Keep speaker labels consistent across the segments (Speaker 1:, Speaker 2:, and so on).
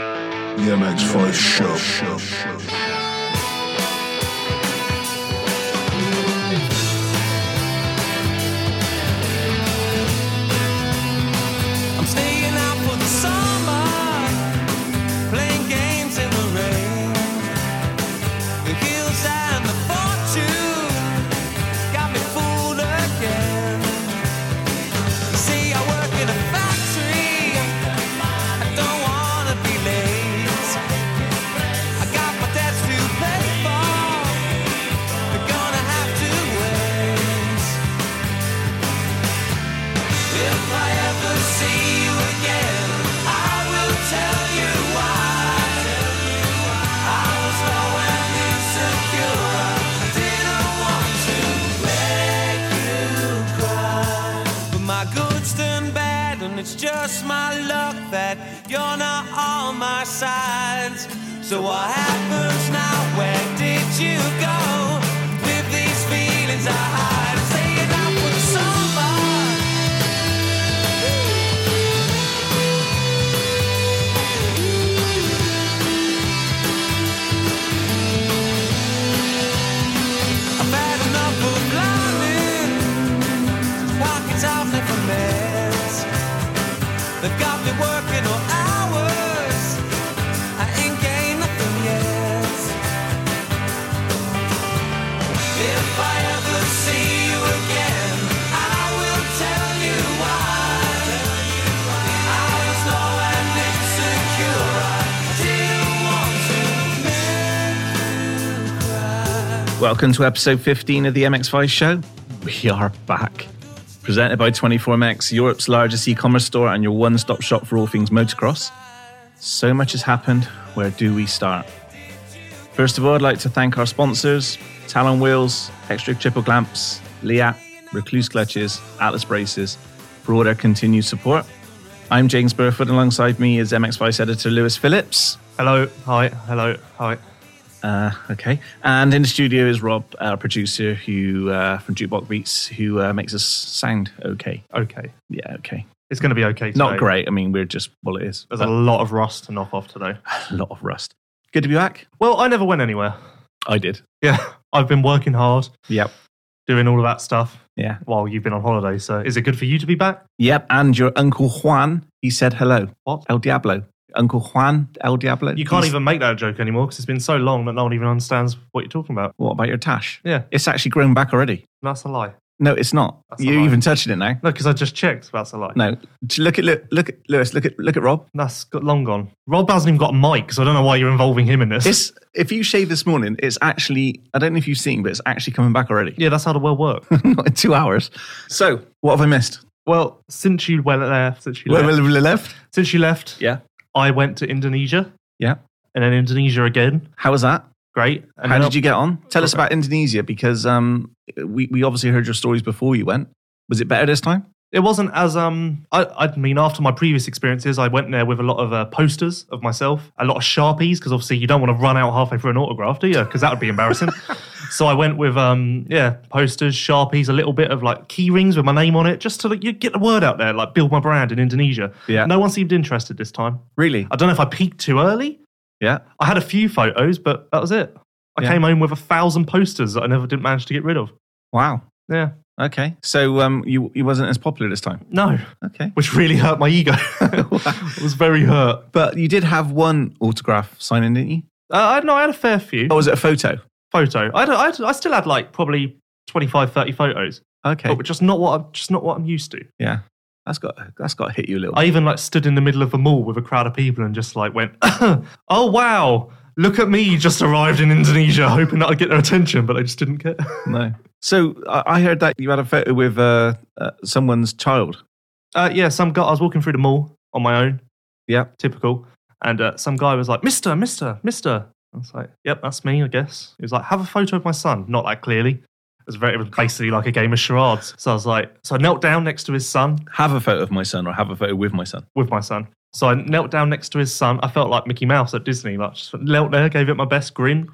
Speaker 1: The MX5 show.
Speaker 2: I'm staying out for the summer, playing games in the rain. The hills and the fortune got me fooled again. You see, I work in a factory. I don't wanna be late. I got my debts to pay for. They're gonna have to wait. If I ever see you again, I will tell you why. I was low and insecure. I didn't want to make you cry. But my good's turned bad, and it's just my luck that you're not on my side. So what happens now? Where did you go? With these feelings I hide, I'm staying out with somebody. I've had enough of blinding pockets I've never met. They've got me working all hours. I ain't gained nothing yet. If I ever see you again, I will tell you why. I was low and insecure. I didn't want to
Speaker 3: Welcome to episode 15 of the MX5 show. We are back. Presented by 24MX, Europe's largest e commerce store and your one stop shop for all things motocross. So much has happened. Where do we start? First of all, I'd like to thank our sponsors Talon Wheels, Extra Triple Clamps, Liat, Recluse Clutches, Atlas Braces for all their continued support. I'm James Burford, and alongside me is MX5 editor Lewis Phillips.
Speaker 4: Hello, hi, hello, hi.
Speaker 3: Uh, okay. And in the studio is Rob, our producer, who uh, from Jukebox Beats, who uh, makes us sound okay.
Speaker 4: Okay,
Speaker 3: Yeah, okay.
Speaker 4: it's going to be okay. Today.
Speaker 3: Not great. I mean, we're just well, it is.
Speaker 4: There's
Speaker 3: But
Speaker 4: a lot of rust to knock off today.
Speaker 3: a lot of rust. Good to be back.
Speaker 4: Well, I never went anywhere.
Speaker 3: I did.
Speaker 4: Yeah, I've been working hard,
Speaker 3: Yep.
Speaker 4: doing all of that stuff
Speaker 3: Yeah.
Speaker 4: while you've been on holiday. So, is it good for you to be back?
Speaker 3: Yep. And your uncle Juan, he said hello.
Speaker 4: What?
Speaker 3: El Diablo. Uncle Juan El Diablo.
Speaker 4: You can't
Speaker 3: He's-
Speaker 4: even make that joke anymore because it's been so long that no one even understands what you're talking about.
Speaker 3: What about your tash?
Speaker 4: Yeah,
Speaker 3: It's actually grown back already.
Speaker 4: that's a lie.
Speaker 3: No, it's not.
Speaker 4: That's a
Speaker 3: You're
Speaker 4: lie.
Speaker 3: even touching it now.
Speaker 4: No, because I just checked. That's a lie.
Speaker 3: No. Look at look, look at Lewis. Look at look at Rob.
Speaker 4: That's got long gone. Rob hasn't even got a mic, so I don't know why you're involving him in this.
Speaker 3: It's if you shave this morning, it's actually I don't know if you've seen, but it's actually coming back already.
Speaker 4: yeah, that's how the world works.
Speaker 3: Not in two hours. So what have I missed?
Speaker 4: well, since you went there, since you
Speaker 3: Where
Speaker 4: left,
Speaker 3: have I left?
Speaker 4: since you left,
Speaker 3: Yeah.
Speaker 4: I went to Indonesia
Speaker 3: Yeah.
Speaker 4: and then Indonesia again.
Speaker 3: How was that?
Speaker 4: Great. And
Speaker 3: How
Speaker 4: then
Speaker 3: did you get on? Tell us about Indonesia because um, we, we obviously heard your stories before you went. Was it better this time?
Speaker 4: it wasn't as um I, I mean after my previous experiences i went there with a lot of uh, posters of myself a lot of sharpies because obviously you don't want to run out halfway through an autograph do you because that would be embarrassing so i went with um yeah posters sharpies a little bit of like key rings with my name on it just to like, you get the word out there like build my brand in indonesia
Speaker 3: Yeah.
Speaker 4: no one seemed interested this time
Speaker 3: Really?
Speaker 4: i don't know if i peaked too early
Speaker 3: Yeah.
Speaker 4: i had a few photos but that was it i
Speaker 3: Yeah.
Speaker 4: came home with a thousand posters that i never did manage to get rid of
Speaker 3: Wow.
Speaker 4: yeah
Speaker 3: Okay. So um, you you wasn't as popular this time.
Speaker 4: no
Speaker 3: Okay.
Speaker 4: which really hurt my ego it was very hurt
Speaker 3: But you did have one autograph signing, didn't you?
Speaker 4: Uh, I know I had a fair few
Speaker 3: Or was it a photo?
Speaker 4: photo. I, had, I, had- I still had like probably 25, 30 photos,
Speaker 3: Okay.
Speaker 4: but just not what I'm just not what I'm used to.
Speaker 3: yeah. That's got that's got to hit you a little.
Speaker 4: I even like stood in the middle of the mall with a crowd of people and just like went, "Oh wow, look at me! Just arrived in Indonesia, hoping that I'd get their attention, but I just didn't get."
Speaker 3: No. So I I heard that you had a photo with uh, uh, someone's child.
Speaker 4: Uh, yeah, some guy. I was walking through the mall on my own,
Speaker 3: Yeah.
Speaker 4: typical, and uh, some guy was like, "Mister, Mister, Mister." I was like, "Yep, that's me, I guess." He was like, "Have a photo of my son." Not that clearly. It was very, it was basically like a game of charades. So I was like, so I knelt down next to his son,
Speaker 3: Have a photo of my son, or have a photo with my son.
Speaker 4: with my son. So I knelt down next to his son. I felt like Mickey Mouse at Disney. Like just knelt there, gave it my best grin.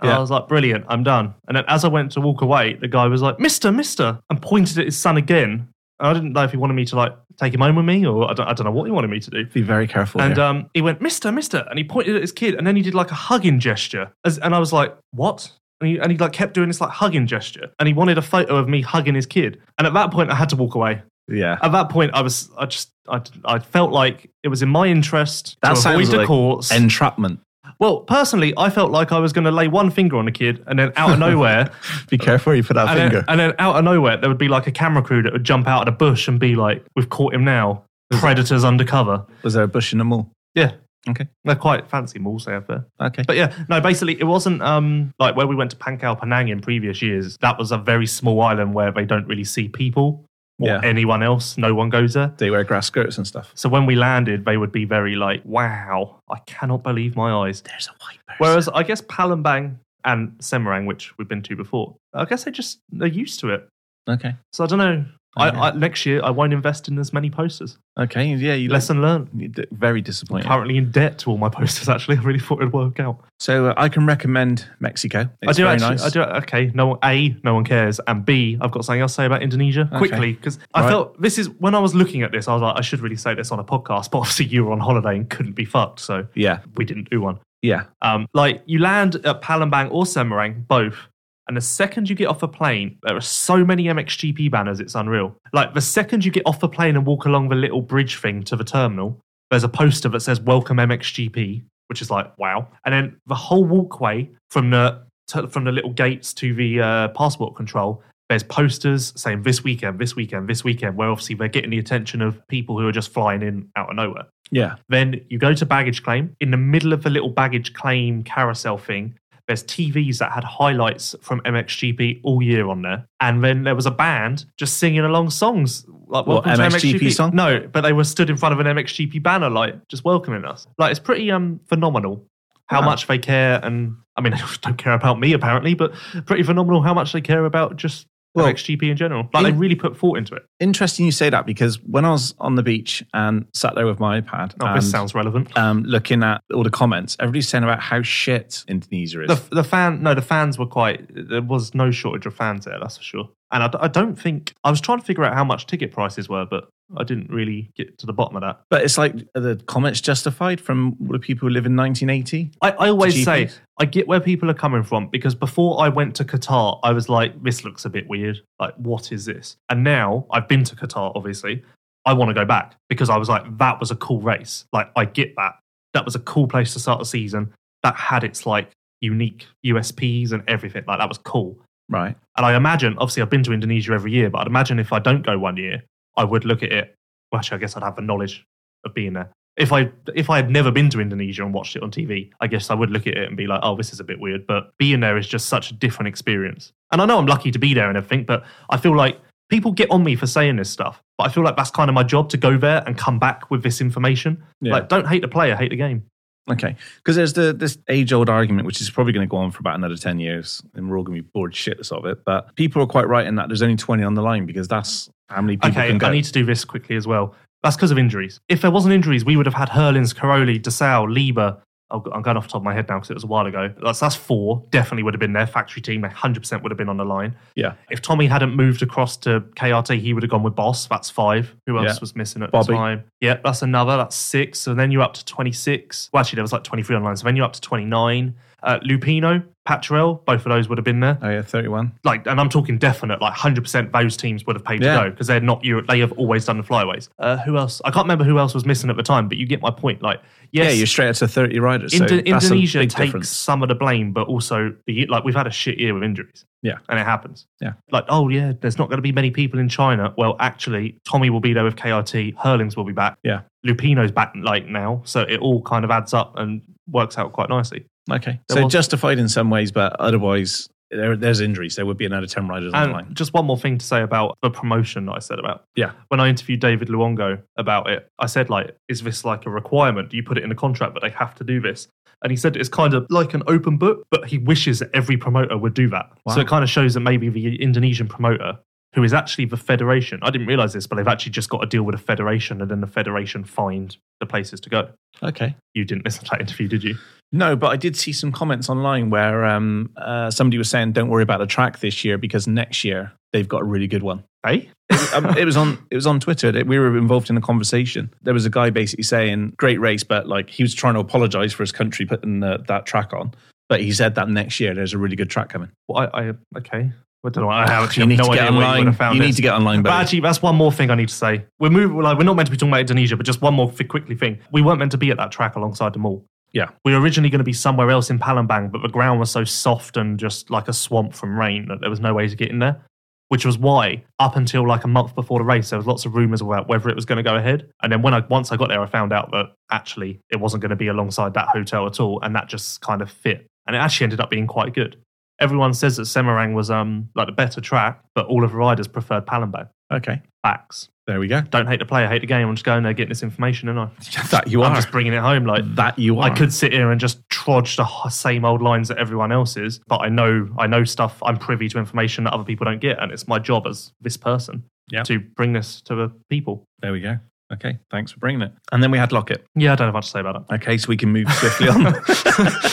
Speaker 4: And
Speaker 3: Yeah.
Speaker 4: I was like, brilliant, I'm done. And then as I went to walk away, the guy was like, Mister, Mister, and pointed at his son again. And I didn't know if he wanted me to like take him home with me or I don't, I don't know what he wanted me to do.
Speaker 3: Be very careful.
Speaker 4: And
Speaker 3: here.
Speaker 4: um, he went, Mister, Mister, and he pointed at his kid, and then he did like a hugging gesture, As, and I was like, what? And he, and he like kept doing this like hugging gesture, and he wanted a photo of me hugging his kid. And at that point, I had to walk away.
Speaker 3: yeah.
Speaker 4: At that point, I was, I just, I, I felt like it was in my interest
Speaker 3: That
Speaker 4: to avoid
Speaker 3: sounds
Speaker 4: the
Speaker 3: like
Speaker 4: courts.
Speaker 3: Entrapment.
Speaker 4: well, personally, I felt like I was going to lay one finger on the kid, and then out of nowhere,
Speaker 3: Be careful where you put that
Speaker 4: and
Speaker 3: finger.
Speaker 4: then, and then out of nowhere, there would be like a camera crew that would jump out of the bush and be like, "We've caught him now." Predators undercover.
Speaker 3: Was there a bush in the mall?
Speaker 4: Yeah.
Speaker 3: Okay.
Speaker 4: They're quite fancy malls they have there.
Speaker 3: Okay.
Speaker 4: But yeah, no, basically, it wasn't um, like where we went to Pankau Penang in previous years. That was a very small island where they don't really see people or
Speaker 3: Yeah.
Speaker 4: anyone else. No one goes there.
Speaker 3: they wear grass skirts and stuff.
Speaker 4: So when we landed, they would be very like, wow, I cannot believe my eyes.
Speaker 3: There's a white person.
Speaker 4: Whereas I guess Palembang and Semarang, which we've been to before, I guess they just, they're used to it.
Speaker 3: okay.
Speaker 4: So I don't know.
Speaker 3: Okay.
Speaker 4: I, I, next year, I won't invest in as many posters.
Speaker 3: Okay. Yeah. You
Speaker 4: Lesson learned.
Speaker 3: you d- Very disappointing.
Speaker 4: Currently in debt to all my posters, actually. I really thought it'd work out.
Speaker 3: So uh, I can recommend Mexico. It's
Speaker 4: I do
Speaker 3: very
Speaker 4: actually.
Speaker 3: nice.
Speaker 4: I do. Okay. No one. A. No one cares. And B. I've got something else to say about Indonesia
Speaker 3: Okay.
Speaker 4: quickly because I
Speaker 3: Right.
Speaker 4: felt this is when I was looking at this. I was like, I should really say this on a podcast, but obviously you were on holiday and couldn't be fucked, so
Speaker 3: Yeah.
Speaker 4: we didn't do one.
Speaker 3: Yeah.
Speaker 4: Um, like you land at Palembang or Semarang, both, and the second you get off the plane, there are so many MXGP banners. It's unreal. Like the second you get off the plane and walk along the little bridge thing to the terminal, there's a poster that says "Welcome MXGP," which is like wow. And then the whole walkway from the to, from the little gates to the uh, passport control. There's posters saying this weekend, this weekend, this weekend, where obviously they're getting the attention of people who are just flying in out of nowhere.
Speaker 3: Yeah.
Speaker 4: Then you go to baggage claim. In the middle of the little baggage claim carousel thing, there's TVs that had highlights from MXGP all year on there. And then there was a band just singing along songs. Like,
Speaker 3: What,
Speaker 4: welcome to
Speaker 3: MXGP song?
Speaker 4: No, but they were stood in front of an MXGP banner, like just welcoming us. Like it's pretty um phenomenal how
Speaker 3: Wow.
Speaker 4: much they care. And I mean, they don't care about me apparently, but pretty phenomenal how much they care about just
Speaker 3: Well,
Speaker 4: MXGP in general. Like they
Speaker 3: in-
Speaker 4: really put thought into it.
Speaker 3: Interesting you say that because when I was on the beach and sat there with my iPad
Speaker 4: Oh,
Speaker 3: and
Speaker 4: this sounds relevant.
Speaker 3: um, looking at all the comments, everybody's saying about how shit Indonesia is.
Speaker 4: the the fan no the fans were quite there was no shortage of fans there that's for sure and I, d- I don't think i was trying to figure out how much ticket prices were but i didn't really get to the bottom of that
Speaker 3: but it's like are the comments justified from all the people who live in 1980.
Speaker 4: i, I always say
Speaker 3: GPs.
Speaker 4: i get where people are coming from because before i went to qatar i was like this looks a bit weird like what is this and now i've been to qatar obviously i want to go back because i was like that was a cool race like i get that that was a cool place to start the season that had its like unique usps and everything like that was cool
Speaker 3: Right.
Speaker 4: And I imagine, obviously, I've been to Indonesia every year, but I'd imagine if I don't go one year, I would look at it. Well, actually, I guess I'd have the knowledge of being there. If I if I had never been to Indonesia and watched it on TV, I guess I would look at it and be like, "Oh, this is a bit weird." But being there is just such a different experience. And I know I'm lucky to be there and everything, but I feel like people get on me for saying this stuff. But I feel like that's kind of my job to go there and come back with this information.
Speaker 3: Yeah.
Speaker 4: Like, don't hate the player, hate the game.
Speaker 3: Okay, because there's the this age old argument, which is probably going to go on for about another ten years, and we're all going to be bored shitless of it. But people are quite right in that there's only twenty on the line because that's how many people
Speaker 4: Okay,
Speaker 3: can go.
Speaker 4: I need to do this quickly as well. That's because of injuries. If there wasn't injuries, we would have had Hurlins, Caroli, Desau, Lieber. Oh, I'm going off the top of my head now because it was a while ago. That's, that's four. Definitely would have been there. Factory team, 100% would have been on the line.
Speaker 3: yeah,
Speaker 4: If Tommy hadn't moved across to KRT, he would have gone with Boss. That's five. Who else
Speaker 3: Yeah.
Speaker 4: was missing at the
Speaker 3: Bobby.
Speaker 4: time? Yeah, that's another. That's six. So then you're up to 26. Well, actually, there was like 23 online. So then you're up to 29. Uh, Lupino, Patrell, both of those would have been there
Speaker 3: oh yeah, thirty-one.
Speaker 4: like, and I'm talking definite, like 100% those teams would have paid
Speaker 3: Yeah.
Speaker 4: to go because they're not Europe. They have always done the flyaways. Uh, who else? I can't remember who else was missing at the time, but you get my point. Like,
Speaker 3: Yeah,
Speaker 4: yes,
Speaker 3: you're straight up to thirty riders. so
Speaker 4: Indo-
Speaker 3: that's a
Speaker 4: Indonesia
Speaker 3: big
Speaker 4: takes
Speaker 3: difference.
Speaker 4: some of the blame, but also, the, like, we've had a shit year with injuries.
Speaker 3: Yeah.
Speaker 4: And it happens.
Speaker 3: Yeah.
Speaker 4: Like, oh, yeah, there's not going to be many people in China. Well, actually, Tommy will be there with KRT, Hurlings will be back.
Speaker 3: Yeah.
Speaker 4: Lupino's back, like, now. So it all kind of adds up and works out quite nicely.
Speaker 3: Okay,
Speaker 4: There
Speaker 3: so
Speaker 4: was-
Speaker 3: justified in some ways, but otherwise there, there's injuries. There would be another ten riders on the
Speaker 4: And
Speaker 3: line.
Speaker 4: just one more thing to say about the promotion that I said about.
Speaker 3: Yeah.
Speaker 4: When I interviewed David Luongo about it, I said, like, is this like a requirement? Do you put it in the contract that they have to do this? And he said it's kind of like an open book, but he wishes that every promoter would do that.
Speaker 3: Wow.
Speaker 4: So it kind of shows that maybe the Indonesian promoter, who is actually the federation, I didn't realize this, but they've actually just got to deal with a federation and then the federation find the places to go.
Speaker 3: Okay.
Speaker 4: You didn't listen to that interview, did you?
Speaker 3: No, but I did see some comments online where um, uh, somebody was saying, "Don't worry about the track this year because next year they've got a really good one."
Speaker 4: Hey?
Speaker 3: um, it was on it was on Twitter that we were involved in a conversation. There was a guy basically saying great race, but like he was trying to apologize for his country putting uh, that track on. But he said that next year there's a really good track coming. Ah,
Speaker 4: Well, I, I okay. I don't know. I actually
Speaker 3: You need
Speaker 4: have
Speaker 3: to
Speaker 4: no
Speaker 3: get
Speaker 4: idea where
Speaker 3: online.
Speaker 4: you would
Speaker 3: You
Speaker 4: have found
Speaker 3: need
Speaker 4: this.
Speaker 3: to get online,
Speaker 4: But
Speaker 3: buddy.
Speaker 4: actually, that's one more thing I need to say. We're moving. Like, we're not meant to be talking about Indonesia, but just one more th- quickly thing. We weren't meant to be at that track alongside them all.
Speaker 3: Yeah.
Speaker 4: We were originally going to be somewhere else in Palembang, but the ground was so soft and just like a swamp from rain that there was no way to get in there. Which was why, up until like a month before the race, there was lots of rumors about whether it was going to go ahead. And then when I once I got there, I found out that actually it wasn't going to be alongside that hotel at all, and that just kind of fit. And it actually ended up being quite good. Everyone says that Semarang was um like the better track, but all of the riders preferred Palembang.
Speaker 3: Okay,
Speaker 4: Facts.
Speaker 3: there we go.
Speaker 4: Don't hate the player, hate the game. I'm just going there getting this information, and I
Speaker 3: That you
Speaker 4: I'm
Speaker 3: are.
Speaker 4: just bringing it home. Like
Speaker 3: that you are.
Speaker 4: I could sit here and just trudge the h- same old lines that everyone else is, but I know I know stuff. I'm privy to information that other people don't get, and it's my job as this person
Speaker 3: Yeah.
Speaker 4: to bring this to the people.
Speaker 3: There we go. Okay, thanks for bringing it. And then we had Lockett.
Speaker 4: Yeah, I don't have much to say about
Speaker 3: Okay, so we can move swiftly on,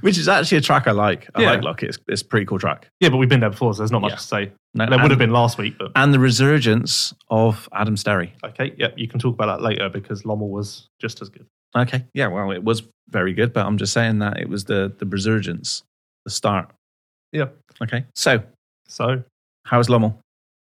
Speaker 3: which is actually a track I like. I
Speaker 4: Yeah.
Speaker 3: like Lockett. It's, it's a pretty cool track.
Speaker 4: that. Yeah, but we've been there before, so there's not much
Speaker 3: Yeah.
Speaker 4: to say.
Speaker 3: No,
Speaker 4: There would have
Speaker 3: and-
Speaker 4: been last week, but
Speaker 3: and the resurgence of Adam Sterry.
Speaker 4: okay, yeah, you can talk about that later because Lommel was just as good.
Speaker 3: Okay. Yeah. Well, it was very good, but I'm just saying that it was the the resurgence, the start.
Speaker 4: Yeah.
Speaker 3: Okay. So
Speaker 4: So
Speaker 3: how was Lommel?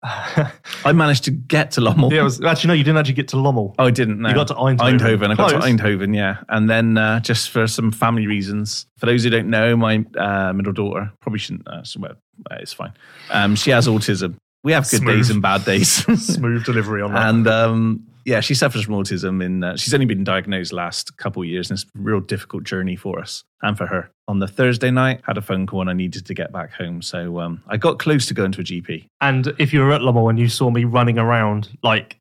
Speaker 4: yeah,
Speaker 3: I managed to get to Lommel.
Speaker 4: it was actually no, you didn't actually get to Lommel.
Speaker 3: Oh, I didn't. No.
Speaker 4: You got to Eindhoven.
Speaker 3: Eindhoven. I got to
Speaker 4: Close.
Speaker 3: Eindhoven, yeah. And then uh, just for some family reasons, for those who don't know, my uh, middle daughter probably shouldn't. Uh, so, well, uh, it's fine. Um, she has autism. We have good
Speaker 4: Smooth.
Speaker 3: days and bad days.
Speaker 4: Smooth delivery on that.
Speaker 3: and um, yeah, she suffers from autism. In uh, she's only been diagnosed last couple of years, and it's a real difficult journey for us and for her. On the Thursday night, had a phone call, and I needed to get back home, so um, I got close to going to a GP.
Speaker 4: And if you were at Lommel and you saw me running around like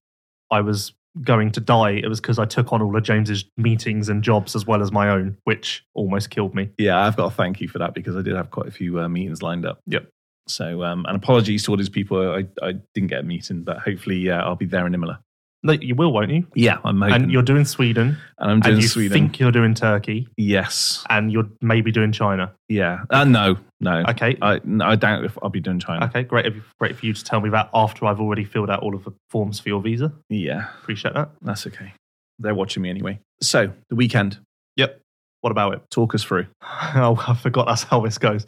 Speaker 4: I was going to die, it was because I took on all of James's meetings and jobs as well as my own, which almost killed me.
Speaker 3: Yeah, I've got to thank you for that because I did have quite a few uh, meetings lined up.
Speaker 4: Yep.
Speaker 3: So, um, and apologies to all these people. I, I didn't get a meeting, but hopefully uh, I'll be there in Imola.
Speaker 4: No, you will, won't you?
Speaker 3: Yeah, I'm hoping.
Speaker 4: And you're doing Sweden,
Speaker 3: and I'm doing
Speaker 4: and you
Speaker 3: Sweden.
Speaker 4: think you're doing Turkey,
Speaker 3: yes.
Speaker 4: and you're maybe doing China.
Speaker 3: Yeah. Uh, no, no.
Speaker 4: Okay. uh,
Speaker 3: I, no, I doubt if I'll be doing China.
Speaker 4: Okay, great. of you- Great for you to tell me that after I've already filled out all of the forms for your visa.
Speaker 3: Yeah,
Speaker 4: Appreciate that.
Speaker 3: that's okay. They're watching me anyway. So, the weekend,
Speaker 4: Yep. What about it?
Speaker 3: talk us through.
Speaker 4: oh, I forgot that's how this goes.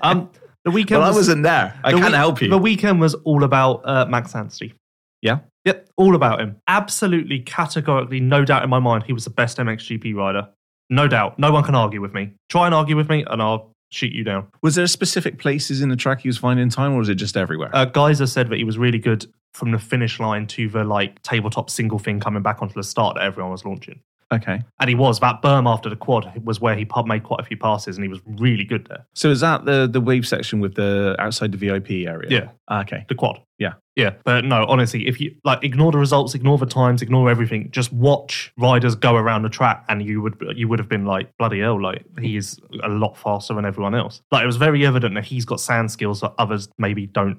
Speaker 4: Um, the weekend.
Speaker 3: Well, I
Speaker 4: was-
Speaker 3: wasn't there. I
Speaker 4: The
Speaker 3: can't
Speaker 4: week-
Speaker 3: help you.
Speaker 4: The weekend was all about uh, Max Anstey.
Speaker 3: Yeah?
Speaker 4: Yep, all about him. Absolutely, categorically, no doubt in my mind, he was the best MXGP rider. No doubt. No one can argue with me. Try and argue with me, and I'll shoot you down.
Speaker 3: was there specific places in the track he was finding time, or was it just everywhere?
Speaker 4: Uh, Geyser said that he was really good from the finish line to the like tabletop single thing coming back onto the start that everyone was launching.
Speaker 3: okay.
Speaker 4: And he was. That berm after the quad was where he pu- made quite a few passes, and he was really good there.
Speaker 3: So, is that the, the wave section with the outside the VIP area?
Speaker 4: Yeah.
Speaker 3: Ah, Okay.
Speaker 4: the quad.
Speaker 3: Yeah.
Speaker 4: Yeah. But no, honestly, if you like ignore the results, ignore the times, ignore everything, just watch riders go around the track and you would you would have been like, bloody hell, like he is a lot faster than everyone else. Like it was very evident that he's got sand skills that others maybe don't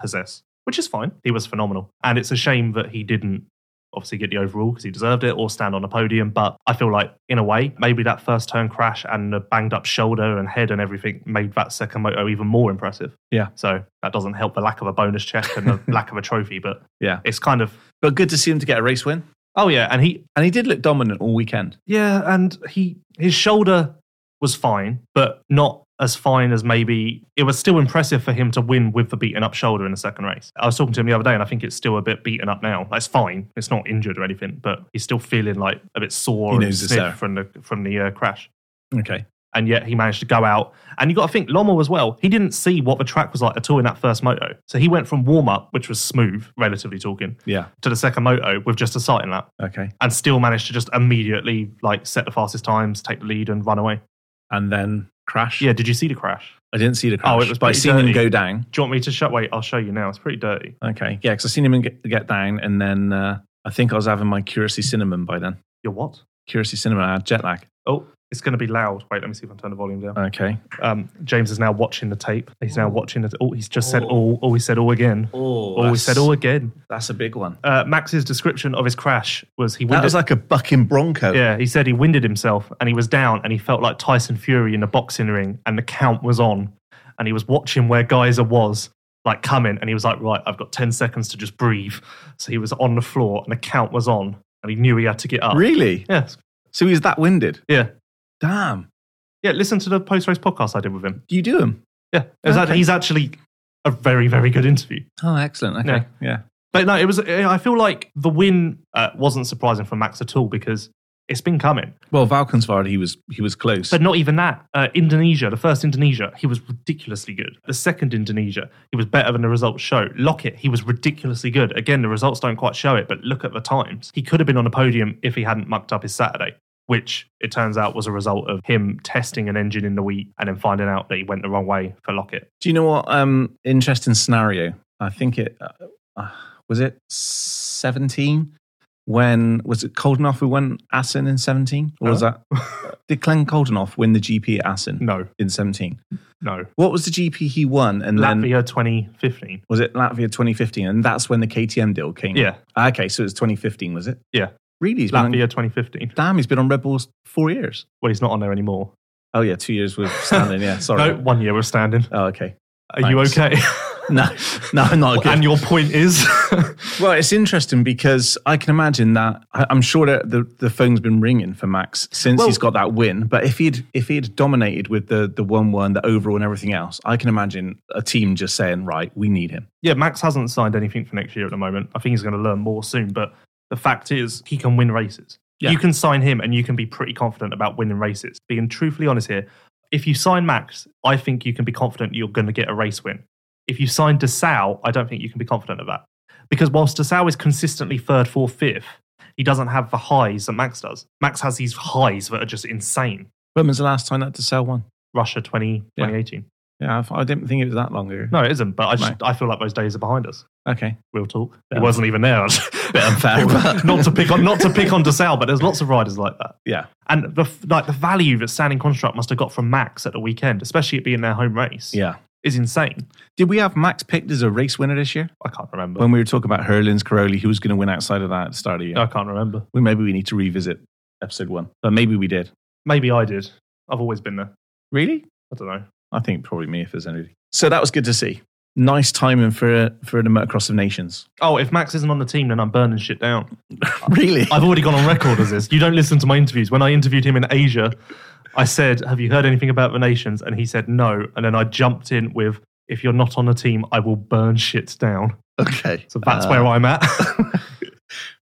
Speaker 4: possess. Which is fine. He was phenomenal. And it's a shame that he didn't obviously get the overall because he deserved it or stand on a podium. But I feel like, in a way, maybe that first turn crash and the banged up shoulder and head and everything made that second moto even more impressive.
Speaker 3: Yeah.
Speaker 4: So that doesn't help the lack of a bonus check and the lack of a trophy, but
Speaker 3: Yeah.
Speaker 4: it's kind of,
Speaker 3: But good to see him to get a race win.
Speaker 4: oh yeah. And he,
Speaker 3: And he did look dominant all weekend.
Speaker 4: yeah, and he his shoulder was fine, but not as fine as maybe it was still impressive for him to win with the beaten up shoulder in the second race. I was talking to him the other day and I think it's still a bit beaten up now. That's fine. It's not injured or anything, but he's still feeling like a bit sore
Speaker 3: He
Speaker 4: and
Speaker 3: knows it's there.
Speaker 4: stiff from the from the uh, crash.
Speaker 3: Okay.
Speaker 4: And yet he managed to go out. And you got to think, Lommel as well, he didn't see what the track was like at all in that first moto. So he went from warm up, which was smooth, relatively talking,
Speaker 3: Yeah.
Speaker 4: to the second moto with just a sighting lap
Speaker 3: Okay.
Speaker 4: and still managed to just immediately like set the fastest times, take the lead, and run away.
Speaker 3: And then crash.
Speaker 4: Yeah, did you see the crash?
Speaker 3: I didn't see the crash.
Speaker 4: Oh, it was
Speaker 3: but I
Speaker 4: pretty
Speaker 3: seen him
Speaker 4: dirty.
Speaker 3: go down.
Speaker 4: Do you want me to show? Wait, I'll show you now. It's pretty dirty.
Speaker 3: Okay. Yeah, because I seen him get, get down, and then uh, I think I was having my Curacy cinnamon by then.
Speaker 4: Your what?
Speaker 3: Curacy cinnamon. I had jet lag.
Speaker 4: Oh, it's going to be loud. Wait, let me see if I can turn the volume down.
Speaker 3: Okay.
Speaker 4: Um, James is now watching the tape. He's now watching it. Oh, he's just said all. Oh, he said all again.
Speaker 3: Oh,
Speaker 4: Oh, he said all again.
Speaker 3: That's a big one.
Speaker 4: Uh, Max's description of his crash was he
Speaker 3: That
Speaker 4: winded.
Speaker 3: was like a bucking bronco.
Speaker 4: yeah, he said he winded himself and he was down and he felt like Tyson Fury in a boxing ring and the count was on and he was watching where Geyser was like coming, and he was like, "Right, I've got ten seconds to just breathe." So he was on the floor, and the count was on, and he knew he had to get up.
Speaker 3: Really?
Speaker 4: Yeah,
Speaker 3: So he's that winded.
Speaker 4: yeah,
Speaker 3: Damn.
Speaker 4: yeah. Listen to the post race podcast I did with him.
Speaker 3: Do you do him?
Speaker 4: Yeah, it was act-
Speaker 3: Okay.
Speaker 4: he's actually a very, very good interview.
Speaker 3: Oh, excellent. Okay. Yeah.
Speaker 4: But no, it was. I feel like the win uh, wasn't surprising for Max at all because it's been coming.
Speaker 3: Well, Valkensvard, he was he was close.
Speaker 4: But not even that. Uh, Indonesia, the first Indonesia, he was ridiculously good. The second Indonesia, he was better than the results show. Lockett, he was ridiculously good. Again, the results don't quite show it, but look at the times. He could have been on a podium if he hadn't mucked up his Saturday, which it turns out was a result of him testing an engine in the week and then finding out that he went the wrong way for Lockett.
Speaker 3: Do you know what? Um, interesting scenario. I think it uh, uh, was it seventeen. When was it Koldenhoff who won Assen in seventeen, or was that uh, did Glenn Koldenhoff win the GP at Assen
Speaker 4: No,
Speaker 3: in seventeen?
Speaker 4: no.
Speaker 3: What was the GP he won, and then
Speaker 4: Latvia 2015.
Speaker 3: was it Latvia twenty fifteen? And that's when the KTM deal came. Ah,
Speaker 4: Yeah,
Speaker 3: Okay, so it was twenty fifteen, was it?
Speaker 4: Yeah.
Speaker 3: Really? He's been on,
Speaker 4: Latvia 2015.
Speaker 3: damn, he's been on Red Bulls four years.
Speaker 4: Well, he's not on there anymore.
Speaker 3: Oh yeah, two years with standing. Yeah, sorry.
Speaker 4: No, one year of standing.
Speaker 3: Oh okay.
Speaker 4: Are you
Speaker 3: Thanks.
Speaker 4: okay?
Speaker 3: No, no, I'm not good.
Speaker 4: and your point is?
Speaker 3: Well, it's interesting because I can imagine that I- I'm sure that the, the phone's been ringing for Max since
Speaker 4: Well-
Speaker 3: he's got that win. But if he'd if he'd dominated with the the one one, the overall, and everything else, I can imagine a team just saying, "Right, we need him."
Speaker 4: yeah, Max hasn't signed anything for next year at the moment. I think he's going to learn more soon. But the fact is, he can win races.
Speaker 3: Yeah.
Speaker 4: You can sign him and you can be pretty confident about winning races. Being truthfully honest here, if you sign Max, I think you can be confident you're going to get a race win. If you sign DeSau, I don't think you can be confident of that. Because whilst DeSau is consistently third, fourth, fifth, he doesn't have the highs that Max does. Max has these highs that are just insane.
Speaker 3: When was the last time that to sell one?
Speaker 4: Russia 20,
Speaker 3: Yeah.
Speaker 4: 2018.
Speaker 3: Yeah, I've, I didn't think it was that long ago.
Speaker 4: No, it isn't. But I just I feel like those days are behind us.
Speaker 3: Okay,
Speaker 4: Real talk.
Speaker 3: Yeah.
Speaker 4: It wasn't even there.
Speaker 3: bit unfair, but-
Speaker 4: not to pick on not to pick on DeSalle, but there's lots of riders like that.
Speaker 3: yeah,
Speaker 4: And the f- like the value that standing construct must have got from Max at the weekend, especially it being their home race,
Speaker 3: yeah.
Speaker 4: is insane.
Speaker 3: Did we have Max picked as a race winner this year
Speaker 4: I can't remember.
Speaker 3: when we were talking about Hurlins, Caroli, who was going to win outside of that at the start of the year?
Speaker 4: I can't remember.
Speaker 3: We maybe we need to revisit episode one, but maybe we did.
Speaker 4: Maybe I did. I've always been there.
Speaker 3: Really?
Speaker 4: I don't know.
Speaker 3: I think probably me if there's anybody. So that was good to see. Nice timing for for the Motocross of Nations.
Speaker 4: Oh, if Max isn't on the team, then I'm burning shit down.
Speaker 3: really?
Speaker 4: I've already gone on record as this. You don't listen to my interviews. When I interviewed him in Asia, I said, Have you heard anything about the nations? And he said, No. And then I jumped in with, If you're not on a team, I will burn shit down.
Speaker 3: Okay.
Speaker 4: So that's
Speaker 3: Uh,
Speaker 4: where I'm at.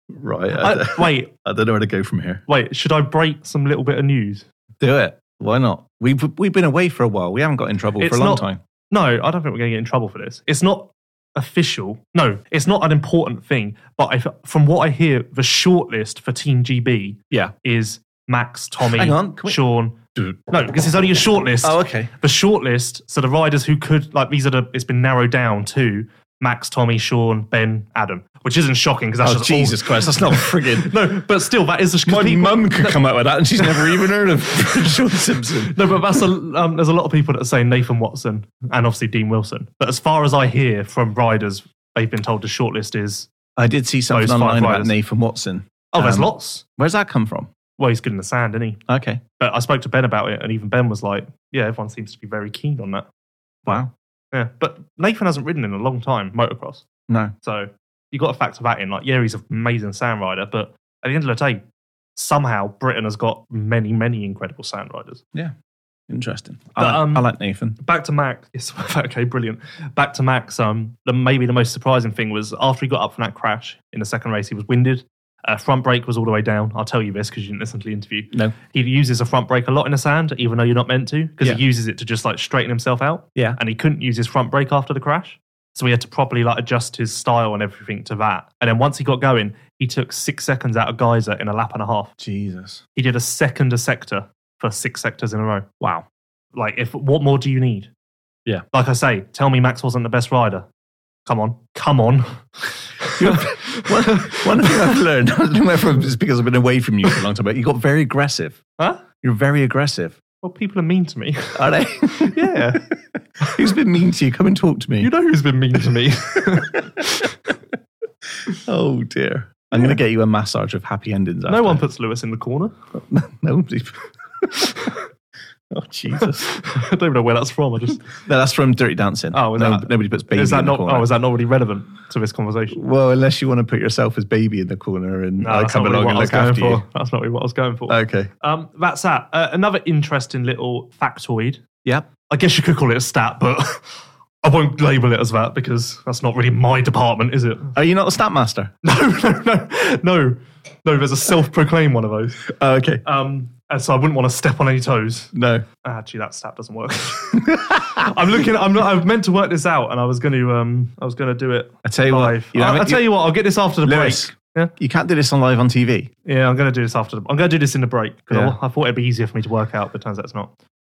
Speaker 3: right. I,
Speaker 4: I-
Speaker 3: don't-
Speaker 4: wait,
Speaker 3: I don't know where to go from here.
Speaker 4: wait. Should I break some little bit of news?
Speaker 3: Do it. Why not? We've we've been away for a while. We haven't got in trouble
Speaker 4: It's
Speaker 3: for a long
Speaker 4: not-
Speaker 3: time.
Speaker 4: No, I don't think we're going to get in trouble for this. It's not official. No, it's not an important thing. But I, from what I hear, the shortlist for Team GB
Speaker 3: Yeah.
Speaker 4: is Max, Tommy,
Speaker 3: Hang on, can we-
Speaker 4: Sean. No, because it's only a shortlist.
Speaker 3: Oh, okay.
Speaker 4: the shortlist. So the riders who could like these are the it's been narrowed down to Max, Tommy, Sean, Ben, Adam, which isn't shocking because that's
Speaker 3: Oh
Speaker 4: just
Speaker 3: Jesus Christ! That's not friggin'.
Speaker 4: All, no, but still that is a
Speaker 3: My mum could come out with that, and she's never even heard of Sean Simpson.
Speaker 4: No, but that's a, um, there's a lot of people that are saying Nathan Watson and obviously Dean Wilson. But as far as I hear from riders, they've been told the shortlist is
Speaker 3: I did see something
Speaker 4: Those five
Speaker 3: online about
Speaker 4: riders.
Speaker 3: Nathan Watson.
Speaker 4: oh, there's
Speaker 3: Um,
Speaker 4: lots.
Speaker 3: Where's that come from?
Speaker 4: Well, he's good in the sand, isn't he?
Speaker 3: Okay.
Speaker 4: But I spoke to Ben about it, and even Ben was like, "Yeah, everyone seems to be very keen on that."
Speaker 3: Wow.
Speaker 4: Yeah, but Nathan hasn't ridden in a long time motocross.
Speaker 3: No.
Speaker 4: So you got to factor that in. Like, yeah, he's an amazing sand rider, but at the end of the day, somehow Britain has got many, many incredible sand riders.
Speaker 3: Interesting. I,
Speaker 4: But,
Speaker 3: like,
Speaker 4: um,
Speaker 3: I like Nathan.
Speaker 4: Back to Max. Yes, okay, brilliant. Back to Max. Um, the, maybe the most surprising thing was after he got up from that crash in the second race, he was winded. Uh, front brake was all the way down. I'll tell you this because you didn't listen to the interview.
Speaker 3: No.
Speaker 4: He uses a front brake a lot in the sand, even though you're not meant to, because
Speaker 3: Yeah.
Speaker 4: he uses it to just like straighten himself out.
Speaker 3: Yeah.
Speaker 4: and he couldn't use his front brake after the crash. So he had to properly like adjust his style and everything to that. And then once he got going, he took six seconds out of Geyser in a lap and a half.
Speaker 3: Jesus.
Speaker 4: He did a second a sector for six sectors in a row.
Speaker 3: Wow.
Speaker 4: Like, if what more do you need?
Speaker 3: Yeah.
Speaker 4: Like I say, tell me Max wasn't the best rider. Come on, come on.
Speaker 3: One, one thing I've learned, I don't know whether it's because I've been away from you for a long time, but you got very aggressive.
Speaker 4: huh?
Speaker 3: You're very aggressive.
Speaker 4: Well, people are mean to me.
Speaker 3: Are they?
Speaker 4: yeah.
Speaker 3: Who's been mean to you? Come and talk to me.
Speaker 4: You know who's been mean to me?
Speaker 3: oh dear. I'm going to get you a massage of happy endings. After.
Speaker 4: no one puts Lewis in the corner.
Speaker 3: Nobody. Oh Jesus!
Speaker 4: I don't even know where that's from. I just
Speaker 3: no, that's from Dirty Dancing.
Speaker 4: oh, is
Speaker 3: No-
Speaker 4: that,
Speaker 3: nobody puts baby
Speaker 4: Is that
Speaker 3: in
Speaker 4: not?
Speaker 3: the corner.
Speaker 4: Oh, is that not really relevant to this conversation?
Speaker 3: well, unless you want to put yourself as baby in the corner and
Speaker 4: No,
Speaker 3: I
Speaker 4: that's
Speaker 3: come
Speaker 4: not really
Speaker 3: along
Speaker 4: what
Speaker 3: and
Speaker 4: I
Speaker 3: look
Speaker 4: was going
Speaker 3: after
Speaker 4: for.
Speaker 3: you.
Speaker 4: That's not really what I was going for.
Speaker 3: Okay.
Speaker 4: Um, that's that. Uh, another interesting little factoid.
Speaker 3: Yep.
Speaker 4: I guess you could call it a stat, but I won't label it as that because that's not really my department, is it?
Speaker 3: Are you not the stat master?
Speaker 4: No, no, no, no, no. There's a self-proclaimed one of those.
Speaker 3: Oh, okay.
Speaker 4: Um, and so I wouldn't want to step on any toes.
Speaker 3: No.
Speaker 4: Actually, that stat doesn't work. I'm looking. I'm not. I've meant to work this out, and I was going to. Um, I was going to do it.
Speaker 3: I tell you
Speaker 4: live.
Speaker 3: what. You,
Speaker 4: I,
Speaker 3: haven't-
Speaker 4: will tell you what. I'll get this after the
Speaker 3: Lewis.
Speaker 4: break. Yeah,
Speaker 3: you can't do this on live on TV.
Speaker 4: yeah. I'm going to do this after. The, I'm going to do this in the break because
Speaker 3: Yeah.
Speaker 4: I, I thought it'd be easier for me to work out, but turns out it's not.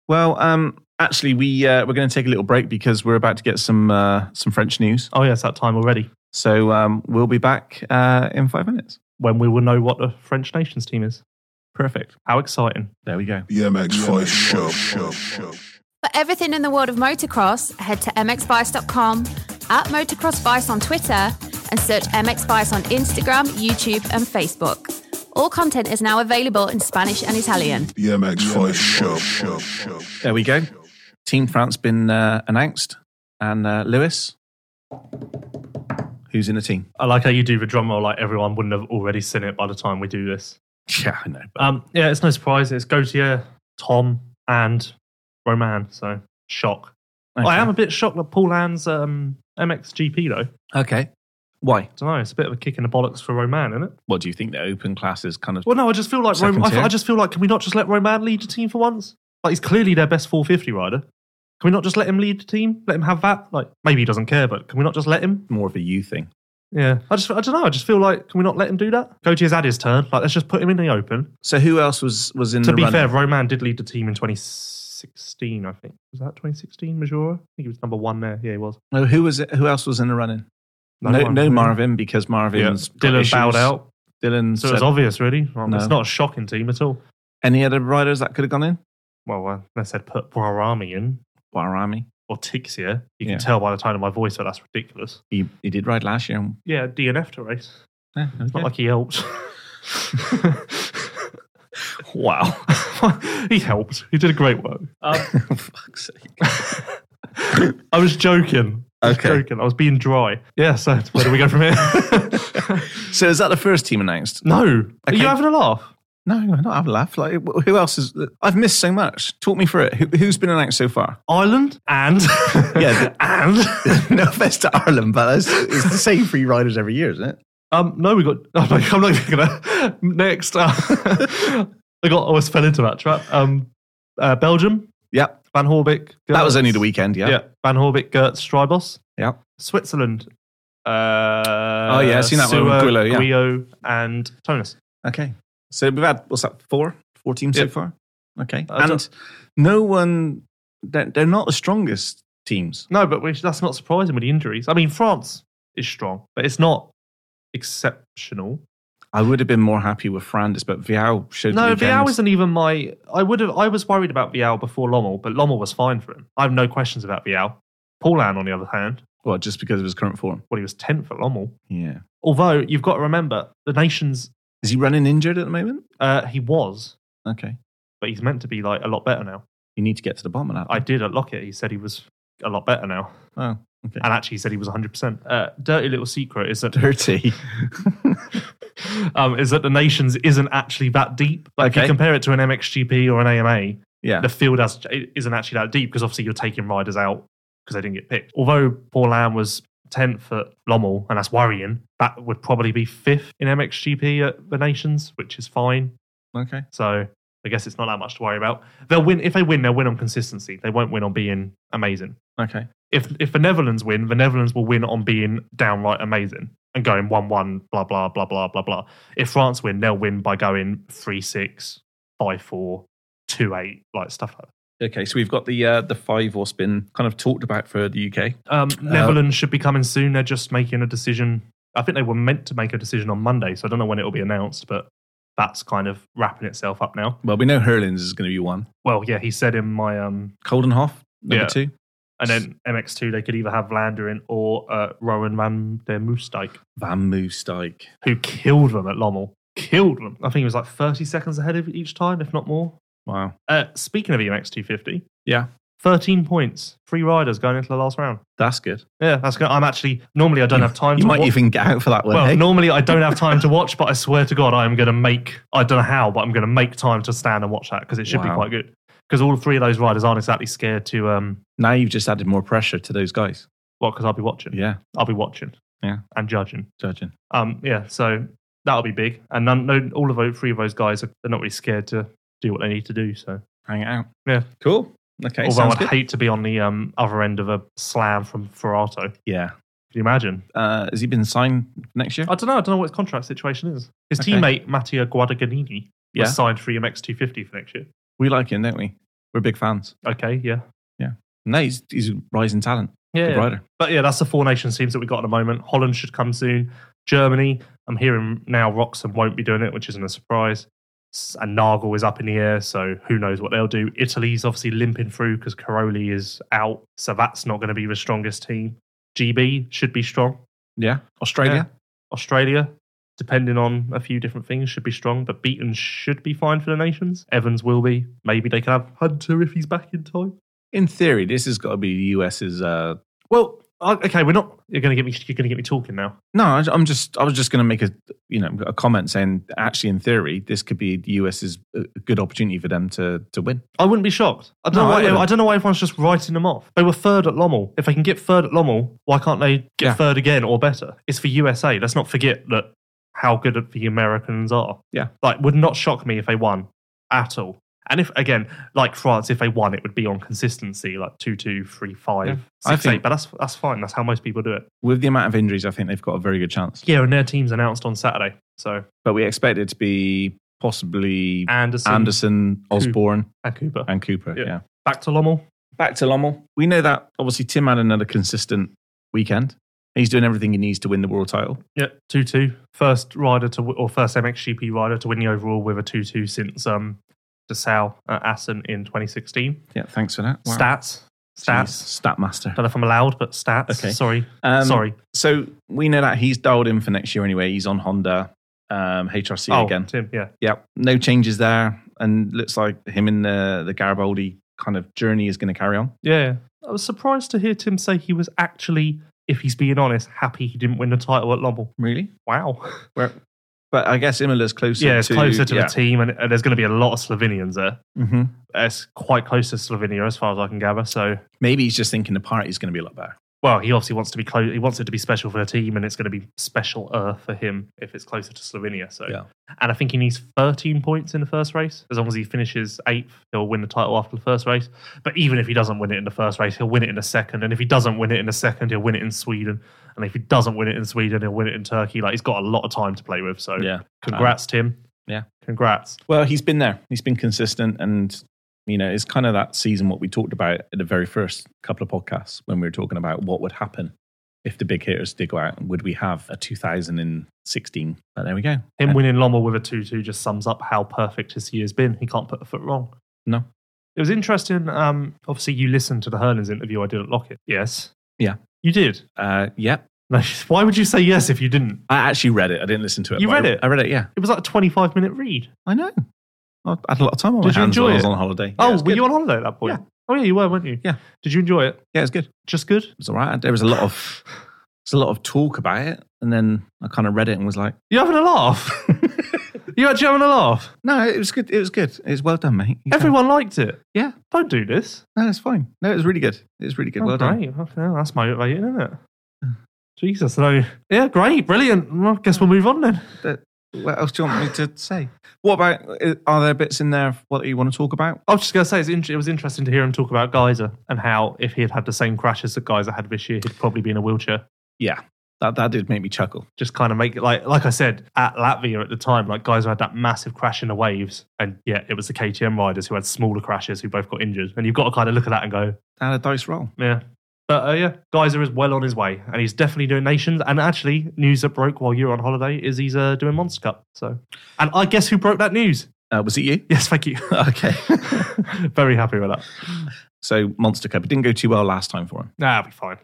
Speaker 3: Well, um, actually, we uh, we're going to take a little break because we're about to get some uh, some French news.
Speaker 4: Oh yeah, it's that time already
Speaker 3: So um, we'll be back uh, in five minutes.
Speaker 4: when we will know what the French Nations team is.
Speaker 3: Perfect.
Speaker 4: How exciting!
Speaker 3: There we go.
Speaker 1: BMX5 Show. show, show.
Speaker 5: For everything in the world of motocross, head to mxvice.com, at motocrossvice on Twitter, and search mxvice on Instagram, YouTube, and Facebook. All content is now available in Spanish and Italian.
Speaker 1: BMX5 Show. show, show.
Speaker 3: There we go. Team France been uh, announced, and uh, Lewis, who's in the team?
Speaker 4: I like how you do the drum roll. Like everyone wouldn't have already seen it by the time we do this.
Speaker 3: Yeah, I know. But
Speaker 4: Um, yeah, it's no surprise. It's Gautier, Tom, and Roman. So shock. I am a bit shocked that Paul Hand's um, MXGP though.
Speaker 3: okay. Why?
Speaker 4: don't know. It's a bit of a kick in the bollocks for Roman, isn't it?
Speaker 3: What do you think? The open classes kind of.
Speaker 4: Well, no, I just feel like
Speaker 3: Second
Speaker 4: Rom- I,
Speaker 3: tier.
Speaker 4: I just feel like can we not just let Roman lead the team for once? Like he's clearly their best 450 rider. Can we not just let him lead the team? Let him have that. Like maybe he doesn't care, but can we not just let him?
Speaker 3: more of a you thing.
Speaker 4: Yeah, I just I don't know. I just feel like can we not let him do that? Gautier's had his turn. Like let's just put him in the open.
Speaker 3: So who else was was in
Speaker 4: to
Speaker 3: the
Speaker 4: be
Speaker 3: running?
Speaker 4: fair, Roman did lead the team in 2016. I think was that 2016 Majora. I think he was number one there. Yeah, he was.
Speaker 3: No, who was it? Who else was in the running? No,
Speaker 4: No
Speaker 3: no,
Speaker 4: one, really.
Speaker 3: Marvin because
Speaker 4: Yeah.
Speaker 3: Marvin's got
Speaker 4: Dylan
Speaker 3: issues.
Speaker 4: bowed out,
Speaker 3: Dylan.
Speaker 4: so
Speaker 3: So
Speaker 4: it was obvious, really. Um,
Speaker 3: No.
Speaker 4: It's not a shocking team at all.
Speaker 3: any other riders that could have gone in?
Speaker 4: Well, uh, they said put Warami in.
Speaker 3: Warami.
Speaker 4: or Tixia. You
Speaker 3: Yeah.
Speaker 4: can tell by the tone of my voice that that's ridiculous.
Speaker 3: He he did ride last year. and-
Speaker 4: Yeah, DNF to race.
Speaker 3: Yeah,
Speaker 4: It's
Speaker 3: okay.
Speaker 4: not like he helped.
Speaker 3: wow. Uh,
Speaker 4: he helped. He did a great work. Um,
Speaker 3: Fuck's sake.
Speaker 4: I was joking. I was
Speaker 3: Okay.
Speaker 4: joking. I was being dry. Yeah, so where do we go from here?
Speaker 3: So is that the first team announced?
Speaker 4: no. Are
Speaker 3: Okay.
Speaker 4: you having a laugh?
Speaker 3: No, I don't have a laugh. Like wh- who else is? I've missed so much. Talk me through it. Who, who's been announced so far?
Speaker 4: Ireland and
Speaker 3: Yeah, the-
Speaker 4: and
Speaker 3: no offense to Ireland, but it's, it's the same three riders every year, isn't it?
Speaker 4: um no we got I'm not, I'm not gonna next uh, I got I almost fell into that trap um uh, Belgium
Speaker 3: Yep.
Speaker 4: Van Horbick
Speaker 3: That was
Speaker 4: Gertz.
Speaker 3: only the weekend. Yeah.
Speaker 4: Yeah. Van Horbick, Gertz, Strybos.
Speaker 3: Yeah.
Speaker 4: Switzerland. Uh,
Speaker 3: Oh, yeah, I've seen that one with
Speaker 4: Sewer,
Speaker 3: Guillo, yeah.
Speaker 4: Guillo and Tonus.
Speaker 3: Okay. So we've had what's that? Four, four teams
Speaker 4: Yep.
Speaker 3: so far. Okay.
Speaker 4: I
Speaker 3: and
Speaker 4: don't-
Speaker 3: no one. They're, they're not the strongest teams.
Speaker 4: No, but we, that's not surprising with the injuries. I mean, France is strong, but it's not exceptional.
Speaker 3: I would have been more happy with Frandis, but Vial showed. the
Speaker 4: No,
Speaker 3: weekend.
Speaker 4: Vial isn't even my. I would have. I was worried about Vial before Lommel, but Lommel was fine for him. I have no questions about Vial. Paulan, on the other hand,
Speaker 3: well just because of his current form.
Speaker 4: well, he was tenth at Lommel.
Speaker 3: Yeah.
Speaker 4: Although you've got to remember, the nations
Speaker 3: Is he running injured at the moment?
Speaker 4: uh, he was,
Speaker 3: Okay.
Speaker 4: but he's meant to be like a lot better now.
Speaker 3: You need to get to the bottom of that.
Speaker 4: I did at Lockett. He said he was a lot better now.
Speaker 3: oh, okay.
Speaker 4: And actually, he said he was 100%. Uh, dirty little secret is that,
Speaker 3: Dirty.
Speaker 4: um, is that the Nations isn't actually that deep. Like, if
Speaker 3: Okay.
Speaker 4: you compare it to an MXGP or an AMA,
Speaker 3: yeah.
Speaker 4: the field has, it isn't actually that deep because obviously you're taking riders out because they didn't get picked. Although Paul Lamb was 10th at Lommel, and that's worrying, that would probably be 5th in MXGP at the Nations, which is fine.
Speaker 3: okay.
Speaker 4: So I guess it's not that much to worry about. They'll win if they win. They'll win on consistency. They won't win on being amazing.
Speaker 3: Okay.
Speaker 4: If if the Netherlands win, the Netherlands will win on being downright amazing and going one one blah blah blah blah blah blah. If France win, they'll win by going three six five four two eight like stuff like that.
Speaker 3: Okay. So we've got the uh, the five or spin kind of talked about for the UK.
Speaker 4: Um, Netherlands should be coming soon. They're just making a decision. I think they were meant to make a decision on Monday, so I don't know when it will be announced, but that's kind of wrapping itself up now.
Speaker 3: Well, we know Hurlins is going to be one.
Speaker 4: Well, yeah, he said in my um,
Speaker 3: Coldenhoff number
Speaker 4: Yeah.
Speaker 3: two.
Speaker 4: And then MX2, they could either have Landering or uh, Rowan Van der Moestijk,
Speaker 3: Van Moestijk.
Speaker 4: who killed them at Lommel. Killed them. I think he was like 30 seconds ahead of each time, if not more.
Speaker 3: Wow.
Speaker 4: Uh, speaking of EMX 250,
Speaker 3: Yeah,
Speaker 4: 13 points, three riders going into the last round.
Speaker 3: that's good.
Speaker 4: Yeah, that's good. I'm actually normally I don't have time.
Speaker 3: You
Speaker 4: to
Speaker 3: might
Speaker 4: watch.
Speaker 3: even get out for that one.
Speaker 4: Well,
Speaker 3: eh?
Speaker 4: normally I don't have time to watch, but I swear to God, I am going to make. I don't know how, but I'm going to make time to stand and watch that because it should be
Speaker 3: Wow.
Speaker 4: quite good. Because all three of those riders aren't exactly scared to. um
Speaker 3: Now you've just added more pressure to those guys.
Speaker 4: Well, because I'll be watching.
Speaker 3: Yeah,
Speaker 4: I'll be watching.
Speaker 3: Yeah.
Speaker 4: And judging.
Speaker 3: judging.
Speaker 4: Um. Yeah. So that'll be big. And none, no, all of those three of those guys are they're not really scared to do what they need to do. So
Speaker 3: Hang it out.
Speaker 4: Yeah.
Speaker 3: Cool. Okay.
Speaker 4: although
Speaker 3: sounds
Speaker 4: I'd
Speaker 3: good.
Speaker 4: hate to be on the um other end of a slam from Ferrato. Can
Speaker 3: yeah.
Speaker 4: you imagine?
Speaker 3: Uh, has he been signed next year?
Speaker 4: I don't know. I don't know what his contract situation is. His
Speaker 3: Okay.
Speaker 4: teammate Mattia Guadagnini
Speaker 3: Yeah.
Speaker 4: was signed for E EMX 250 for next year.
Speaker 3: We like him, don't we? We're big fans.
Speaker 4: Okay, yeah,
Speaker 3: No, he's, he's a rising talent.
Speaker 4: yeah.
Speaker 3: Good rider.
Speaker 4: But yeah, that's the four nations teams that we got at the moment. Holland should come soon. Germany, I'm hearing now Roxham won't be doing it, which isn't a surprise. S- And Nagel is up in the air, so who knows what they'll do. Italy's obviously limping through because Caroli is out, so that's not going to be the strongest team. GB should be strong.
Speaker 3: Yeah. Australia.
Speaker 4: Australia, depending on a few different things, should be strong, but Beaton should be fine for the nations. Evans will be. Maybe they can have Hunter if he's back in time.
Speaker 3: In theory, this has got to be the US's. Uh,
Speaker 4: Well, I- okay, we're not. You're gonna get me. You're gonna get me talking now.
Speaker 3: no, I, I'm just. I was just going to make a you know a comment saying actually in theory this could be the US's a a good opportunity for them to to win.
Speaker 4: I wouldn't be shocked. I don't
Speaker 3: No,
Speaker 4: know.
Speaker 3: I
Speaker 4: Why,
Speaker 3: wouldn't.
Speaker 4: I, don't know why everyone's just writing them off. They were third at Lommel. If they can get third at Lommel, why can't they get
Speaker 3: Yeah.
Speaker 4: third again or better? It's for USA. Let's not forget that how good the Americans are.
Speaker 3: Yeah.
Speaker 4: like would not shock me if they won at all. And if again, like France, if they won, it would be on consistency, like two, two, three, five,
Speaker 3: Yeah.
Speaker 4: six,
Speaker 3: I think-
Speaker 4: eight. But that's that's fine. That's how most people do it.
Speaker 3: With the amount of injuries, I think they've got a very good chance.
Speaker 4: Yeah, and their team's announced on Saturday. So
Speaker 3: But we expect it to be possibly
Speaker 4: Anderson,
Speaker 3: Anderson, Osborne,
Speaker 4: and Cooper
Speaker 3: and Cooper.
Speaker 4: Yeah.
Speaker 3: Yeah.
Speaker 4: back to Lommel.
Speaker 3: Back to Lommel. We know that obviously Tim had another consistent weekend. He's doing everything he needs to win the world title.
Speaker 4: Yeah, two two. First rider to w- or first MXGP rider to win the overall with a two two since um DeSalle at Assen in 2016.
Speaker 3: Yeah, thanks for that. Wow.
Speaker 4: Stats, stats.
Speaker 3: Jeez, stat master.
Speaker 4: Don't know if I'm allowed, but stats.
Speaker 3: Okay.
Speaker 4: Sorry,
Speaker 3: Um,
Speaker 4: sorry.
Speaker 3: So we know that he's dialed in for next year anyway. He's on Honda um, HRC
Speaker 4: oh,
Speaker 3: again.
Speaker 4: Tim. Yeah,
Speaker 3: Yeah, no changes there, and looks like him and the the Garibaldi kind of journey is going to carry on.
Speaker 4: yeah. I was surprised to hear Tim say he was actually, if he's being honest, happy he didn't win the title at Lommel.
Speaker 3: Really?
Speaker 4: Wow.
Speaker 3: Where? But I guess Imola's closer.
Speaker 4: yeah, it's
Speaker 3: to,
Speaker 4: closer to
Speaker 3: yeah.
Speaker 4: the team, and, and there's going to be a lot of Slovenians there.
Speaker 3: hmm
Speaker 4: It's quite close to Slovenia as far as I can gather. So
Speaker 3: Maybe he's just thinking the party's going to be a lot better.
Speaker 4: well, he obviously wants to be close. He wants it to be special for the team, and it's going to be special uh, for him if it's closer to Slovenia. So,
Speaker 3: Yeah.
Speaker 4: and I think he needs 13 points in the first race. As long as he finishes eighth, he'll win the title after the first race. But even if he doesn't win it in the first race, he'll win it in the second. And if he doesn't win it in the second, he'll win it in Sweden. And if he doesn't win it in Sweden, he'll win it in Turkey. Like he's got a lot of time to play with. So,
Speaker 3: Yeah.
Speaker 4: congrats, Tim.
Speaker 3: yeah.
Speaker 4: congrats.
Speaker 3: Well, he's been there. He's been consistent, and you know, it's kind of that season what we talked about at the very first couple of podcasts when we were talking about what would happen if the big hitters did go out. Would we have a 2016? But there we go.
Speaker 4: Him
Speaker 3: And-
Speaker 4: winning Lommel with a 2 2 just sums up how perfect his year's been. He can't put a foot wrong.
Speaker 3: No.
Speaker 4: It was interesting. Um, obviously, you listened to the Hernans interview I did at Lockett. Yes.
Speaker 3: Yeah.
Speaker 4: You did.
Speaker 3: Uh, yeah,
Speaker 4: No, Why would you say yes if you didn't?
Speaker 3: I actually read it. I didn't listen to it.
Speaker 4: You
Speaker 3: but I-
Speaker 4: read it?
Speaker 3: I read it. Yeah,
Speaker 4: It was like a 25 minute read.
Speaker 3: I know. I had a lot of time on my
Speaker 4: Did you
Speaker 3: hands
Speaker 4: enjoy
Speaker 3: while I was
Speaker 4: it?
Speaker 3: on holiday.
Speaker 4: oh,
Speaker 3: yeah,
Speaker 4: were
Speaker 3: it's good.
Speaker 4: you on holiday at that point?
Speaker 3: Yeah.
Speaker 4: Oh, yeah, you were, weren't you?
Speaker 3: Yeah.
Speaker 4: Did you enjoy it?
Speaker 3: Yeah, it's good. It
Speaker 4: Just good?
Speaker 3: was all right. There was a lot of there's a lot of talk about it, and then I kind of read it and was like,
Speaker 4: You having a laugh? you actually having a laugh?
Speaker 3: no, it was good. It was good. It was well done, mate. You can-
Speaker 4: Everyone liked it.
Speaker 3: Yeah.
Speaker 4: Don't do this.
Speaker 3: No, it's fine. No, it was really good. It was really good.
Speaker 4: Oh,
Speaker 3: well done.
Speaker 4: great. Okay, that's motivating, isn't it? Jesus. No. Yeah, great. Brilliant. Well, I guess we'll move on then.
Speaker 3: What else do you want me to say? What about? i- Are there bits in there of what you want to talk about?
Speaker 4: I was just going to say it's int- it was interesting to hear him talk about Geyser and how if he had had the same crashes that Geyser had this year, he'd probably be in a wheelchair.
Speaker 3: Yeah, that that did make me chuckle.
Speaker 4: Just kind of make it like like I said at Latvia at the time, like Geyser had that massive crash in the waves, and yeah, it was the KTM riders who had smaller crashes who both got injured, and you've got to kind of look at that and go,
Speaker 3: And a dice roll.
Speaker 4: yeah. But uh, yeah, Geyser is well on his way, and he's definitely doing nations. And actually, news that broke while you were on holiday is he's uh, doing Monster Cup. So, and I guess who broke that news?
Speaker 3: Uh, was it you?
Speaker 4: Yes, thank you.
Speaker 3: okay.
Speaker 4: Very happy with that.
Speaker 3: So Monster Cup. It didn't go too well last time for him.
Speaker 4: Nah, it'll be fine.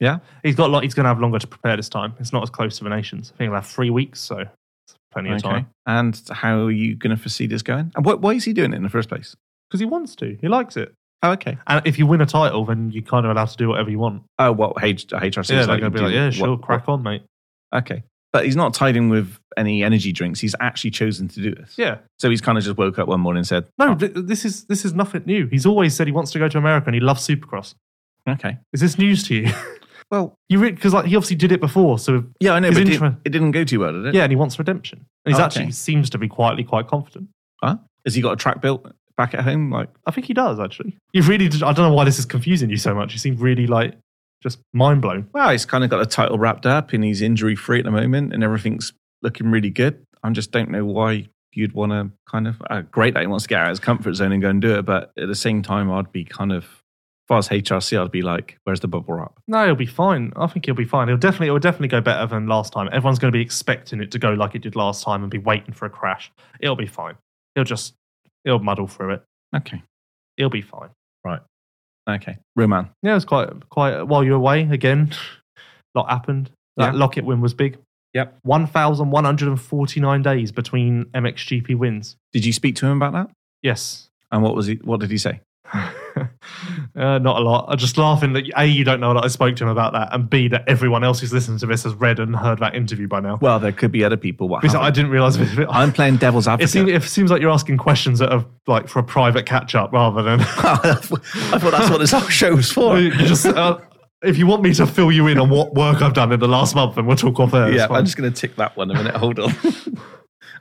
Speaker 3: Yeah?
Speaker 4: he's got. Lot, he's going to have longer to prepare this time. It's not as close to the nations. I think he'll have three weeks, so it's plenty of time.
Speaker 3: And how are you going to foresee this going? And why, why is he doing it in the first place?
Speaker 4: because he wants to. He likes it.
Speaker 3: Oh, okay.
Speaker 4: And if you win a title, then you're kind of allowed to do whatever you want.
Speaker 3: Oh, what H- HRC
Speaker 4: yeah,
Speaker 3: is
Speaker 4: they're
Speaker 3: like,
Speaker 4: going to be
Speaker 3: do
Speaker 4: like, yeah,
Speaker 3: what-
Speaker 4: sure,
Speaker 3: what-
Speaker 4: crack on, mate.
Speaker 3: Okay. But he's not tied in with any energy drinks. He's actually chosen to do this.
Speaker 4: Yeah.
Speaker 3: So he's kind of just woke up one morning and said,
Speaker 4: No, th- this is this is nothing new. He's always said he wants to go to America and he loves Supercross.
Speaker 3: okay.
Speaker 4: Is this news to you?
Speaker 3: Well,
Speaker 4: you because like he obviously did it before, so
Speaker 3: yeah, I know,
Speaker 4: His
Speaker 3: but it,
Speaker 4: intro-
Speaker 3: it didn't go too well, did it?
Speaker 4: yeah, and he wants redemption. And he's
Speaker 3: Oh,
Speaker 4: actually
Speaker 3: okay.
Speaker 4: seems to be quietly quite confident.
Speaker 3: Huh? Has he got a track built back at home? Like,
Speaker 4: I think he does actually. You really, I don't know why this is confusing you so much. You seem really like just mind blown.
Speaker 3: well, he's kind of got the title wrapped up and he's injury free at the moment and everything's looking really good. I just don't know why you'd want to kind of, uh, great that he wants to get out of his comfort zone and go and do it. But at the same time, I'd be kind of, if I was HRC, I'd be like, where's the bubble wrap?
Speaker 4: No, he'll be fine. I think he'll be fine. He'll definitely, it'll definitely go better than last time. Everyone's going to be expecting it to go like it did last time and be waiting for a crash. It'll be fine. He'll just, he'll muddle through it.
Speaker 3: Okay.
Speaker 4: He'll be fine.
Speaker 3: Okay. Roman.
Speaker 4: Yeah, it was quite quite while you were away again. A lot happened. That
Speaker 3: Yeah.
Speaker 4: Lockett win was big.
Speaker 3: Yep.
Speaker 4: One thousand one hundred and forty nine days between MXGP wins.
Speaker 3: Did you speak to him about that?
Speaker 4: Yes.
Speaker 3: And what was he, what did he say?
Speaker 4: uh, not a lot. I'm just laughing that A, you don't know that I spoke to him about that, and B, that everyone else who's listening to this has read and heard that interview by now.
Speaker 3: Well, there could be other people. What
Speaker 4: Because I
Speaker 3: happened?
Speaker 4: didn't realise it was a bit.
Speaker 3: I'm playing devil's
Speaker 4: it,
Speaker 3: advocate.
Speaker 4: seems, it seems like you're asking questions that are like for a private catch up rather than.
Speaker 3: I thought that's what this whole show was for.
Speaker 4: You just, uh, if you want me to fill you in on what work I've done in the last month, then we'll talk off there. It's
Speaker 3: yeah,
Speaker 4: fine.
Speaker 3: I'm just going to tick that one a minute. Hold on.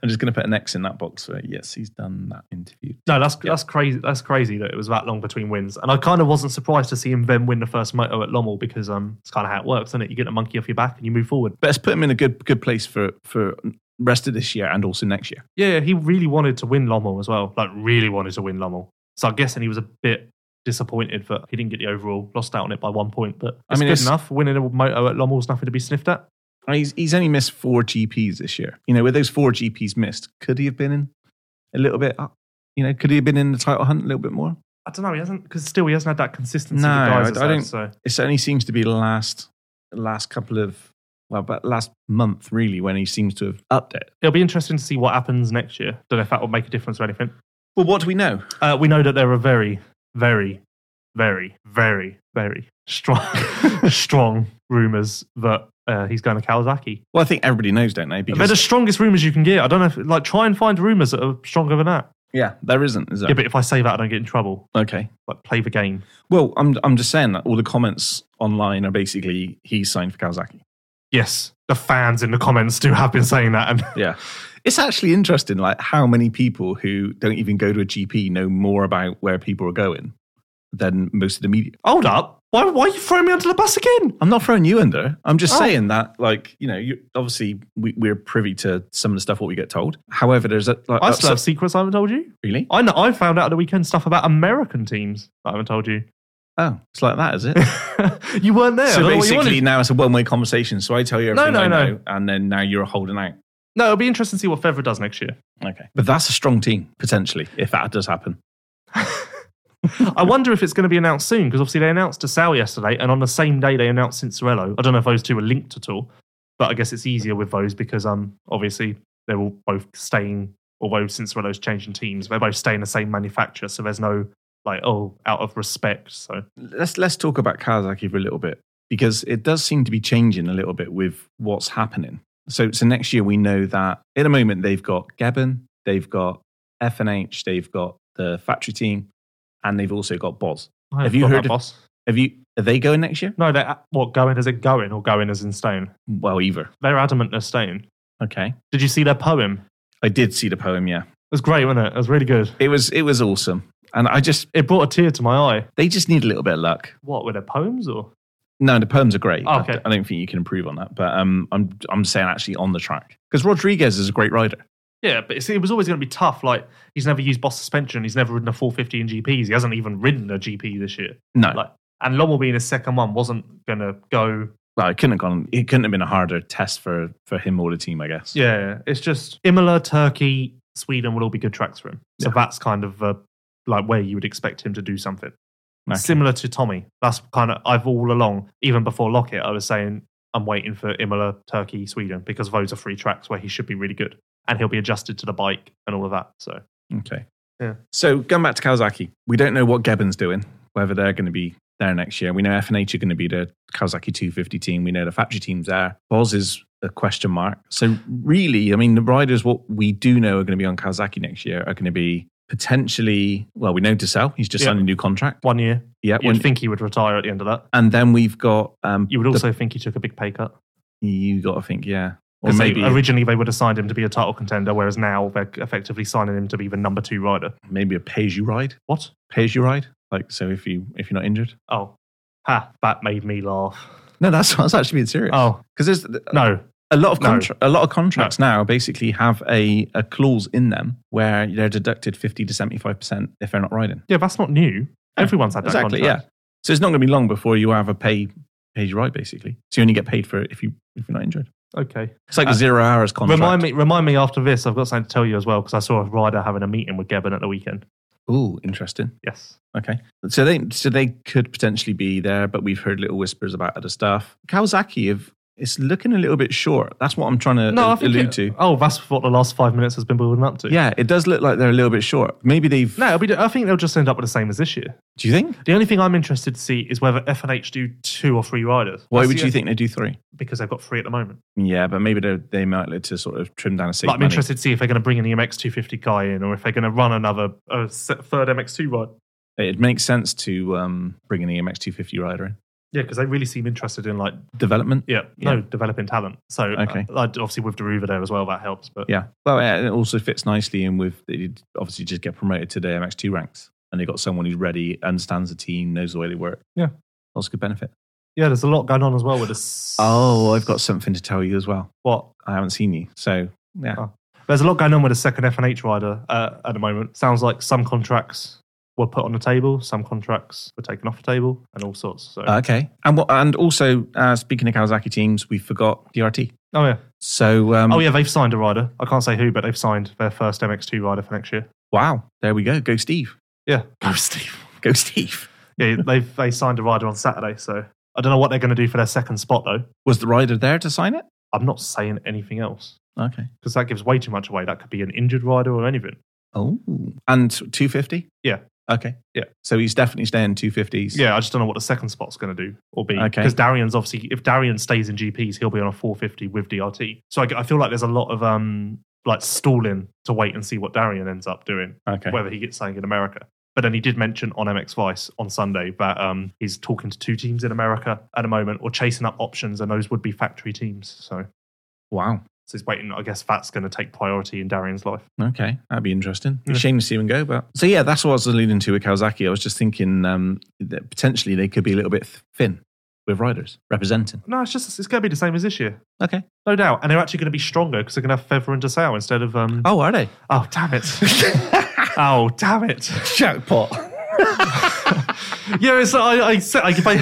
Speaker 3: I'm just going to put an X in that box. For, yes, he's done that interview.
Speaker 4: No, that's that's crazy. That's crazy that it was that long between wins, and I kind of wasn't surprised to see him then win the first moto at Lommel because um, it's kind of how it works, isn't it? You get a monkey off your back and you move forward.
Speaker 3: But let's put him in a good good place for for rest of this year and also next year.
Speaker 4: Yeah, he really wanted to win Lommel as well, like really wanted to win Lommel. So I'm guessing he was a bit disappointed that he didn't get the overall, lost out on it by one point. But
Speaker 3: I
Speaker 4: it's
Speaker 3: mean,
Speaker 4: good
Speaker 3: it's-
Speaker 4: enough. Winning a moto at Lommel's nothing to be sniffed at.
Speaker 3: I mean, He's he's only missed four GPS this year. You know, with those four GPS missed, could he have been in a little bit up? You know, could he have been in the title hunt a little bit more?
Speaker 4: I don't know. He hasn't because still he hasn't had that consistency.
Speaker 3: No,
Speaker 4: the guys
Speaker 3: I-
Speaker 4: has
Speaker 3: I
Speaker 4: had,
Speaker 3: don't-
Speaker 4: So
Speaker 3: It certainly seems to be the last the last couple of well, but last month really when he seems to have upped it.
Speaker 4: it'll be interesting to see what happens next year. Don't know if that will make a difference or anything.
Speaker 3: Well, what do we know?
Speaker 4: Uh, we know that they're a very, very, very, very, very strong, strong rumors that uh, he's going to Kawasaki.
Speaker 3: Well, I think everybody knows, don't they?
Speaker 4: They're
Speaker 3: Because
Speaker 4: the strongest rumors you can get. I don't know. If, like, try and find rumors that are stronger than that.
Speaker 3: yeah, there isn't, is there?
Speaker 4: Yeah, but if I say that, I don't get in trouble.
Speaker 3: okay.
Speaker 4: Like, play the game.
Speaker 3: Well, I'm I'm just saying that all the comments online are basically he signed for Kawasaki.
Speaker 4: Yes, the fans in the comments do have been saying that, and
Speaker 3: Yeah, it's actually interesting, like how many people who don't even go to a GP know more about where people are going than most of the media.
Speaker 4: hold up. Why, why are you throwing me under the bus again?
Speaker 3: I'm not throwing you under. I'm just
Speaker 4: Oh.
Speaker 3: saying that, like you know, you obviously we, we're privy to some of the stuff what we get told. However, there's a like
Speaker 4: I
Speaker 3: upset-
Speaker 4: still have secrets I haven't told you.
Speaker 3: really
Speaker 4: I know, I found out at the weekend stuff about American teams that I haven't told you.
Speaker 3: oh it's like that, is it?
Speaker 4: you weren't there. I
Speaker 3: so
Speaker 4: don't know what you wanted.
Speaker 3: basically, now it's a one way conversation. So I tell you
Speaker 4: No,
Speaker 3: everything
Speaker 4: no,
Speaker 3: I
Speaker 4: no.
Speaker 3: know, and then now you're holding out.
Speaker 4: no, it'll be interesting to see what Fevra does next year.
Speaker 3: Okay, but that's a strong team potentially if that does happen.
Speaker 4: I wonder if it's going to be announced soon because obviously they announced Asao yesterday, and on the same day they announced Cincerello. I don't know if those two are linked at all, but I guess it's easier with those because um obviously they're all both staying. Although Cincerello's changing teams, they're both staying the same manufacturer, so there's no like oh out of respect. So
Speaker 3: let's let's talk about Kawasaki for a little bit because it does seem to be changing a little bit with what's happening. So so next year we know that in a moment they've got Gabon, they've got F and H, they've got the factory team, and they've also got Boz.
Speaker 4: I
Speaker 3: Have you
Speaker 4: forgot
Speaker 3: heard
Speaker 4: that,
Speaker 3: of-
Speaker 4: boss?
Speaker 3: Have you are they going next year?
Speaker 4: No, they're what going as it going or going as in stone.
Speaker 3: Well, either.
Speaker 4: They're adamant they're staying.
Speaker 3: Okay.
Speaker 4: Did you see their poem? It
Speaker 3: I did see the poem, yeah.
Speaker 4: was great, wasn't it? It was really good.
Speaker 3: It was it was awesome. And I just
Speaker 4: It brought a tear to my eye.
Speaker 3: they just need a little bit of luck.
Speaker 4: What were their poems or?
Speaker 3: No, the poems are great.
Speaker 4: Oh, okay.
Speaker 3: I don't think you can improve on that. But um I'm I'm saying actually on the track. Because Rodriguez is a great rider.
Speaker 4: Yeah, but it's, it was always going to be tough. Like he's never used boss suspension. He's never ridden a 450 in GPs. He hasn't even ridden a GP this year.
Speaker 3: No.
Speaker 4: Like, and Lommel being his second one wasn't going to go.
Speaker 3: well, it couldn't have gone. It couldn't have been a harder test for for him or the team, I guess.
Speaker 4: Yeah, it's just Imola, Turkey, Sweden will all be good tracks for him. So
Speaker 3: Yeah.
Speaker 4: that's kind of uh, like where you would expect him to do something
Speaker 3: Okay.
Speaker 4: similar to Tommy. That's kind of I've all along, even before Lockett, I was saying I'm waiting for Imola, Turkey, Sweden because those are three tracks where he should be really good and he'll be adjusted to the bike and all of that. So
Speaker 3: Okay. So going back to Kawasaki, we don't know what Gebben's doing, whether they're going to be there next year. We know F&H are going to be the Kawasaki 250 team. We know the factory team's there. Boz is a question mark. So really, I mean, the riders, what we do know are going to be on Kawasaki next year are going to be potentially, well, we know Dussel. He's just
Speaker 4: Yeah.
Speaker 3: signed a new contract.
Speaker 4: One year.
Speaker 3: Yeah.
Speaker 4: You'd
Speaker 3: when-
Speaker 4: think he would retire at the end of that.
Speaker 3: and then we've got, um,
Speaker 4: You would
Speaker 3: the-
Speaker 4: also think he took a big pay cut.
Speaker 3: you got to think, yeah. Or
Speaker 4: Because
Speaker 3: maybe,
Speaker 4: originally they would have signed him to be a title contender, whereas now they're effectively signing him to be the number two rider.
Speaker 3: maybe a pays you ride,
Speaker 4: What?
Speaker 3: pays you ride. Like, so if you, if you're not injured.
Speaker 4: Oh. Ha, that made me laugh.
Speaker 3: No, that's, that's actually being serious.
Speaker 4: Oh,
Speaker 3: Because there's
Speaker 4: no.
Speaker 3: a lot of
Speaker 4: No.
Speaker 3: contra- a lot of contracts now basically have a, a clause in them where they're deducted 50 to 75% if they're not riding.
Speaker 4: Yeah, that's not new. Everyone's had that
Speaker 3: exactly,
Speaker 4: contract.
Speaker 3: yeah. So it's not going to be long before you have a pay pay you ride basically. So you only get paid for it if you if you're not injured.
Speaker 4: Yeah. Okay.
Speaker 3: It's like
Speaker 4: Uh,
Speaker 3: a zero hours contract.
Speaker 4: Remind me, remind me after this. I've got something to tell you as well because I saw a rider having a meeting with Gebben at the weekend.
Speaker 3: Ooh, interesting.
Speaker 4: Yes.
Speaker 3: Okay. So they so they could potentially be there, but we've heard little whispers about other stuff. Kawasaki if it's looking a little bit short. That's what I'm trying to
Speaker 4: No, I think
Speaker 3: allude
Speaker 4: it-
Speaker 3: to.
Speaker 4: Oh, that's what the last five minutes has been building up to.
Speaker 3: Yeah, it does look like they're a little bit short. Maybe they've
Speaker 4: No, it'll be, I think they'll just end up with the same as this year.
Speaker 3: Do you think?
Speaker 4: The only thing I'm interested to see is whether F&H do two or three riders.
Speaker 3: Why
Speaker 4: That's
Speaker 3: would
Speaker 4: the-
Speaker 3: you think they do 3?
Speaker 4: Because they've got three at the moment.
Speaker 3: Yeah, but maybe they they might like to sort of trim down a save
Speaker 4: But I'm
Speaker 3: money.
Speaker 4: interested to see if they're going to bring an E EMX 250 guy in or if they're going to run another uh, se- third MX2 ride.
Speaker 3: It makes sense to um, bring an EMX 250 rider in
Speaker 4: Yeah, because they really seem interested in like
Speaker 3: development.
Speaker 4: yeah, no
Speaker 3: Yeah.
Speaker 4: developing talent. So
Speaker 3: Okay.
Speaker 4: uh, like, obviously with Daruva there as well, that helps. But
Speaker 3: Yeah, well, yeah, and it also fits nicely in with they obviously just get promoted to the E MX2 ranks, and they got someone who's ready, understands the team, knows the way they work.
Speaker 4: Yeah.
Speaker 3: also good benefit.
Speaker 4: yeah, there's a lot going on as well with this.
Speaker 3: Oh, I've got something to tell you as well.
Speaker 4: what
Speaker 3: I haven't seen you, so yeah.
Speaker 4: Oh. There's a lot going on with a second F&H rider uh, at the moment. Sounds like some contracts were put on the table, some contracts were taken off the table, and all sorts. So,
Speaker 3: Uh, Okay, and what? And also, uh, speaking of Kawasaki teams, we forgot DRT.
Speaker 4: oh yeah,
Speaker 3: So, um,
Speaker 4: oh yeah, they've signed a rider. I can't say who, but they've signed their first MX2 rider for next year.
Speaker 3: wow, there we go. Go Steve.
Speaker 4: Yeah, go Steve.
Speaker 3: Go Steve.
Speaker 4: Yeah, they've they signed a rider on Saturday. So I don't know what they're going to do for their second spot though.
Speaker 3: Was the rider there to sign it?
Speaker 4: I'm not saying anything else
Speaker 3: Okay.
Speaker 4: because that gives way too much away. That could be an injured rider or anything.
Speaker 3: Oh, and 250?
Speaker 4: Yeah.
Speaker 3: Okay.
Speaker 4: Yeah.
Speaker 3: So he's definitely staying 250s.
Speaker 4: Yeah, I just don't know what the second spot's going to do or be.
Speaker 3: Okay.
Speaker 4: Because Darian's obviously, if Darian stays in GPs, he'll be on a 450 with DRT. So I, I feel like there's a lot of um like stalling to wait and see what Darian ends up doing,
Speaker 3: Okay.
Speaker 4: whether he gets something in America. But then he did mention on MX Vice on Sunday that um, he's talking to two teams in America at the moment or chasing up options, and those would be factory teams. So,
Speaker 3: wow.
Speaker 4: so he's waiting. I guess that's going to take priority in Darian's life.
Speaker 3: Okay. That'd be interesting.
Speaker 4: Yeah.
Speaker 3: Shame to see him go, but. So yeah, that's what I was alluding to with Kawasaki. I was just thinking um, that potentially they could be a little bit th- thin with riders representing.
Speaker 4: No, it's just it's going to be the same as this year,
Speaker 3: Okay.
Speaker 4: no doubt. And they're actually going to be stronger because they're going to have Feather and Desau instead of um.
Speaker 3: Oh, are they?
Speaker 4: Oh, damn it. oh, damn it.
Speaker 3: Jackpot.
Speaker 4: Yeah, it's, I, I, said- I, if I,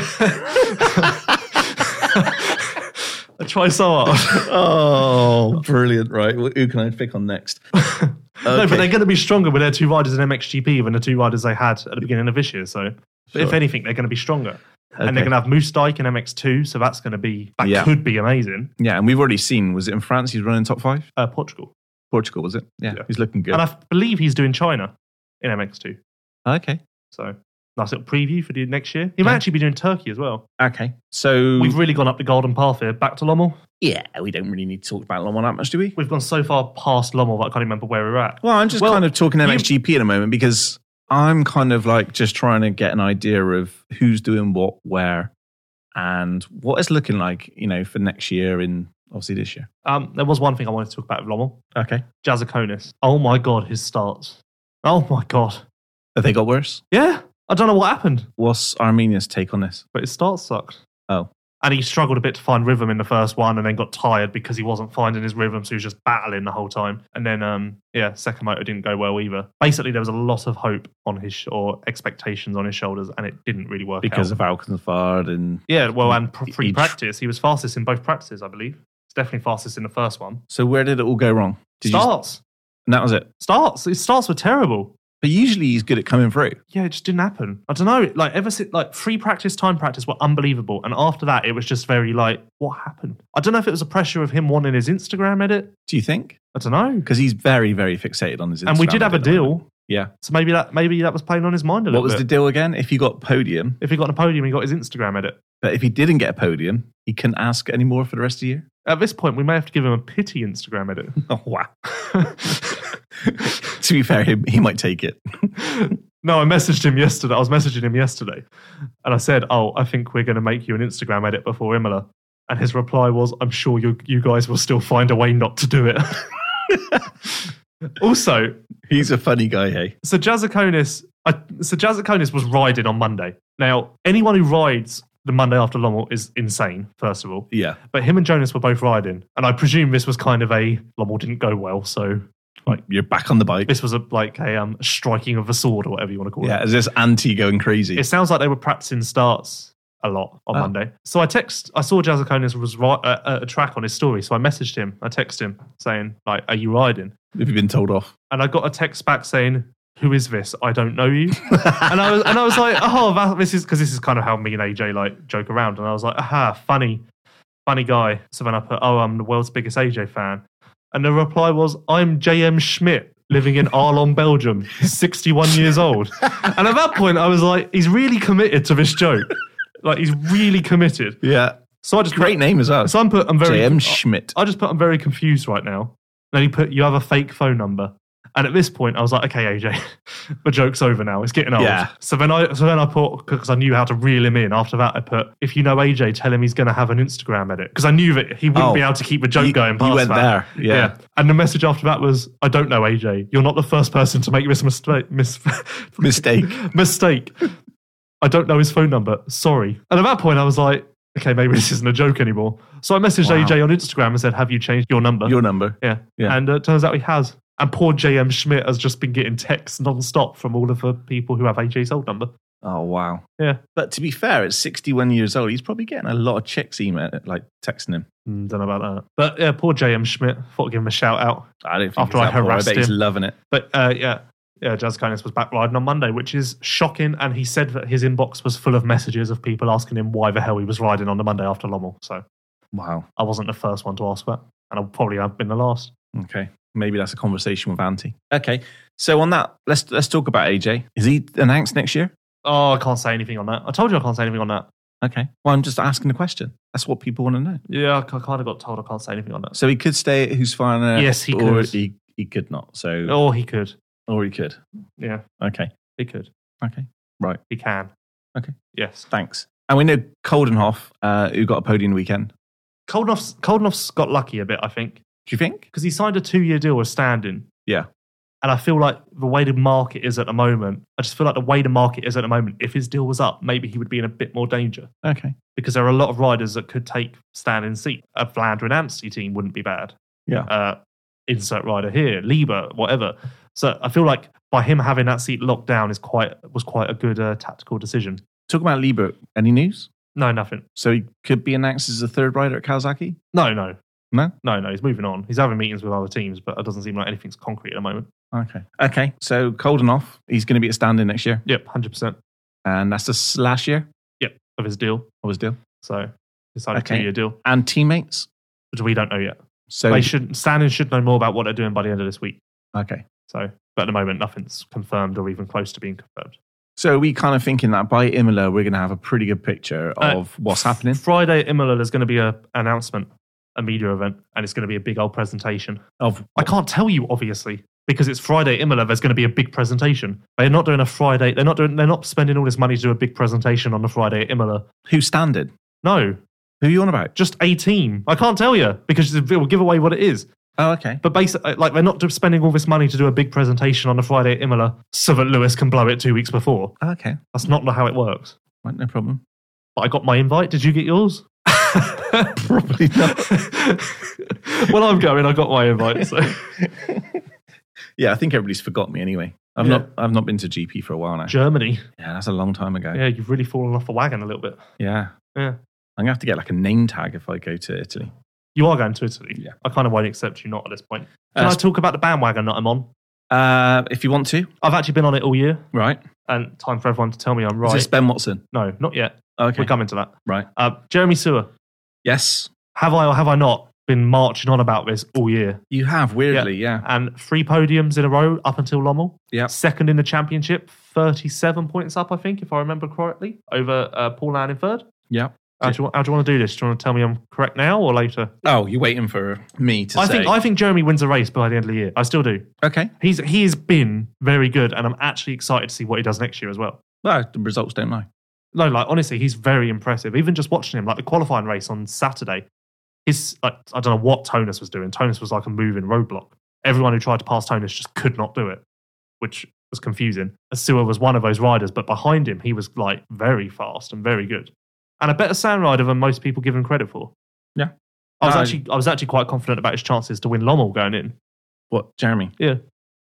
Speaker 4: I try so hard.
Speaker 3: oh, brilliant. Right. Wh- Who can I pick on next?
Speaker 4: No,
Speaker 3: Okay.
Speaker 4: but they're going to be stronger with their two riders in MXGP than the two riders they had at the beginning of this year. So, but if
Speaker 3: Sure.
Speaker 4: anything, they're going to be stronger. And
Speaker 3: Okay.
Speaker 4: they're going to have Moose Dyke in MX2. So that's going to be, that
Speaker 3: Yeah.
Speaker 4: could be amazing.
Speaker 3: Yeah. And we've already seen, was it in France he's running top five?
Speaker 4: Uh, Portugal.
Speaker 3: Portugal, was it? Yeah.
Speaker 4: Yeah.
Speaker 3: He's looking good. Oh,
Speaker 4: And I believe he's doing China in MX2.
Speaker 3: okay.
Speaker 4: So, nice little preview for the next year. He might
Speaker 3: Yeah. Mm.
Speaker 4: actually be doing Turkey as well.
Speaker 3: Okay. So.
Speaker 4: We've really gone up the golden path here. Back to Lommel.
Speaker 3: Yeah, we don't really need to talk about Lommel that much, do we?
Speaker 4: We've gone so far past Lommel that I can't remember where we're at.
Speaker 3: Well, I'm just
Speaker 4: Well,
Speaker 3: kind of talking MXGP at the moment because I'm kind of like just trying to get an idea of who's doing what, where, and what it's looking like, you know, for next year and obviously this year.
Speaker 4: Um, there was one thing I wanted to talk about with Lommel.
Speaker 3: Okay.
Speaker 4: Jazakonis. Oh my god, his starts. Oh my god.
Speaker 3: Have they got worse?
Speaker 4: Yeah. I don't know what happened,
Speaker 3: What's Armenia's take on this?
Speaker 4: but his starts sucked.
Speaker 3: Oh.
Speaker 4: And he struggled a bit to find rhythm in the first one and then got tired because he wasn't finding his rhythm, so he was just battling the whole time. And then um yeah, Sakamoto didn't go well either. Basically there was a lot of hope on his sh- or expectations on his shoulders and it didn't really work out.
Speaker 3: Because of Alcanfard and
Speaker 4: Yeah, well, and pr- free
Speaker 3: Each-
Speaker 4: practice. He was fastest in both practices, I believe. It's definitely fastest in the first one.
Speaker 3: so where did it all go wrong? Did you,
Speaker 4: starts.
Speaker 3: and that was it.
Speaker 4: starts. His starts were terrible.
Speaker 3: But usually he's good at coming through.
Speaker 4: Yeah, it just didn't happen. I don't know. Like, ever since, like, free practice, time practice were unbelievable. And after that, it was just very, like, what happened? I don't know if it was a pressure of him wanting his Instagram edit.
Speaker 3: Do you think?
Speaker 4: I don't know.
Speaker 3: Because he's very, very fixated on his.
Speaker 4: and we
Speaker 3: Instagram
Speaker 4: did have a
Speaker 3: at the moment.
Speaker 4: deal
Speaker 3: Yeah.
Speaker 4: So maybe that maybe that was playing on his mind a
Speaker 3: What
Speaker 4: little
Speaker 3: was the
Speaker 4: bit.
Speaker 3: deal again? If he got podium,
Speaker 4: if he got on a podium, he got his Instagram edit.
Speaker 3: but if he didn't get a podium, he couldn't ask anymore for the rest of the year.
Speaker 4: At this point, we may have to give him a pity Instagram edit.
Speaker 3: Oh wow. to be fair, he, he might take it.
Speaker 4: No, I messaged him yesterday. I was messaging him yesterday, and I said, "Oh, I think we're going to make you an Instagram edit before Imola." And his reply was, "I'm sure you you guys will still find a way not to do it." also,
Speaker 3: He's a funny guy, hey.
Speaker 4: so Jazakonis, I, so Jazakonis was riding on Monday. Now, anyone who rides the Monday after Lommel is insane. First of all,
Speaker 3: Yeah.
Speaker 4: but him and Jonas were both riding, and I presume this was kind of a Lommel didn't go well, so
Speaker 3: Like you're back on the bike.
Speaker 4: this was a like a um, striking of a sword or whatever you want to call it.
Speaker 3: Yeah, is this anti going crazy?
Speaker 4: It sounds like they were practicing starts a lot on
Speaker 3: Oh.
Speaker 4: Monday. So I text, I saw Jazakonis was ri- uh, uh, a track on his story, so I messaged him. I texted him saying, like, are you riding?
Speaker 3: Have you been told off?
Speaker 4: And I got a text back saying, who is this? I don't know you. and I was, and I was like, oh, that, this is because this is kind of how me and AJ like joke around. And I was like, aha, funny, funny guy. So then I put, oh, I'm the world's biggest AJ fan. And the reply was, I'm JM Schmidt, living in Arlon, Belgium, 61 years old. And at that point, I was like, he's really committed to this joke. Like he's really committed.
Speaker 3: Yeah.
Speaker 4: So I just
Speaker 3: Great name as well.
Speaker 4: So I'm put, I'm very Oh,
Speaker 3: JM Schmidt.
Speaker 4: I just put, I'm very confused right now. And then he put, you have a fake phone number. And at this point, I was like, okay, AJ, the joke's over now. It's getting old.
Speaker 3: Yeah.
Speaker 4: So then I, so then I put, because I knew how to reel him in. After that, I put, if you know AJ, tell him he's going to have an Instagram edit. Because I knew that he wouldn't
Speaker 3: Oh.
Speaker 4: be able to keep the joke
Speaker 3: You-
Speaker 4: going.
Speaker 3: you
Speaker 4: past
Speaker 3: went
Speaker 4: that.
Speaker 3: there. Yeah.
Speaker 4: And the message after that was, I don't know AJ. You're not the first person to make this mistake. Mis-
Speaker 3: Mistake.
Speaker 4: mistake. I don't know his phone number. Sorry. And at that point, I was like, okay, maybe this isn't a joke anymore. So I messaged
Speaker 3: Wow.
Speaker 4: AJ on Instagram and said, have you changed your number?
Speaker 3: Your number.
Speaker 4: yeah.
Speaker 3: Yeah.
Speaker 4: And uh, it turns out he has. And poor JM Schmidt has just been getting texts non-stop from all of the people who have AJ's old number.
Speaker 3: Oh wow.
Speaker 4: Yeah.
Speaker 3: But to be fair, at 61 years old, he's probably getting a lot of chicks email like texting him.
Speaker 4: Mm, don't know about that. But yeah, poor JM Schmidt. Thought I'd give him a shout out.
Speaker 3: I don't think
Speaker 4: After
Speaker 3: he's
Speaker 4: I
Speaker 3: that poor.
Speaker 4: harassed
Speaker 3: I bet he's
Speaker 4: him.
Speaker 3: loving it.
Speaker 4: But uh, yeah, yeah, Jazz Kindness was back riding on Monday, which is shocking. And he said that his inbox was full of messages of people asking him why the hell he was riding on the Monday after Lommel. So
Speaker 3: Wow.
Speaker 4: I wasn't the first one to ask that. And I'll probably have been the last.
Speaker 3: Okay. Maybe that's a conversation with Auntie. Okay. So on that, let's let's talk about AJ. Is he announced next year?
Speaker 4: Oh, I can't say anything on that. I told you I can't say anything on that.
Speaker 3: Okay. Well, I'm just asking the question. That's what people want to know.
Speaker 4: Yeah, I kind of got told I can't say anything on that.
Speaker 3: So he could stay at Who's Fine.
Speaker 4: Yes, he
Speaker 3: or
Speaker 4: could. Oh.
Speaker 3: He, he could not. So
Speaker 4: Or he could.
Speaker 3: or he could.
Speaker 4: Yeah,
Speaker 3: Okay.
Speaker 4: he could.
Speaker 3: Okay.
Speaker 4: He can.
Speaker 3: Okay.
Speaker 4: Yes.
Speaker 3: Thanks. And we know Coldenhoff, uh, who got a podium weekend.
Speaker 4: Koldenoff's, Koldenoff's got lucky a bit, I think,
Speaker 3: Do you think?
Speaker 4: because he signed a two-year deal with Standing.
Speaker 3: Yeah.
Speaker 4: And I feel like the way the market is at the moment, I just feel like the way the market is at the moment, if his deal was up, maybe he would be in a bit more danger
Speaker 3: Okay.
Speaker 4: because there are a lot of riders that could take Standing's seat. A Vlaanderen and Amsty team wouldn't be bad.
Speaker 3: Yeah.
Speaker 4: Uh, insert rider here, Lieber, whatever. So I feel like by him having that seat locked down is quite was quite a good uh, tactical decision.
Speaker 3: Talk about Lieber. Any news?
Speaker 4: No, nothing.
Speaker 3: So he could be announced as the third rider at Kawasaki?
Speaker 4: No, no.
Speaker 3: No?
Speaker 4: No, no. He's moving on. He's having meetings with other teams, but it doesn't seem like anything's concrete at the moment.
Speaker 3: Okay. Okay. So Coldenhoff, he's going to be at stand in next year.
Speaker 4: Yep, hundred percent
Speaker 3: And that's the s- last year
Speaker 4: of his deal.
Speaker 3: of his deal.
Speaker 4: So he signed
Speaker 3: Okay.
Speaker 4: a two year deal,
Speaker 3: And teammates.
Speaker 4: which we don't know yet.
Speaker 3: So,
Speaker 4: they should Standing should know more about what they're doing by the end of this week.
Speaker 3: okay.
Speaker 4: So, but at the moment, nothing's confirmed or even close to being confirmed.
Speaker 3: So are we kind of thinking that by Imola, we're going to have a pretty good picture
Speaker 4: Uh,
Speaker 3: of what's happening?
Speaker 4: Friday at Imola, there's going to be a announcement, a media event, and it's going to be a big old presentation.
Speaker 3: Of
Speaker 4: I can't tell you obviously because it's Friday at Imola. There's going to be a big presentation. They're not doing a Friday. They're not doing. They're not spending all this money to do a big presentation on the Friday at Imola.
Speaker 3: who's standing?
Speaker 4: No,
Speaker 3: Who are you on about?
Speaker 4: just a team. I can't tell you because it will give away what it is.
Speaker 3: Oh, okay.
Speaker 4: But basically, like they're not just spending all this money to do a big presentation on a Friday at Imola so that Lewis can blow it two weeks before.
Speaker 3: Okay.
Speaker 4: That's not how it works.
Speaker 3: Right, no problem.
Speaker 4: But I got my invite. Did you get yours?
Speaker 3: Probably not.
Speaker 4: well, I'm going. I got my invite. So.
Speaker 3: yeah, I think everybody's forgot me anyway. I've
Speaker 4: Yeah.
Speaker 3: not I've not been to GP for a while now.
Speaker 4: Germany.
Speaker 3: yeah, that's a long time ago.
Speaker 4: Yeah, you've really fallen off the wagon a little bit.
Speaker 3: Yeah.
Speaker 4: Yeah.
Speaker 3: I'm gonna have to get like a name tag if I go to Italy.
Speaker 4: You are going to Italy.
Speaker 3: Yeah.
Speaker 4: I kind of won't accept you not at this point. Can
Speaker 3: Uh,
Speaker 4: I talk about the bandwagon that I'm on?
Speaker 3: Uh, if you want to,
Speaker 4: I've actually been on it all year,
Speaker 3: right?
Speaker 4: and time for everyone to tell me I'm
Speaker 3: Is
Speaker 4: right.
Speaker 3: this Ben Watson?
Speaker 4: no, not yet.
Speaker 3: Okay,
Speaker 4: We're coming to that.
Speaker 3: right.
Speaker 4: Uh, Jeremy Sewer.
Speaker 3: Yes,
Speaker 4: Have I or have I not been marching on about this all year.
Speaker 3: You have, weirdly, yeah.
Speaker 4: And three podiums in a row up until Lommel.
Speaker 3: Yeah.
Speaker 4: Second in the championship, 37 points up, I think, if I remember correctly, over uh, Paul Land in third.
Speaker 3: Yeah.
Speaker 4: How do, you, how do you want to do this? Do you want to tell me I'm correct now or later?
Speaker 3: Oh, you're waiting for me to
Speaker 4: I
Speaker 3: say.
Speaker 4: think I think Jeremy wins a race by the end of the year. I still do.
Speaker 3: okay.
Speaker 4: He's he has been very good, and I'm actually excited to see what he does next year as well.
Speaker 3: Well, the results don't lie.
Speaker 4: No, like honestly, he's very impressive. Even just watching him, like the qualifying race on Saturday, his like I don't know what Tonus was doing. Tonus was like a moving roadblock. Everyone who tried to pass Tonus just could not do it, which was confusing. Asua was one of those riders, but behind him, he was like very fast and very good, and a better sand rider than most people give him credit for.
Speaker 3: Yeah.
Speaker 4: I was
Speaker 3: No, I-
Speaker 4: actually I was actually quite confident about his chances to win Lommel going in.
Speaker 3: What, Jeremy?
Speaker 4: Yeah.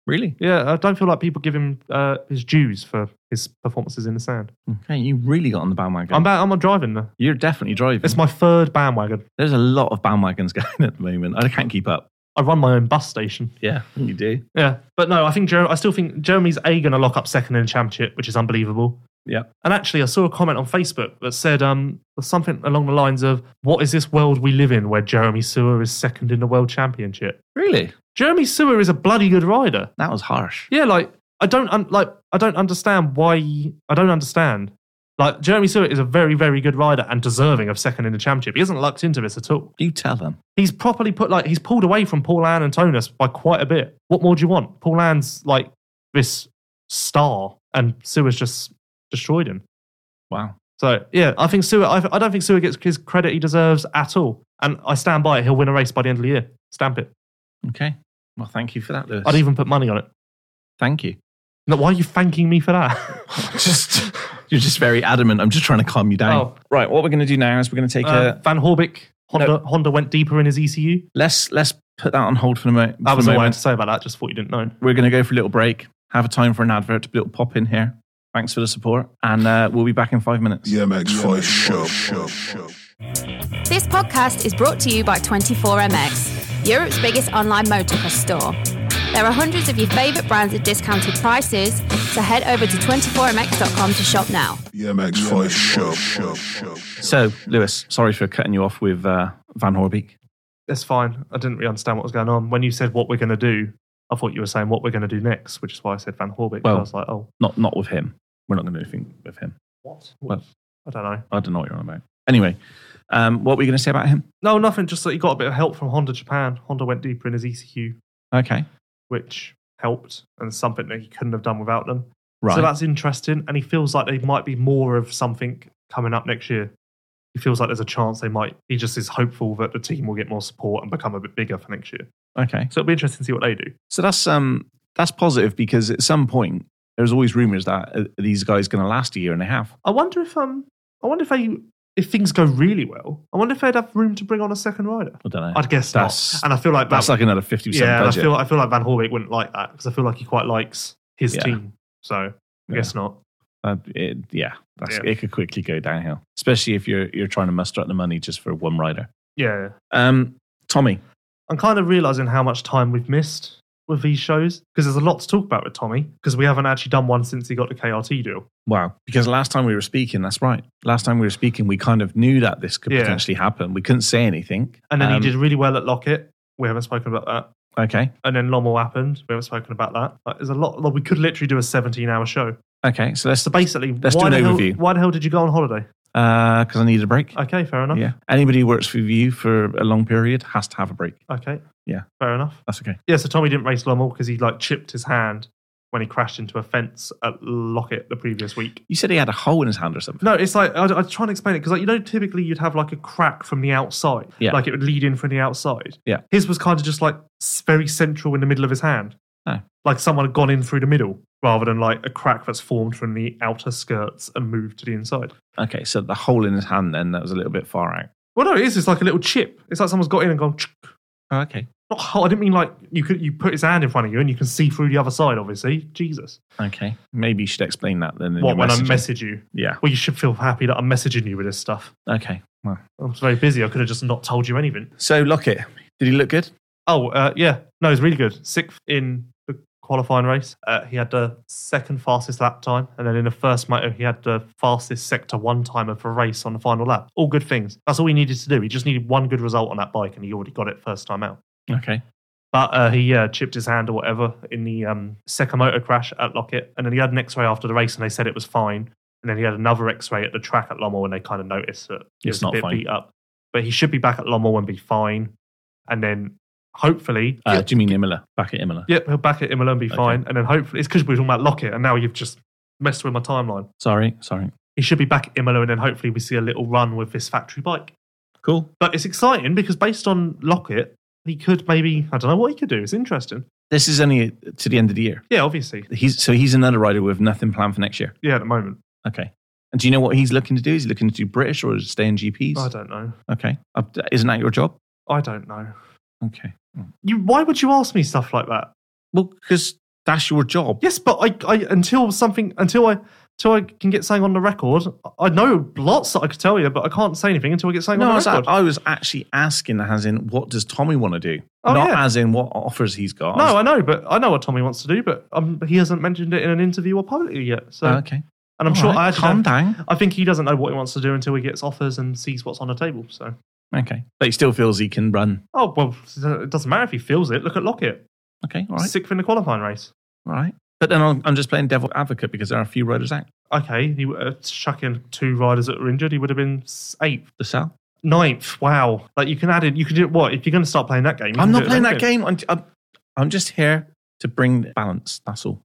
Speaker 3: Really?
Speaker 4: Yeah, I don't feel like people give him uh, his dues for his performances in the sand.
Speaker 3: Okay, you really got on the bandwagon.
Speaker 4: I'm ba- I'm driving now.
Speaker 3: you're definitely driving.
Speaker 4: It's my third bandwagon.
Speaker 3: There's a lot of bandwagons going at the moment. I can't keep up.
Speaker 4: I run my own bus station.
Speaker 3: Yeah, you do.
Speaker 4: Yeah, but no, I think Jer- I still think Jeremy's a going to lock up second in the championship, which is unbelievable.
Speaker 3: Yeah.
Speaker 4: And actually, I saw a comment on Facebook that said um, something along the lines of, "What is this world we live in where Jeremy Sewer is second in the world championship?"
Speaker 3: Really?
Speaker 4: Jeremy Sewer is a bloody good rider.
Speaker 3: That was harsh.
Speaker 4: Yeah, like I don't un- like I don't understand why I don't understand. Like Jeremy Stewart is a very very good rider and deserving of second in the championship. He hasn't lucked into this at all.
Speaker 3: You tell them.
Speaker 4: He's properly put like he's pulled away from Paul Ann and Tonus by quite a bit. What more do you want? Paul Ann's like this star, and Stewart's just destroyed him.
Speaker 3: Wow.
Speaker 4: So yeah, I think Stewart. I, I don't think Stewart gets his credit he deserves at all, and I stand by it. He'll win a race by the end of the year. Stamp it.
Speaker 3: Okay. Well, thank you for that, Lewis.
Speaker 4: I'd even put money on it.
Speaker 3: thank you.
Speaker 4: No, why are you thanking me for that?
Speaker 3: just you're just very adamant. I'm just trying to calm you down.
Speaker 4: Oh.
Speaker 3: Right. What we're going to do now is we're going to take
Speaker 4: Uh,
Speaker 3: a
Speaker 4: Van Horbick. Honda,
Speaker 3: No.
Speaker 4: Honda went deeper in his ECU.
Speaker 3: let's let's put that on hold for the moment.
Speaker 4: That was
Speaker 3: for
Speaker 4: all
Speaker 3: the
Speaker 4: I had
Speaker 3: moment.
Speaker 4: to say about that. Just thought you didn't know.
Speaker 3: We're going to go for a little break. Have a time for an advert, a little pop in here. Thanks for the support, and uh, we'll be back in five minutes.
Speaker 1: The MX5 Show.
Speaker 5: This podcast is brought to you by 24MX, Europe's biggest online motocross store. There are hundreds of your favourite brands at discounted prices, so head over to 24mx.com to shop now.
Speaker 1: The MX5 Show.
Speaker 3: So, Lewis, sorry for cutting you off with uh, Van Horbeek.
Speaker 4: That's fine. I didn't really understand what was going on. When you said what we're going to do, I thought you were saying what we're going to do next, which is why I said Van Horbick.
Speaker 3: Well-
Speaker 4: I was like, oh,
Speaker 3: Not not with him. We're not going to do anything with him.
Speaker 4: what?
Speaker 3: Well-
Speaker 4: I don't know.
Speaker 3: I don't know what you're on about. Anyway, um, what were you going to say about him?
Speaker 4: No, nothing. Just that he got a bit of help from Honda Japan. Honda went deeper in his ECU,
Speaker 3: Okay,
Speaker 4: which helped and something that he couldn't have done without them.
Speaker 3: right.
Speaker 4: So that's interesting. And he feels like there might be more of something coming up next year. He feels like there's a chance they might. He just is hopeful that the team will get more support and become a bit bigger for next year.
Speaker 3: okay.
Speaker 4: So it'll be interesting to see what they do.
Speaker 3: So that's um that's positive because at some point there's always rumors that uh, these guys going to last a year and a half.
Speaker 4: I wonder if um, I wonder if they if things go really well, I wonder if they'd have room to bring on a second rider.
Speaker 3: I don't know.
Speaker 4: I'd guess
Speaker 3: That's-
Speaker 4: not. And I feel like
Speaker 3: that's
Speaker 4: that,
Speaker 3: like another fifty percent
Speaker 4: yeah. And I
Speaker 3: budget.
Speaker 4: feel I feel like Van Horwick wouldn't like that because I feel like he quite likes his
Speaker 3: Yeah.
Speaker 4: team. So I
Speaker 3: Yeah.
Speaker 4: guess not.
Speaker 3: Uh, it, yeah, that's,
Speaker 4: Yeah.
Speaker 3: it could quickly go downhill, especially if you're you're trying to muster up the money just for one rider.
Speaker 4: Yeah,
Speaker 3: Um, Tommy,
Speaker 4: I'm kind of realizing how much time we've missed with these shows because there's a lot to talk about with Tommy because we haven't actually done one since he got the KRT deal.
Speaker 3: wow, because last time we were speaking, that's right. Last time we were speaking, we kind of knew that this could
Speaker 4: Yeah.
Speaker 3: potentially happen. We couldn't say anything,
Speaker 4: And then
Speaker 3: Um,
Speaker 4: he did really well at Lockett. We haven't spoken about that.
Speaker 3: Okay,
Speaker 4: And then Lommel happened. We haven't spoken about that. Like, there's a lot. Like, we could literally do a 17 hour show.
Speaker 3: okay. So let's
Speaker 4: So basically,
Speaker 3: Let's
Speaker 4: why,
Speaker 3: do an
Speaker 4: the
Speaker 3: overview.
Speaker 4: Hell, why the hell did you go on holiday?
Speaker 3: because uh, I needed a break.
Speaker 4: Okay, fair enough.
Speaker 3: Yeah, anybody who works for you for a long period has to have a break.
Speaker 4: Okay.
Speaker 3: Yeah.
Speaker 4: Fair enough.
Speaker 3: That's okay.
Speaker 4: Yeah, so Tommy didn't race Lommel because he like chipped his hand when he crashed into a fence at Lockett the previous week.
Speaker 3: You said he had a hole in his hand or something.
Speaker 4: No, it's like I, I was trying to explain it because like you know typically you'd have like a crack from the outside,
Speaker 3: Yeah.
Speaker 4: like it would lead in from the outside.
Speaker 3: Yeah.
Speaker 4: his was kind of just like s- very central in the middle of his hand,
Speaker 3: Oh.
Speaker 4: like someone had gone in through the middle rather than like a crack that's formed from the outer skirts and moved to the inside.
Speaker 3: Okay, so the hole in his hand then that was a little bit far out.
Speaker 4: Well, no, it is. It's like a little chip. It's like someone's got in and gone. "Tsk."
Speaker 3: Oh, okay.
Speaker 4: Not hole. I didn't mean like you could. You put his hand in front of you and you can see through the other side. Obviously, Jesus.
Speaker 3: Okay. Maybe you should explain that then. in
Speaker 4: What
Speaker 3: your
Speaker 4: when I
Speaker 3: messaging.
Speaker 4: message you?
Speaker 3: Yeah.
Speaker 4: Well, you should feel happy that I'm messaging you with this stuff.
Speaker 3: Okay. Well.
Speaker 4: I was very busy. I could have just not told you anything.
Speaker 3: So Lockett, did he look good?
Speaker 4: Oh, uh, yeah. No, it's really good. Sixth in the qualifying race. Uh, he had the second fastest lap time, and then in the first moto, he had the fastest sector one timer for race on the final lap. All good things. That's all he needed to do. He just needed one good result on that bike, and he already got it first time out.
Speaker 3: Okay.
Speaker 4: But uh, he uh, chipped his hand or whatever in the um, second motor crash at Lockett. And then he had an x ray after the race and they said it was fine. And then he had another x ray at the track at Lommel and they kind of noticed that he
Speaker 3: It's
Speaker 4: was
Speaker 3: not
Speaker 4: a bit
Speaker 3: fine.
Speaker 4: beat up. But he should be back at Lommel and be fine. And then hopefully.
Speaker 3: Uh, Do you mean Imola? Back at Imola.
Speaker 4: Yep, he'll back at Imola and be
Speaker 3: Okay.
Speaker 4: fine. And then hopefully. It's because we were talking about Lockett and now you've just messed with my timeline.
Speaker 3: Sorry, sorry.
Speaker 4: He should be back at Imola and then hopefully we see a little run with this factory bike.
Speaker 3: Cool.
Speaker 4: But it's exciting because based on Lockett, he could maybe. I don't know what he could do. It's interesting.
Speaker 3: This is only to the end of the year.
Speaker 4: Yeah, obviously.
Speaker 3: He's so he's another rider with nothing planned for next year.
Speaker 4: Yeah, at the moment.
Speaker 3: Okay. And do you know what he's looking to do? Is he looking to do British or stay in GPs?
Speaker 4: I don't know.
Speaker 3: Okay. Uh, Isn't that your job?
Speaker 4: I don't know.
Speaker 3: Okay.
Speaker 4: You, why would you ask me stuff like that?
Speaker 3: Well, because that's your job.
Speaker 4: Yes, but I, I until something until I until I can get something on the record, I know lots that I could tell you, but I can't say anything until I get something
Speaker 3: No, I
Speaker 4: on
Speaker 3: was,
Speaker 4: the record.
Speaker 3: I was actually asking as in what does Tommy want to do?
Speaker 4: Oh,
Speaker 3: Not
Speaker 4: yeah.
Speaker 3: as in what offers he's got. Uh,
Speaker 4: no, I know, but I know what Tommy wants to do, but um, he hasn't mentioned it in an interview or publicly yet. So,
Speaker 3: Oh, okay.
Speaker 4: and I'm
Speaker 3: All
Speaker 4: sure
Speaker 3: right,
Speaker 4: I actually
Speaker 3: calm
Speaker 4: don't-
Speaker 3: down.
Speaker 4: I think he doesn't know what he wants to do until he gets offers and sees what's on the table. So,
Speaker 3: Okay. But he still feels he can run.
Speaker 4: oh well, it doesn't matter if he feels it. Look at Lockett,
Speaker 3: Okay. All right.
Speaker 4: sixth in the qualifying race.
Speaker 3: All right. But then I'm, I'm just playing devil advocate because there are a few riders out.
Speaker 4: Okay, he uh, chuck in two riders that were injured. He would have been s- eighth.
Speaker 3: The cell.
Speaker 4: Ninth, wow! Like you can add in, you can do what if you're going to start playing that game. you
Speaker 3: I'm
Speaker 4: can
Speaker 3: not
Speaker 4: do it
Speaker 3: playing
Speaker 4: then.
Speaker 3: that game. I'm, I'm, I'm just here to bring balance. That's all.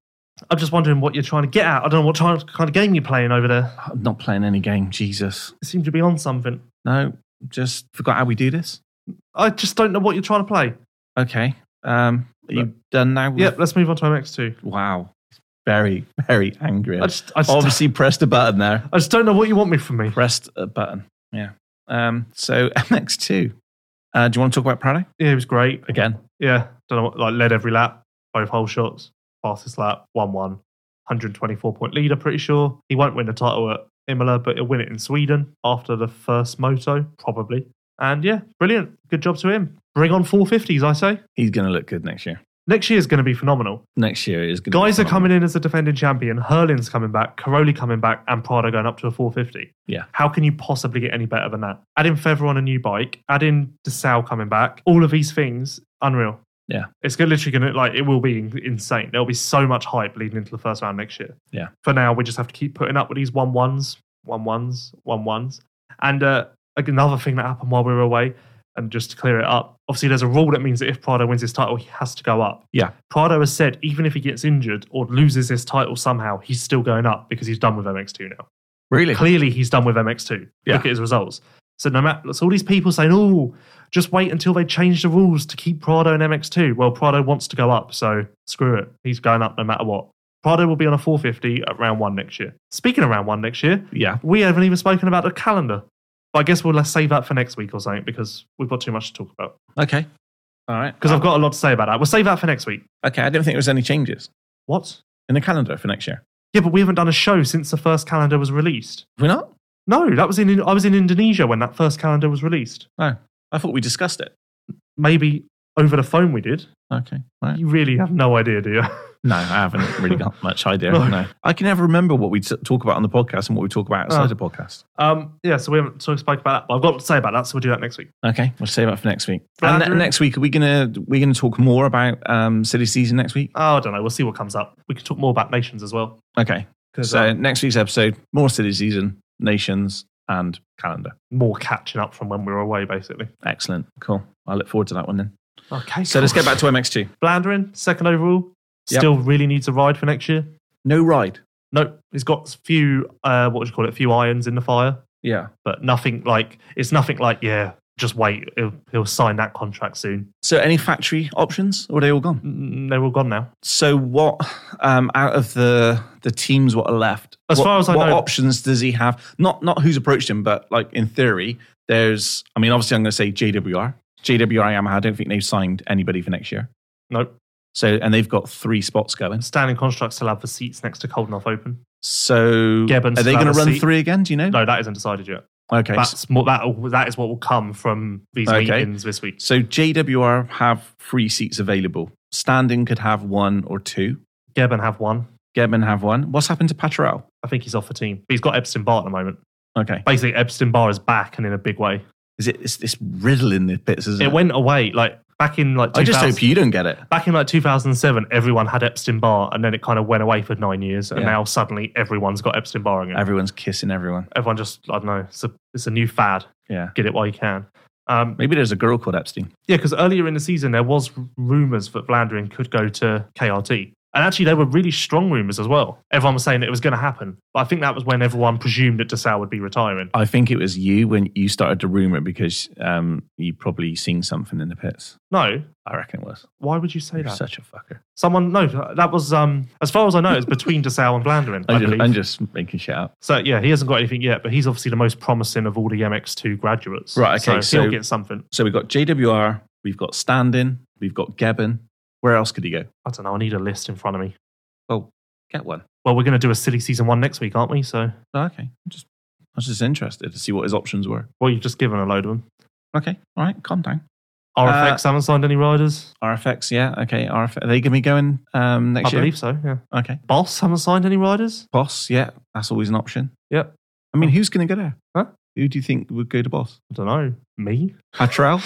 Speaker 4: I'm just wondering what you're trying to get at. I don't know what try- kind of game you're playing over there.
Speaker 3: I'm not playing any game. Jesus.
Speaker 4: You seem to be on something.
Speaker 3: No. Just forgot how we do this.
Speaker 4: I just don't know what you're trying to play.
Speaker 3: Okay. Um, are you done now? with-
Speaker 4: Yep, let's move on to MX2.
Speaker 3: Wow. Very, very angry.
Speaker 4: I just, I just,
Speaker 3: Obviously pressed a button there.
Speaker 4: I just don't know what you want me from me.
Speaker 3: Pressed a button. Yeah. Um, so MX2. Uh, do you want to talk about Prado
Speaker 4: Yeah, it was great.
Speaker 3: again?
Speaker 4: Yeah, don't know what, like led every lap, both whole shots, fastest lap, 1 1, 124 point leader, pretty sure. He won't win the title at Imola, but he'll win it in Sweden after the first moto, probably. And yeah, brilliant. Good job to him. Bring on 450s, I say.
Speaker 3: He's going to look good next year.
Speaker 4: Next year is going to be phenomenal.
Speaker 3: Next year is going.
Speaker 4: Guys
Speaker 3: to
Speaker 4: are
Speaker 3: be phenomenal.
Speaker 4: coming in as a defending champion. Hurlin's coming back. Caroli coming back. And Prada going up to a 450.
Speaker 3: Yeah.
Speaker 4: How can you possibly get any better than that? Add in Feather on a new bike. Add in DeSalle coming back. All of these things, unreal.
Speaker 3: Yeah.
Speaker 4: It's gonna- literally going to, like, it will be in- insane. There'll be so much hype leading into the first round next year.
Speaker 3: Yeah.
Speaker 4: For now, we just have to keep putting up with these one ones, one ones, one ones. And uh, another thing that happened while we were away, and just to clear it up, obviously there's a rule that means that if Prado wins his title, he has to go up.
Speaker 3: Yeah.
Speaker 4: Prado has said even if he gets injured or loses his title somehow, he's still going up because he's done with MX2 now.
Speaker 3: Really?
Speaker 4: Clearly, he's done with MX2.
Speaker 3: Yeah.
Speaker 4: Look at his results. So no matter, so all these people saying, "Oh, just wait until they change the rules to keep Prado in MX2." Well, Prado wants to go up, so screw it. He's going up no matter what. Prado will be on a 450 at round one next year. Speaking of round one next year,
Speaker 3: Yeah.
Speaker 4: we haven't even spoken about the calendar. But I guess we'll let's save that for next week or something because we've got too much to talk about.
Speaker 3: Okay. All right.
Speaker 4: Because I've got a lot to say about that. We'll save that for next week.
Speaker 3: Okay. I didn't think there was any changes
Speaker 4: What?
Speaker 3: in the calendar for next year.
Speaker 4: Yeah, but we haven't done a show since the first calendar was released.
Speaker 3: We're not.
Speaker 4: No, that was in I was in Indonesia when that first calendar was released.
Speaker 3: I thought we discussed it.
Speaker 4: Maybe over the phone we did.
Speaker 3: Okay. All right.
Speaker 4: You really have no idea, do you?
Speaker 3: No, I haven't really got much idea.
Speaker 4: No.
Speaker 3: No. I can never remember what we t- talk about on the podcast and what we talk about outside
Speaker 4: Oh.
Speaker 3: the podcast.
Speaker 4: Um, yeah, so we haven't so we spoke about that, but I've got to say about that, so we'll do that next week.
Speaker 3: Okay, we'll save that for next week.
Speaker 4: Bladder.
Speaker 3: And ne- next week, are we gonna we gonna talk more about um, city season next week?
Speaker 4: Oh, I don't know. We'll see what comes up. We can talk more about nations as well.
Speaker 3: Okay,
Speaker 4: 'Cause,
Speaker 3: so
Speaker 4: um,
Speaker 3: next week's episode more city season, nations, and calendar.
Speaker 4: more catching up from when we were away, basically.
Speaker 3: Excellent, cool. I look forward to that one then.
Speaker 4: Okay.
Speaker 3: So let's get back to MX2.
Speaker 4: Blandrin, second overall.
Speaker 3: Yep.
Speaker 4: Still really needs a ride for next year.
Speaker 3: No ride.
Speaker 4: Nope. He's got a few uh what would you call it, a few irons in the fire.
Speaker 3: Yeah.
Speaker 4: but nothing like it's nothing like yeah just wait he'll, he'll sign that contract soon
Speaker 3: So any factory options? Or are they all gone?
Speaker 4: Mm, they're all gone now
Speaker 3: So what um, out of the the teams what are left?
Speaker 4: As
Speaker 3: what,
Speaker 4: far as I
Speaker 3: what
Speaker 4: know-
Speaker 3: options does he have? Not not who's approached him, but like in theory, there's. I mean, obviously, I'm going to say JWR, JWR Yamaha. I don't think they've signed anybody for next year.
Speaker 4: nope
Speaker 3: So and they've got three spots going.
Speaker 4: standing contracts still have the seats next to Coldenough open
Speaker 3: So
Speaker 4: Gibbons
Speaker 3: are they
Speaker 4: still
Speaker 3: going
Speaker 4: has
Speaker 3: to
Speaker 4: a
Speaker 3: run
Speaker 4: seat.
Speaker 3: three again? Do you know?
Speaker 4: no that isn't decided yet
Speaker 3: Okay. s-
Speaker 4: that's more, that, that is what will come from these
Speaker 3: Okay.
Speaker 4: meetings this week
Speaker 3: So JWR have three seats available. Standing could have one or two.
Speaker 4: Geben have one.
Speaker 3: Gebman have one. What's happened to Patrell?
Speaker 4: I think he's off the team. But he's got Epstein Barr at the moment.
Speaker 3: Okay.
Speaker 4: Basically, Epstein Barr is back and in a big way.
Speaker 3: Is it it's this riddle in the bits, isn't it?
Speaker 4: It went away like back in like
Speaker 3: I just
Speaker 4: 2000
Speaker 3: hope you don't get it.
Speaker 4: back in like 2007. Everyone had Epstein Barr, and then it kind of went away for nine years, and
Speaker 3: Yeah.
Speaker 4: now suddenly everyone's got Epstein Barr again.
Speaker 3: Everyone's kissing everyone.
Speaker 4: Everyone just I don't know. It's a it's a new fad.
Speaker 3: Yeah.
Speaker 4: Get it while you can. Um,
Speaker 3: Maybe there's a girl called Epstein.
Speaker 4: yeah, because earlier in the season there was rumors that Vlandrin could go to KRT. And actually, they were really strong rumors as well. Everyone was saying it was going to happen. But I think that was when everyone presumed that Desau would be retiring.
Speaker 3: I think it was you when you started to rumor because um, you probably seen something in the pits.
Speaker 4: No,
Speaker 3: I reckon it was.
Speaker 4: why would you say
Speaker 3: You're
Speaker 4: that?
Speaker 3: such a fucker.
Speaker 4: Someone, no, that was, um, as far as I know, it's between Desau and Vlandrin. I
Speaker 3: I'm just,
Speaker 4: believe.
Speaker 3: I'm just making shit up.
Speaker 4: So yeah, he hasn't got anything yet, but he's obviously the most promising of all the MX2 graduates.
Speaker 3: Right, okay,
Speaker 4: So,
Speaker 3: so-
Speaker 4: he'll get something.
Speaker 3: So we've got JWR, we've got Standing, we've got Gebbon. Where else could he go?
Speaker 4: I don't know. I need a list in front of me.
Speaker 3: Well, get one.
Speaker 4: Well, we're going to do a silly season one next week, aren't we? So
Speaker 3: Oh, okay. I'm just, I was just interested to see what his options were.
Speaker 4: well, you've just given a load of them.
Speaker 3: Okay. All right. Calm down.
Speaker 4: RFX
Speaker 3: Uh,
Speaker 4: haven't signed any riders.
Speaker 3: RFX, yeah. Okay. RFX. Are they going to be going um, next
Speaker 4: I
Speaker 3: year?
Speaker 4: believe so. Yeah.
Speaker 3: Okay.
Speaker 4: Boss haven't signed any riders.
Speaker 3: Boss, yeah. That's always an option.
Speaker 4: Yep.
Speaker 3: I mean, who's going to go there?
Speaker 4: Huh?
Speaker 3: Who do you think would go to Boss?
Speaker 4: I don't know. Me.
Speaker 3: Patrell?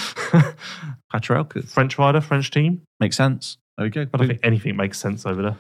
Speaker 3: Patrell could.
Speaker 4: French rider, French team.
Speaker 3: Make sense. There we go.
Speaker 4: I don't think anything makes sense over there.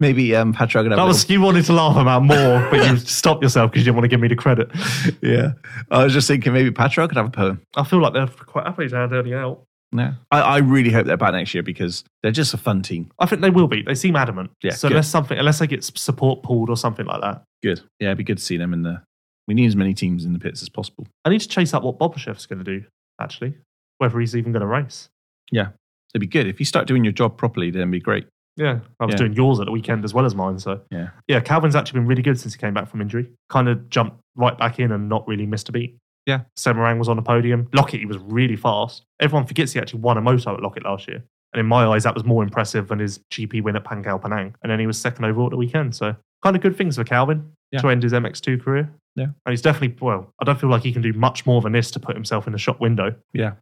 Speaker 3: Maybe um, Patrell could have
Speaker 4: That
Speaker 3: a
Speaker 4: was you wanted to laugh about more, but you stopped yourself because you didn't want to give me the credit.
Speaker 3: little- Yeah. I was just thinking maybe Patrell could have a poem.
Speaker 4: I feel like they're quite happy to have Ernie out.
Speaker 3: Yeah. I, I really hope they're back next year because they're just a fun team.
Speaker 4: I think they will be. They seem adamant.
Speaker 3: Yeah,
Speaker 4: So
Speaker 3: good.
Speaker 4: unless something, unless they get s- support pulled or something like that,
Speaker 3: Good. Yeah, it'd be good to see them in the. We need as many teams in the pits as possible.
Speaker 4: I need to chase up what Bobuchev's going to do. Actually, whether he's even going to race.
Speaker 3: It'd be good. If you start doing your job properly, then it'd be great.
Speaker 4: Yeah, I was
Speaker 3: Yeah.
Speaker 4: doing yours at the weekend as well as mine. So
Speaker 3: Yeah.
Speaker 4: yeah. Calvin's actually been really good since he came back from injury. Kind of jumped right back in and not really missed a beat.
Speaker 3: Yeah.
Speaker 4: Semarang was on the podium. Lockett, he was really fast. Everyone forgets he actually won a moto at Lockett last year. And in my eyes, that was more impressive than his GP win at Pangkal Penang. And then he was second overall at the weekend. So kind of good things for Calvin
Speaker 3: Yeah.
Speaker 4: to end his MX2 career.
Speaker 3: Yeah.
Speaker 4: And he's definitely, well, I don't feel like he can do much more than this to put himself in the shop window.
Speaker 3: Yeah.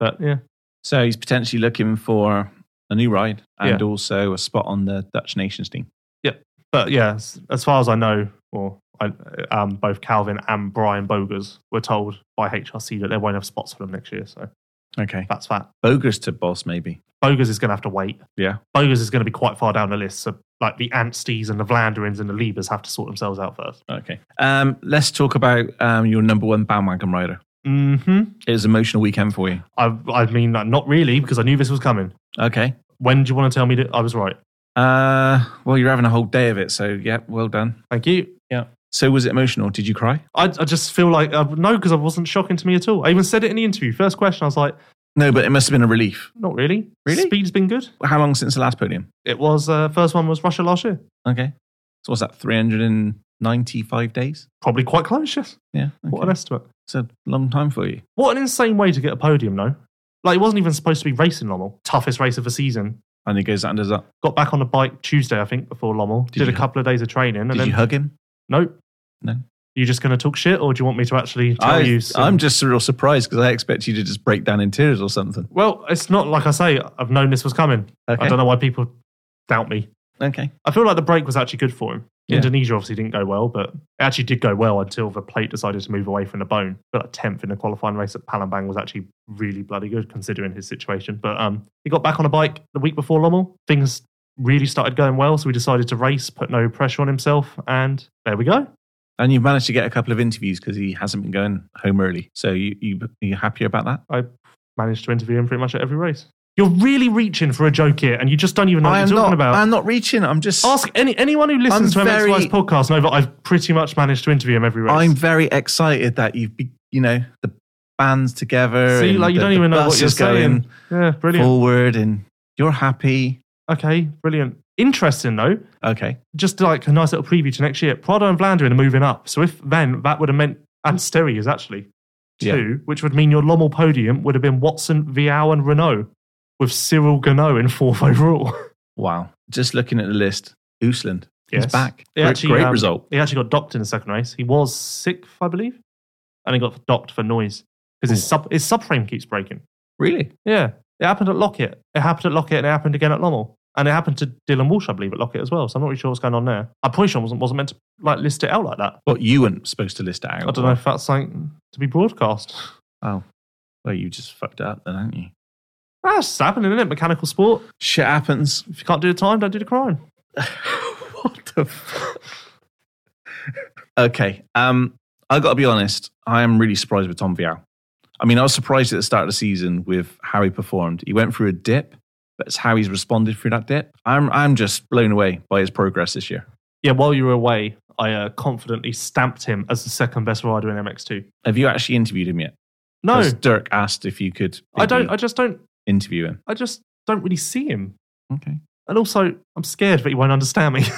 Speaker 4: But yeah,
Speaker 3: So he's potentially looking for a new ride and
Speaker 4: Yeah.
Speaker 3: also a spot on the Dutch Nations team.
Speaker 4: But yeah, as, as far as I know, or I, um, both Calvin and Brian Bogers were told by HRC that they won't have spots for them next year. So
Speaker 3: Okay.
Speaker 4: that's that.
Speaker 3: Bogus to boss, maybe.
Speaker 4: Bogers is going to have to wait.
Speaker 3: Yeah.
Speaker 4: Bogers is going to be quite far down the list. So like the Anstys and the Vlanderins and the Liebers have to sort themselves out first.
Speaker 3: Okay. Um, let's talk about um, your number one bandwagon rider.
Speaker 4: Mm-hmm.
Speaker 3: It was an emotional weekend for you.
Speaker 4: I, I mean, like, not really, because I knew this was coming.
Speaker 3: Okay.
Speaker 4: When do you want to tell me that I was right?
Speaker 3: Uh, well, you're having a whole day of it. So, yeah, well done.
Speaker 4: Thank you.
Speaker 3: So, was it emotional? Did you cry?
Speaker 4: I, I just feel like, uh, no, because I wasn't shocking to me at all. I even said it in the interview. First question, I was like,
Speaker 3: No, but it must have been a relief.
Speaker 4: not really.
Speaker 3: Really?
Speaker 4: Speed's been good.
Speaker 3: How long since the last podium?
Speaker 4: It was, uh, first one was Russia last year.
Speaker 3: Okay. So, what's that, 395 days?
Speaker 4: Probably quite close, yes.
Speaker 3: Yeah.
Speaker 4: What an
Speaker 3: okay.
Speaker 4: estimate.
Speaker 3: It's a long time for you.
Speaker 4: What an insane way to get a podium, though. Like, it wasn't even supposed to be racing Lommel. Toughest race of the season.
Speaker 3: And he goes under up.
Speaker 4: Got back on the bike Tuesday, I think, before Lommel.
Speaker 3: Did
Speaker 4: Did,
Speaker 3: you-
Speaker 4: a couple of days of training. And
Speaker 3: Did
Speaker 4: then,
Speaker 3: you hug him?
Speaker 4: nope.
Speaker 3: No.
Speaker 4: You just going to talk shit, or do you want me to actually tell
Speaker 3: I,
Speaker 4: you? some-
Speaker 3: I'm just a real surprised because I expect you to just break down in tears or something.
Speaker 4: Well, it's not like I say, I've known this was coming.
Speaker 3: Okay.
Speaker 4: I don't know why people doubt me.
Speaker 3: Okay.
Speaker 4: I feel like the break was actually good for him.
Speaker 3: Yeah.
Speaker 4: Indonesia obviously didn't go well, but it actually did go well until the plate decided to move away from the bone. But like tenth in the qualifying race at Palembang was actually really bloody good considering his situation. But um, he got back on a bike the week before Lommel. Things really started going well, so we decided to race, put no pressure on himself, and there we go.
Speaker 3: And you've managed to get a couple of interviews because he hasn't been going home early. So you, you are you happier about that?
Speaker 4: Managed to interview him pretty much at every race. You're really reaching for a joke here, and you just don't even know what
Speaker 3: I
Speaker 4: you're
Speaker 3: am
Speaker 4: talking
Speaker 3: not.
Speaker 4: about.
Speaker 3: I'm not reaching. I'm just.
Speaker 4: Ask any, anyone who listens
Speaker 3: I'm
Speaker 4: to MX
Speaker 3: very-
Speaker 4: Wise podcast know that I've pretty much managed to interview him every race.
Speaker 3: I'm very excited that you've be, you know the band's together.
Speaker 4: See,
Speaker 3: and
Speaker 4: like you
Speaker 3: the-
Speaker 4: don't
Speaker 3: the
Speaker 4: even know
Speaker 3: bus
Speaker 4: what you're
Speaker 3: is going
Speaker 4: saying. Yeah, brilliant.
Speaker 3: forward, and you're happy.
Speaker 4: Okay, brilliant. Interesting though,
Speaker 3: Okay.
Speaker 4: just like a nice little preview to next year. Prado and Vlander are moving up. So if then that would have meant and Steri is actually two,
Speaker 3: Yeah.
Speaker 4: which would mean your Lommel podium would have been Watson, Vial, and Renault, with Cyril Gano in fourth overall.
Speaker 3: Wow. Just looking at the list, Usland
Speaker 4: Yes.
Speaker 3: is back.
Speaker 4: He
Speaker 3: Great,
Speaker 4: actually,
Speaker 3: great
Speaker 4: um,
Speaker 3: result.
Speaker 4: he actually got docked in the second race. He was sixth, I believe, and he got docked for noise because his sub his subframe keeps breaking.
Speaker 3: Really?
Speaker 4: Yeah, It happened at Lockett. It happened at Lockett and it happened again at Lommel. And it happened to Dylan Walsh, I believe, at Lockett as well. So I'm not really sure what's going on there. I'm pretty sure I wasn't, wasn't meant to like list it out like that.
Speaker 3: But you weren't supposed to list it out.
Speaker 4: I don't know if that's something to be broadcast.
Speaker 3: Oh, well, you just fucked it up then, haven't you?
Speaker 4: That's happening, isn't it? Mechanical sport.
Speaker 3: Shit happens.
Speaker 4: If you can't do the time, don't do the crime.
Speaker 3: what the fuck? okay. Um, I got to be honest. I am really surprised with Tom Vial. I mean, I was surprised at the start of the season with how he performed. He went through a dip, but it's how he's responded through that dip. I'm, I'm just blown away by his progress this year.
Speaker 4: Yeah, while you were away, I uh, confidently stamped him as the second best rider in MX2.
Speaker 3: Have you actually interviewed him yet?
Speaker 4: No,
Speaker 3: 'Cause Dirk asked if you could.
Speaker 4: I don't. I just don't.
Speaker 3: interview him.
Speaker 4: I just don't really see him.
Speaker 3: Okay.
Speaker 4: And also, I'm scared that he won't understand me.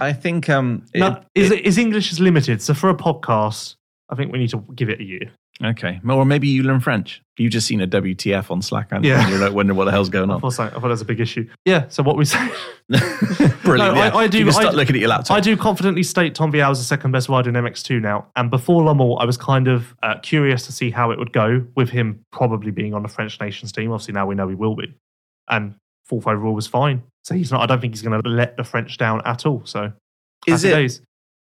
Speaker 3: I think um. it-
Speaker 4: no, his, his English is limited, so for a podcast, I think we need to give it a year.
Speaker 3: Okay. Well, or maybe you learn French. You've just seen a WTF on Slack, and
Speaker 4: Yeah.
Speaker 3: you're like wondering what the hell's going
Speaker 4: I
Speaker 3: on.
Speaker 4: thought, so- I thought that was a big issue. Yeah. So what we say?
Speaker 3: Brilliant.
Speaker 4: No, I-
Speaker 3: yeah.
Speaker 4: I do-
Speaker 3: You can
Speaker 4: I
Speaker 3: start
Speaker 4: do-
Speaker 3: looking at your laptop.
Speaker 4: I do confidently state Tom Vial is the second best rider in MX2 now. And before Lommel, I was kind of uh, curious to see how it would go with him probably being on the French Nations team. Obviously, now we know he will be. And fourth overall was fine. So he's not. I don't think he's going to let the French down at all. So
Speaker 3: is
Speaker 4: happy
Speaker 3: it
Speaker 4: days.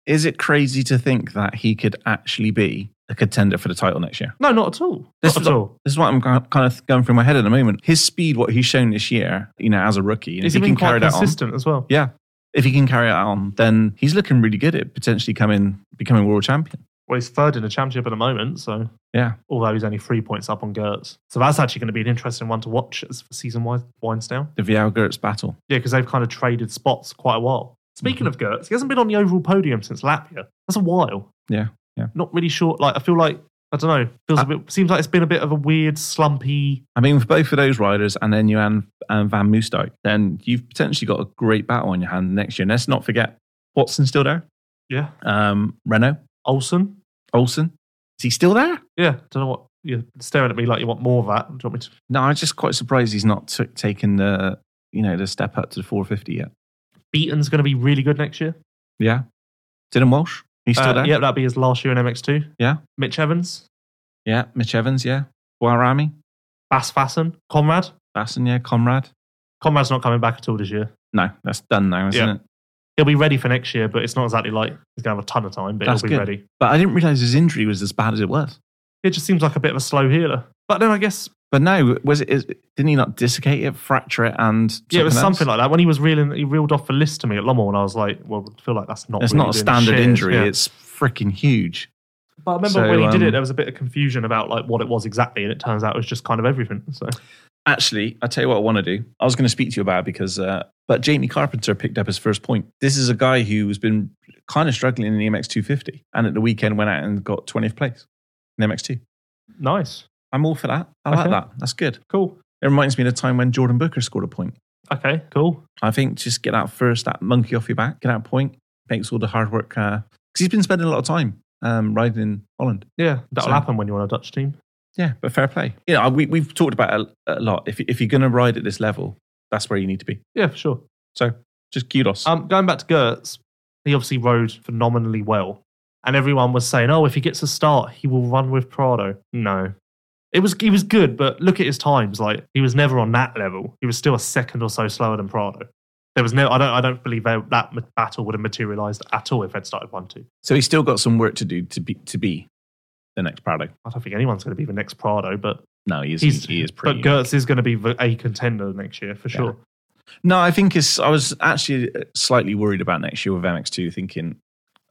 Speaker 3: is it crazy to think that he could actually be a contender for the title next year?
Speaker 4: No, not at all.
Speaker 3: This
Speaker 4: not
Speaker 3: was
Speaker 4: at all.
Speaker 3: This is what I'm kind of going through my head at the moment. His speed, what he's shown this year, you know, as a rookie, and
Speaker 4: He's
Speaker 3: if he
Speaker 4: been
Speaker 3: can
Speaker 4: quite
Speaker 3: carry that on,
Speaker 4: consistent as well.
Speaker 3: yeah. If he can carry it on, then he's looking really good at potentially coming becoming world champion.
Speaker 4: Well, he's third in the championship at the moment. So
Speaker 3: Yeah.
Speaker 4: although he's only three points up on Gertz. So that's actually going to be an interesting one to watch as season wi- winds down.
Speaker 3: The Vial Gertz battle.
Speaker 4: Yeah, because they've kind of traded spots quite a while.
Speaker 3: Mm-hmm.
Speaker 4: Speaking of Gertz, he hasn't been on the overall podium since Latvia. That's a while.
Speaker 3: Yeah, yeah. Uh,
Speaker 4: Not really sure. Like I feel like I don't know. Feels a bit. Seems like it's been a bit of a weird slumpy.
Speaker 3: I mean, for both of those riders, and then you and, and Van Moosdijk, then you've potentially got a great battle on your hand next year. And let's not forget Watson's still there.
Speaker 4: Yeah.
Speaker 3: Um, Renault,
Speaker 4: Olsen.
Speaker 3: Olsen, is he still there?
Speaker 4: Yeah. Don't know what you're staring at me like you want more of that. Do you want me to?
Speaker 3: No, I'm just quite surprised he's not took taken the you know the step up to the 450 yet.
Speaker 4: Beaton's going to be really good next year.
Speaker 3: Yeah, Dylan Walsh, he's still
Speaker 4: Uh,
Speaker 3: there.
Speaker 4: Yeah, that'd be his last year in MX2.
Speaker 3: Yeah.
Speaker 4: Mitch Evans,
Speaker 3: yeah, Mitch Evans, yeah, Warami,
Speaker 4: Bass Fassen, Conrad.
Speaker 3: Basson, yeah, Comrade.
Speaker 4: Conrad's not coming back at all this year.
Speaker 3: No, that's done now, isn't
Speaker 4: Yeah.
Speaker 3: it?
Speaker 4: He'll be ready for next year, but it's not exactly like he's going to have a ton of time, but
Speaker 3: That's
Speaker 4: he'll be
Speaker 3: good.
Speaker 4: ready.
Speaker 3: But I didn't realize his injury was as bad as it was.
Speaker 4: It just seems like a bit of a slow healer. But then I guess,
Speaker 3: But no, was it? Is, didn't he not dislocate it, fracture it, and
Speaker 4: yeah, it was
Speaker 3: else?
Speaker 4: something like that. When he was reeling, he reeled off the list to me at Lommel, and I was like, well, I feel like that's not
Speaker 3: It's
Speaker 4: really
Speaker 3: not a
Speaker 4: doing
Speaker 3: standard
Speaker 4: shit.
Speaker 3: injury.
Speaker 4: Yeah.
Speaker 3: It's freaking huge.
Speaker 4: But I remember
Speaker 3: so,
Speaker 4: when he did
Speaker 3: um,
Speaker 4: it, there was a bit of confusion about like what it was exactly, and it turns out it was just kind of everything. So
Speaker 3: Actually, I tell you what I want to do. I was going to speak to you about it because, uh, but Jamie Carpenter picked up his first point. This is a guy who's been kind of struggling in the MX 250, and at the weekend went out and got 20th place in MX 2.
Speaker 4: nice,
Speaker 3: I'm all for that. I like
Speaker 4: Okay.
Speaker 3: that. That's good.
Speaker 4: cool,
Speaker 3: It reminds me of the time when Jordan Booker scored a point.
Speaker 4: okay, cool.
Speaker 3: I think just get out first, that monkey off your back, get out point, makes all the hard work. Because he's been spending a lot of time um, riding in Holland.
Speaker 4: Yeah, that'll
Speaker 3: So-
Speaker 4: happen when you're on a Dutch team.
Speaker 3: Yeah, but fair play. You know, we, we've talked about it a, a lot. If, if you're going to ride at this level, that's where you need to be.
Speaker 4: Yeah, for sure.
Speaker 3: So just kudos.
Speaker 4: Um, going back to Gertz, he obviously rode phenomenally well. And everyone was saying, oh, if he gets a start, he will run with Prado. No. It was, he was good, but look at his times. Like, he was never on that level. He was still a second or so slower than Prado. There was no, I don't, I don't believe that, that ma- battle would have materialized at all if they'd started 1 2.
Speaker 3: so he's still got some work to do to be, to be the next Prado.
Speaker 4: I don't think anyone's going to be the next Prado, but
Speaker 3: No, he is,
Speaker 4: he's,
Speaker 3: he is
Speaker 4: but
Speaker 3: pretty.
Speaker 4: Gertz is going to be the- a contender next year for
Speaker 3: Yeah.
Speaker 4: sure.
Speaker 3: no, I think it's, I was actually uh, slightly worried about next year with MX2 thinking.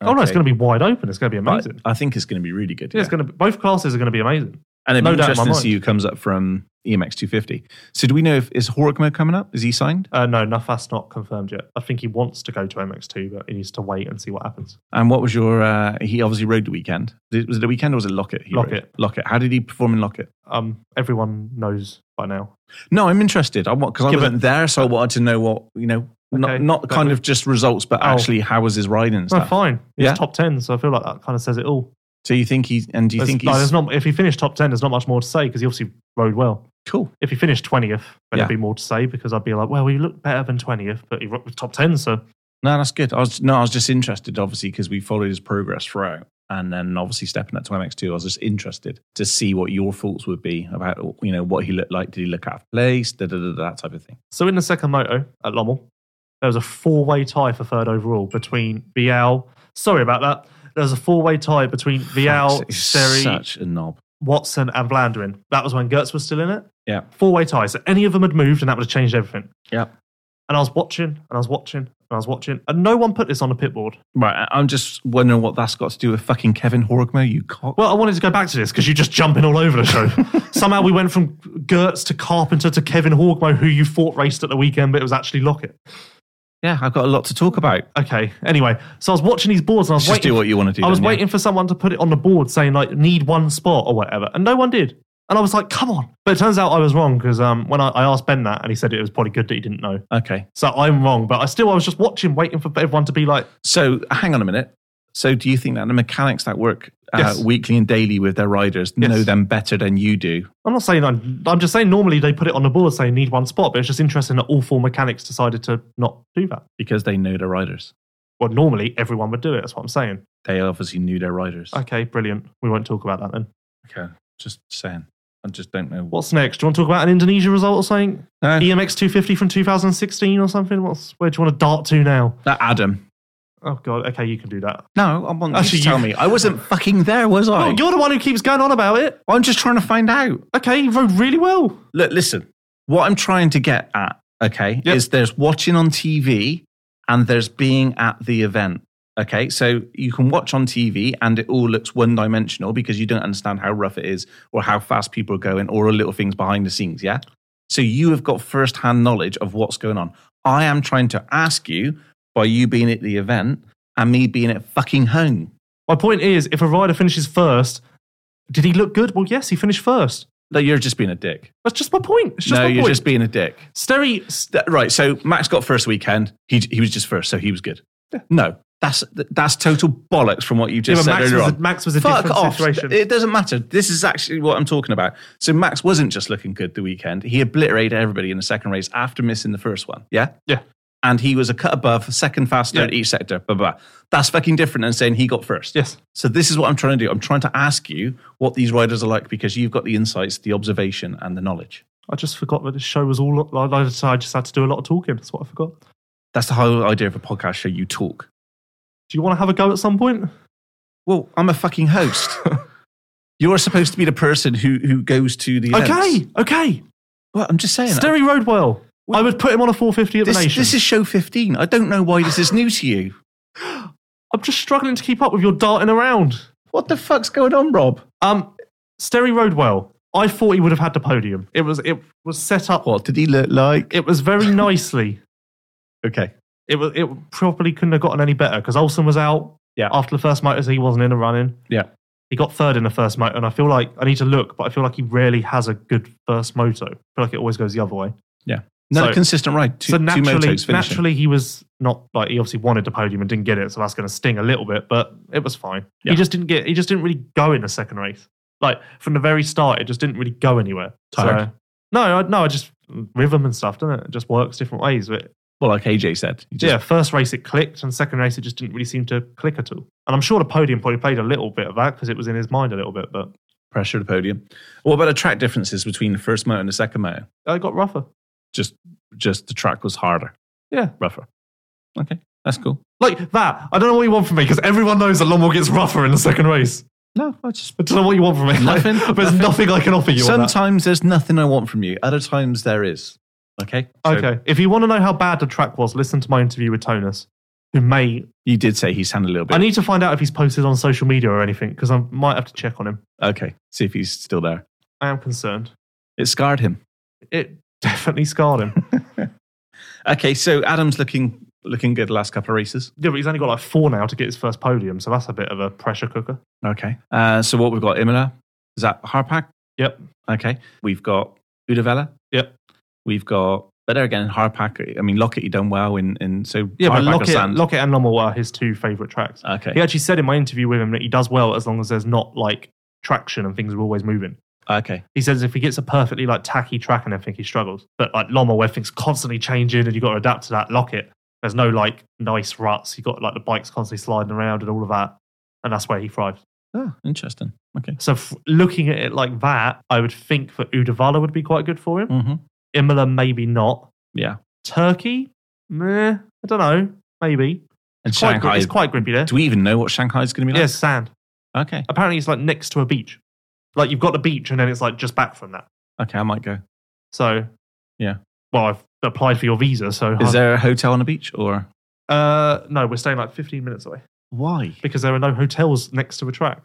Speaker 4: Oh, no, it's going to be wide open. It's going to be amazing.
Speaker 3: I think it's going to be really good.
Speaker 4: yeah, it's going to be, both classes are going to be amazing.
Speaker 3: And it'd
Speaker 4: No
Speaker 3: be
Speaker 4: doubt in my
Speaker 3: interesting to see
Speaker 4: mind.
Speaker 3: who comes up from E EMX 250. So do we know if is Horikmo coming up? Is he signed?
Speaker 4: Uh, no, no, that's not confirmed yet. I think he wants to go to MX2, but he needs to wait and see what happens.
Speaker 3: And what was your? Uh, he obviously rode the weekend. Did- Was it the weekend or was it Lockett? he rode?
Speaker 4: Lockett.
Speaker 3: Lockett. How did he perform in Lockett?
Speaker 4: Um, everyone knows by now.
Speaker 3: No, I'm interested. I want because I
Speaker 4: Yeah, but-
Speaker 3: wasn't there, so I wanted to know what you know. Not,
Speaker 4: Okay,
Speaker 3: not
Speaker 4: but
Speaker 3: kind
Speaker 4: we-
Speaker 3: of just results, but
Speaker 4: Oh.
Speaker 3: actually how was his riding and
Speaker 4: No,
Speaker 3: stuff.
Speaker 4: fine. He's
Speaker 3: Yeah.
Speaker 4: top 10, so I feel like that kind of says it all.
Speaker 3: so you think he? And do you
Speaker 4: There's-
Speaker 3: think
Speaker 4: no,
Speaker 3: he's
Speaker 4: there's not, if he finished top 10, there's not much more to say because he obviously rode well.
Speaker 3: cool?
Speaker 4: If he finished 20th, then
Speaker 3: Yeah.
Speaker 4: there'd be more to say because I'd be like, well, he looked better than 20th, but he ro- was top 10, so
Speaker 3: No, that's good. I was no, I was just interested, obviously, because we followed his progress throughout. and then obviously stepping up to MX2, I was just interested to see what your thoughts would be about you know what he looked like. Did he look out of place? Da, da, da, da, that type of thing.
Speaker 4: So in the second moto at Lommel, there was a four-way tie for third overall between Vial. Sorry about that. There was a four-way tie between Vial,
Speaker 3: Fuck's sake,
Speaker 4: Seri,
Speaker 3: such a knob.
Speaker 4: Watson, and Vlandrin. That was when Gertz was still in it.
Speaker 3: Yeah,
Speaker 4: Four-way tie. So any of them had moved, and that would have changed everything.
Speaker 3: yeah.
Speaker 4: And I was watching, and I was watching, and I was watching, and no one put this on the pit board.
Speaker 3: Right, I- I'm just wondering what that's got to do with fucking Kevin Horgmo, you cock.
Speaker 4: Well, I wanted to go back to this because you're just jumping all over the show. Somehow we went from Gertz to Carpenter to Kevin Horgmo, who you thought raced at the weekend, but it was actually Lockett.
Speaker 3: yeah, I've got a lot to talk about.
Speaker 4: Okay. Anyway, so I was watching these boards and I was
Speaker 3: Just
Speaker 4: waiting.
Speaker 3: do what you want to do.
Speaker 4: I was
Speaker 3: then, yeah.
Speaker 4: waiting for someone to put it on the board saying like need one spot or whatever, and no one did. And I was like, come on. But it turns out I was wrong because um, when I, I asked Ben that, and he said it was probably good that he didn't know.
Speaker 3: Okay,
Speaker 4: So I'm wrong, but I still I was just watching, waiting for everyone to be like,
Speaker 3: so hang on a minute. So do you think that the mechanics that work uh,
Speaker 4: Yes.
Speaker 3: weekly and daily with their riders
Speaker 4: Yes.
Speaker 3: know them better than you do?
Speaker 4: I'm not saying I'm, I'm just saying normally they put it on the board saying need one spot, but it's just interesting that all four mechanics decided to not do that.
Speaker 3: Because they know their riders.
Speaker 4: Well, normally everyone would do it. That's what I'm saying.
Speaker 3: They obviously knew their riders.
Speaker 4: Okay, brilliant. We won't talk about that then.
Speaker 3: Okay, just saying. I just don't know what.
Speaker 4: What's next? Do you want to talk about an Indonesia result or something? E
Speaker 3: No,
Speaker 4: EMX 250 from 2016 or something? What's where do you want to dart to now?
Speaker 3: that Adam.
Speaker 4: Oh god, okay, you can do that.
Speaker 3: No, I want
Speaker 4: Actually,
Speaker 3: you to tell
Speaker 4: you-
Speaker 3: me. I wasn't fucking there, was I?
Speaker 4: Oh, you're the one who keeps going on about it.
Speaker 3: I'm just trying to find out.
Speaker 4: Okay, you rode really well.
Speaker 3: Look, listen. What I'm trying to get at, okay,
Speaker 4: Yep.
Speaker 3: is there's watching on TV and there's being at the event. Okay, so you can watch on TV and it all looks one dimensional because you don't understand how rough it is or how fast people are going or little things behind the scenes. Yeah. So you have got first hand knowledge of what's going on. I am trying to ask you by you being at the event and me being at fucking home.
Speaker 4: My point is, if a rider finishes first, did he look good? Well, yes, he finished first.
Speaker 3: That you're just being a dick.
Speaker 4: That's just my point. It's just
Speaker 3: no,
Speaker 4: my
Speaker 3: you're
Speaker 4: point.
Speaker 3: just being a dick.
Speaker 4: Steri, s-
Speaker 3: That- right. So Max got first weekend. He he was just first, so he was good. No, that's that's total bollocks from what you
Speaker 4: yeah,
Speaker 3: just
Speaker 4: but
Speaker 3: said
Speaker 4: Max,
Speaker 3: earlier
Speaker 4: was a,
Speaker 3: on.
Speaker 4: Max was a
Speaker 3: Fuck
Speaker 4: different
Speaker 3: off.
Speaker 4: situation.
Speaker 3: It doesn't matter. This is actually what I'm talking about. So Max wasn't just looking good the weekend. He obliterated everybody in the second race after missing the first one. Yeah.
Speaker 4: Yeah.
Speaker 3: And he was a cut above, second faster
Speaker 4: Yeah.
Speaker 3: at each sector. Blah, blah blah. That's fucking different than saying he got first.
Speaker 4: yes.
Speaker 3: So this is what I'm trying to do. I'm trying to ask you what these riders are like because you've got the insights, the observation, and the knowledge.
Speaker 4: I just forgot that this show was all. I I just, I just had to do a lot of talking. That's what I forgot.
Speaker 3: That's the whole idea of a podcast show. You talk.
Speaker 4: Do you want to have a go at some point?
Speaker 3: Well, I'm a fucking host. You're supposed to be the person who, who goes to the events.
Speaker 4: Okay, okay.
Speaker 3: Well, I'm just saying. uh,
Speaker 4: Steri rode well. I would put him on a 450 at the
Speaker 3: this,
Speaker 4: nation.
Speaker 3: this is show 15. I don't know why this is new to you.
Speaker 4: I'm just struggling to keep up with your darting around.
Speaker 3: What the fuck's going on, Rob?
Speaker 4: Um, Steri rode well. I thought he would have had the podium. It was it was set up.
Speaker 3: What did he look like?
Speaker 4: It was very nicely.
Speaker 3: Okay.
Speaker 4: It was it probably couldn't have gotten any better because Olsen was out.
Speaker 3: Yeah.
Speaker 4: After the first motor, so he wasn't in the running.
Speaker 3: Yeah.
Speaker 4: He got third in the first motor, and I feel like I need to look, but I feel like he rarely has a good first moto. I feel like it always goes the other way.
Speaker 3: Another
Speaker 4: So-
Speaker 3: consistent ride. Two,
Speaker 4: so
Speaker 3: two
Speaker 4: naturally,
Speaker 3: motos finishing.
Speaker 4: naturally, he was not like he obviously wanted the podium and didn't get it, so that's going to sting a little bit, but it was fine.
Speaker 3: Yeah.
Speaker 4: He just didn't get. He just didn't really go in the second race. Like from the very start, it just didn't really go anywhere.
Speaker 3: Tired.
Speaker 4: So, no, I, no, I just rhythm and stuff, doesn't it? It just works different ways. But
Speaker 3: Well, like AJ said. you just-
Speaker 4: yeah, first race it clicked, and second race it just didn't really seem to click at all. And I'm sure the podium probably played a little bit of that because it was in his mind a little bit, but
Speaker 3: Pressure to podium. What about the track differences between the first moto and the second moto?
Speaker 4: it got rougher.
Speaker 3: Just, just the track was harder.
Speaker 4: Yeah.
Speaker 3: Rougher. Okay. That's cool.
Speaker 4: Like that. I don't know what you want from me because everyone knows that Lommel gets rougher in the second race.
Speaker 3: No, I just
Speaker 4: I don't know what you want from me.
Speaker 3: Nothing.
Speaker 4: There's nothing I can offer you. on that.
Speaker 3: Sometimes there's nothing I want from you. Other times there is. Okay. So
Speaker 4: Okay. If you want to know how bad the track was, listen to my interview with Tonus, who may.
Speaker 3: You did say he sounded a little bit.
Speaker 4: I need to find out if he's posted on social media or anything because I might have to check on him.
Speaker 3: okay. See if he's still there.
Speaker 4: I am concerned.
Speaker 3: It scarred him.
Speaker 4: It definitely scarred him.
Speaker 3: Okay. So Adam's looking looking good last couple of races.
Speaker 4: yeah, but he's only got like four now to get his first podium, so that's a bit of a pressure cooker.
Speaker 3: Okay. Uh, so what we've got Imola. Is that Harpak?
Speaker 4: Yep.
Speaker 3: Okay. We've got Udavella.
Speaker 4: Yep.
Speaker 3: We've got. But there again, Harpak. I mean, Lockett, he done well in, in so
Speaker 4: Yeah,
Speaker 3: Harpak
Speaker 4: but
Speaker 3: or
Speaker 4: Lockett,
Speaker 3: Sand.
Speaker 4: Lockett and Lommel are his two favourite tracks.
Speaker 3: okay.
Speaker 4: He actually said in my interview with him that he does well as long as there's not like traction and things are always moving.
Speaker 3: Okay.
Speaker 4: He says if he gets a perfectly like tacky track and everything, he struggles. But like Loma, where things constantly changing and you got to adapt to that, lock it. There's no like nice ruts. You got like the bikes constantly sliding around and all of that. and that's where he thrives.
Speaker 3: Oh, interesting. Okay.
Speaker 4: So f- looking at it like that, I would think that Udavala would be quite good for him.
Speaker 3: Mm-hmm.
Speaker 4: Imola maybe not.
Speaker 3: Yeah.
Speaker 4: Turkey, meh, I don't know, maybe.
Speaker 3: And
Speaker 4: It's quite, gri-
Speaker 3: Shanghai.
Speaker 4: it's quite grimpy there.
Speaker 3: do we even know what Shanghai's going to be
Speaker 4: Yeah,
Speaker 3: like?
Speaker 4: sand.
Speaker 3: Okay.
Speaker 4: Apparently, it's like next to a beach. Like you've got the beach, and then it's like just back from that.
Speaker 3: Okay, I might go.
Speaker 4: So
Speaker 3: Yeah.
Speaker 4: well, I've applied for your visa, so
Speaker 3: Is there a hotel on a beach or
Speaker 4: Uh, no, we're staying like 15 minutes away
Speaker 3: why?
Speaker 4: because there are no hotels next to a track.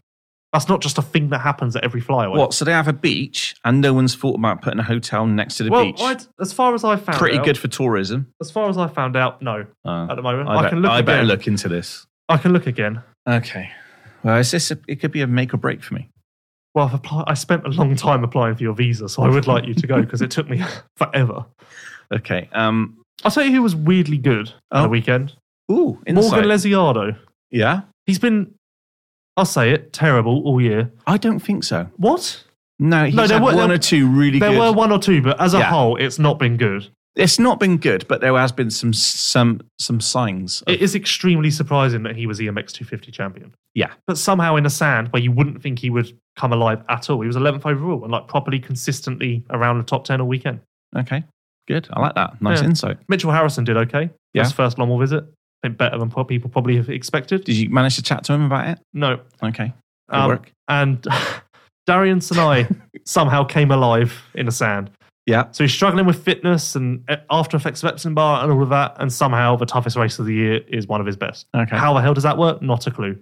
Speaker 4: That's not just a thing that happens at every flyaway.
Speaker 3: What? So they have a beach, and no one's thought about putting a hotel next to the
Speaker 4: Well,
Speaker 3: beach.
Speaker 4: I'd- as far as I found,
Speaker 3: Pretty
Speaker 4: out-
Speaker 3: good for tourism.
Speaker 4: As far as I found out, no,
Speaker 3: Uh,
Speaker 4: at the moment.
Speaker 3: I,
Speaker 4: I,
Speaker 3: bet-
Speaker 4: can look
Speaker 3: I better
Speaker 4: again.
Speaker 3: look into this.
Speaker 4: I can look again.
Speaker 3: Okay. Well, is this a, it could be a make or break for me.
Speaker 4: Well, I've applied. I spent a long time applying for your visa, so I would like you to go because it took me forever.
Speaker 3: Okay. Um.
Speaker 4: I'll tell you who was weirdly good
Speaker 3: Oh.
Speaker 4: on the weekend.
Speaker 3: Ooh, insight.
Speaker 4: Morgan Lesiardo.
Speaker 3: yeah.
Speaker 4: He's been, I'll say it, terrible all year.
Speaker 3: I don't think so.
Speaker 4: What?
Speaker 3: No, he's
Speaker 4: No, there
Speaker 3: had
Speaker 4: were-
Speaker 3: one
Speaker 4: there-
Speaker 3: or two really
Speaker 4: there
Speaker 3: good.
Speaker 4: were one or two, but as a
Speaker 3: Yeah.
Speaker 4: whole, it's not been good.
Speaker 3: it's not been good, but there has been some some some signs. Of,
Speaker 4: It is extremely surprising that he was E EMX 250 champion.
Speaker 3: Yeah.
Speaker 4: But somehow in the sand where you wouldn't think he would come alive at all, he was 11th overall and like properly consistently around the top 10 all weekend.
Speaker 3: okay, good. I like that. Nice
Speaker 4: Yeah.
Speaker 3: insight.
Speaker 4: Mitchell Harrison did okay.
Speaker 3: Yeah.
Speaker 4: His first Lommel visit. I think better than what people probably have expected.
Speaker 3: Did you manage to chat to him about it?
Speaker 4: No.
Speaker 3: Okay, good
Speaker 4: Um,
Speaker 3: work.
Speaker 4: And Darian Sinai somehow came alive in the sand.
Speaker 3: Yeah.
Speaker 4: So he's struggling with fitness and eh, after effects of Epsom Bar and all of that. And somehow the toughest race of the year is one of his best.
Speaker 3: Okay.
Speaker 4: How the hell does that work? Not a clue.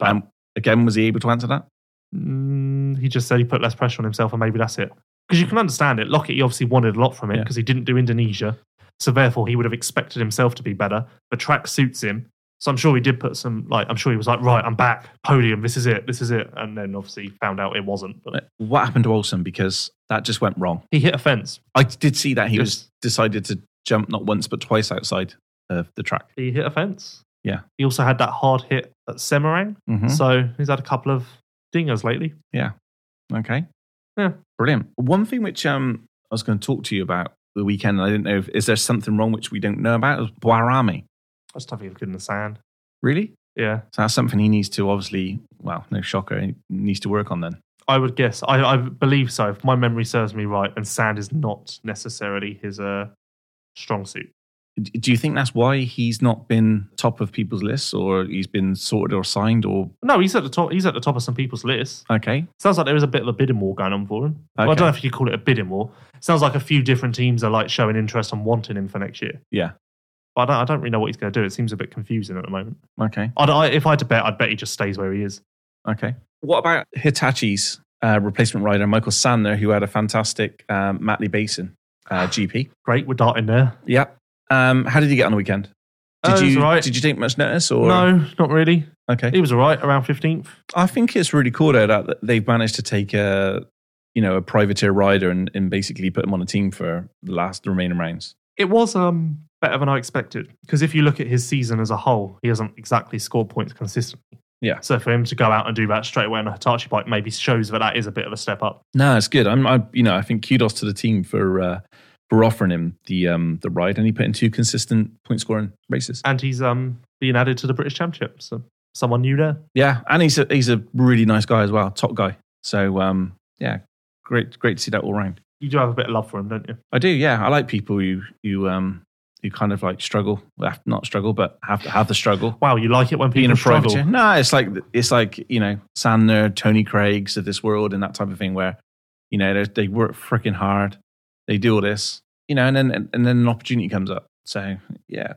Speaker 3: Um, again, was he able to answer that?
Speaker 4: Mm, he just said he put less pressure on himself, and maybe that's it. Because you can understand it. Lockett, he obviously wanted a lot from it
Speaker 3: Yeah.
Speaker 4: because he didn't do Indonesia. So therefore, he would have expected himself to be better. The track suits him. So I'm sure he did put some, like, I'm sure he was like, right, I'm back, podium, this is it, this is it. And then obviously found out it wasn't. But
Speaker 3: What happened to Olsen? Because that just went wrong.
Speaker 4: he hit a fence.
Speaker 3: I did see that he was
Speaker 4: Yes.
Speaker 3: decided to jump not once but twice outside of the track.
Speaker 4: He hit a fence.
Speaker 3: Yeah.
Speaker 4: He also had that hard hit at Semarang.
Speaker 3: Mhm.
Speaker 4: So he's had a couple of dingers lately.
Speaker 3: Okay.
Speaker 4: Yeah.
Speaker 3: Brilliant. One thing which um I was going to talk to you about the weekend, and I didn't know if is there something wrong which we don't know about is Buarami.
Speaker 4: I just don't think he was good in the sand.
Speaker 3: Really?
Speaker 4: Yeah.
Speaker 3: So that's something he needs to obviously. Well, no shocker. He needs to work on then.
Speaker 4: I would guess. I, I believe so. If my memory serves me right, and sand is not necessarily his uh, strong suit.
Speaker 3: D- Do you think that's why he's not been top of people's lists, or he's been sorted or signed, or
Speaker 4: No, he's at the top. He's at the top of some people's list.
Speaker 3: okay?
Speaker 4: Sounds like there is a bit of a bidding war going on for him. Well, I
Speaker 3: Okay.
Speaker 4: don't know if you call it a bidding war. Sounds like a few different teams are like showing interest and wanting him for next year.
Speaker 3: Yeah.
Speaker 4: But I don't, I don't really know what he's going to do. It seems a bit confusing at the moment.
Speaker 3: Okay.
Speaker 4: I'd, I, if I had to bet, I'd bet he just stays where he is.
Speaker 3: Okay. What about Hitachi's uh, replacement rider, Michael Sandner, who had a fantastic um, Matley Basin uh, GP?
Speaker 4: Great, we're darting there.
Speaker 3: Yeah. Um, how did you get on the weekend? Did
Speaker 4: Uh, it was
Speaker 3: you
Speaker 4: all right.
Speaker 3: did you take much notice or
Speaker 4: no, not really.
Speaker 3: Okay.
Speaker 4: He was all right around 15th.
Speaker 3: I think it's really cool though that they've managed to take a you know a privateer rider and, and basically put him on a team for the last remaining rounds.
Speaker 4: It was um, better than I expected because if you look at his season as a whole, he hasn't exactly scored points consistently.
Speaker 3: Yeah.
Speaker 4: So for him to go out and do that straight away on a Hitachi bike maybe shows that that is a bit of a step up.
Speaker 3: No, it's good. I'm I, you know I think kudos to the team for uh, for offering him the um the ride and he put in two consistent point scoring races.
Speaker 4: And he's um, being added to the British Championship. So someone new there.
Speaker 3: Yeah, and he's a, he's a really nice guy as well, top guy. So um yeah, great great to see that all round.
Speaker 4: You do have a bit of love for him, don't you?
Speaker 3: I do, yeah. I like people who who um who kind of like struggle, well, not struggle, but have have the struggle.
Speaker 4: Wow, you like it when people
Speaker 3: Being a
Speaker 4: struggle.
Speaker 3: privateer, no, it's like it's like you know Sandner, Tony Craig's of this world, and that type of thing where you know they- they work freaking hard, they do all this, you know, and then and, and then an opportunity comes up. So yeah,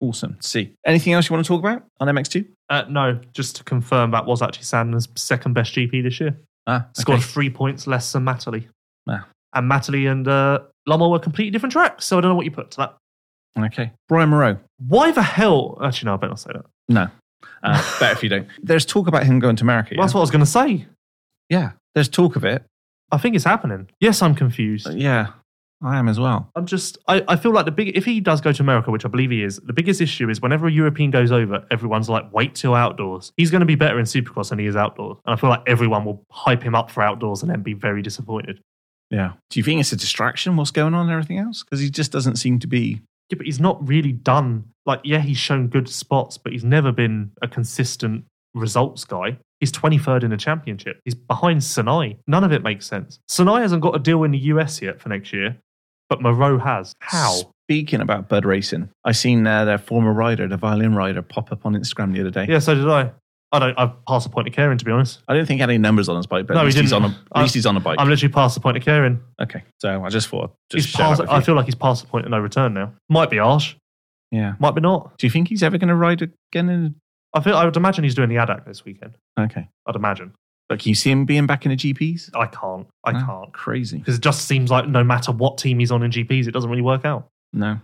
Speaker 3: awesome. to See anything else you want to talk about on MX two?
Speaker 4: Uh, no, just to confirm, that was actually Sandner's second best GP this year.
Speaker 3: Ah,
Speaker 4: Scored
Speaker 3: okay.
Speaker 4: three points less than Matley.
Speaker 3: Wow.
Speaker 4: And Matley and uh, Lommel were completely different tracks. So I don't know what you put to that.
Speaker 3: okay. Brian Moreau.
Speaker 4: Why the hell? Actually, no, I better not say that.
Speaker 3: No, uh, better if you don't. There's talk about him going to America. Yeah,
Speaker 4: That's what I was going to say.
Speaker 3: yeah. there's talk of it.
Speaker 4: I think it's happening. Yes, I'm confused.
Speaker 3: Yeah, I am as well.
Speaker 4: I'm just, I, I feel like the big, if he does go to America, which I believe he is, the biggest issue is whenever a European goes over, everyone's like, wait till outdoors. He's going to be better in supercross than he is outdoors. And I feel like everyone will hype him up for outdoors and then be very disappointed.
Speaker 3: Yeah. Do you think it's a distraction? What's going on? and Everything else? Because he just doesn't seem to be.
Speaker 4: Yeah, but he's not really done. Like, yeah, he's shown good spots, but he's never been a consistent results guy. He's 23rd in the championship. He's behind Sinai. None of it makes sense. Sinai hasn't got a deal in the US yet for next year, but Moreau has. How?
Speaker 3: Speaking about bird racing, I seen uh, their former rider, the violin rider, pop up on Instagram the other day.
Speaker 4: Yeah, so did I. I don't. I've passed the point of caring, to be honest.
Speaker 3: I didn't think he had any numbers on his bike, but
Speaker 4: No,
Speaker 3: at
Speaker 4: he
Speaker 3: least he's on
Speaker 4: didn't.
Speaker 3: a at least he's on a bike.
Speaker 4: I'm literally past the point of caring.
Speaker 3: okay, so I just thought I'd just
Speaker 4: He's
Speaker 3: share that
Speaker 4: past,
Speaker 3: with
Speaker 4: I
Speaker 3: you.
Speaker 4: feel like he's past the point of no return now. Might be harsh.
Speaker 3: yeah.
Speaker 4: Might be not.
Speaker 3: Do you think he's ever going to ride again? In
Speaker 4: I feel. I would imagine he's doing the ADAC this weekend.
Speaker 3: a... Okay,
Speaker 4: I'd imagine.
Speaker 3: but can you see him being back in the GPs?
Speaker 4: I can't. I
Speaker 3: No.
Speaker 4: can't.
Speaker 3: Crazy.
Speaker 4: Because it just seems like no matter what team he's on in GPs, it doesn't really work out.
Speaker 3: No.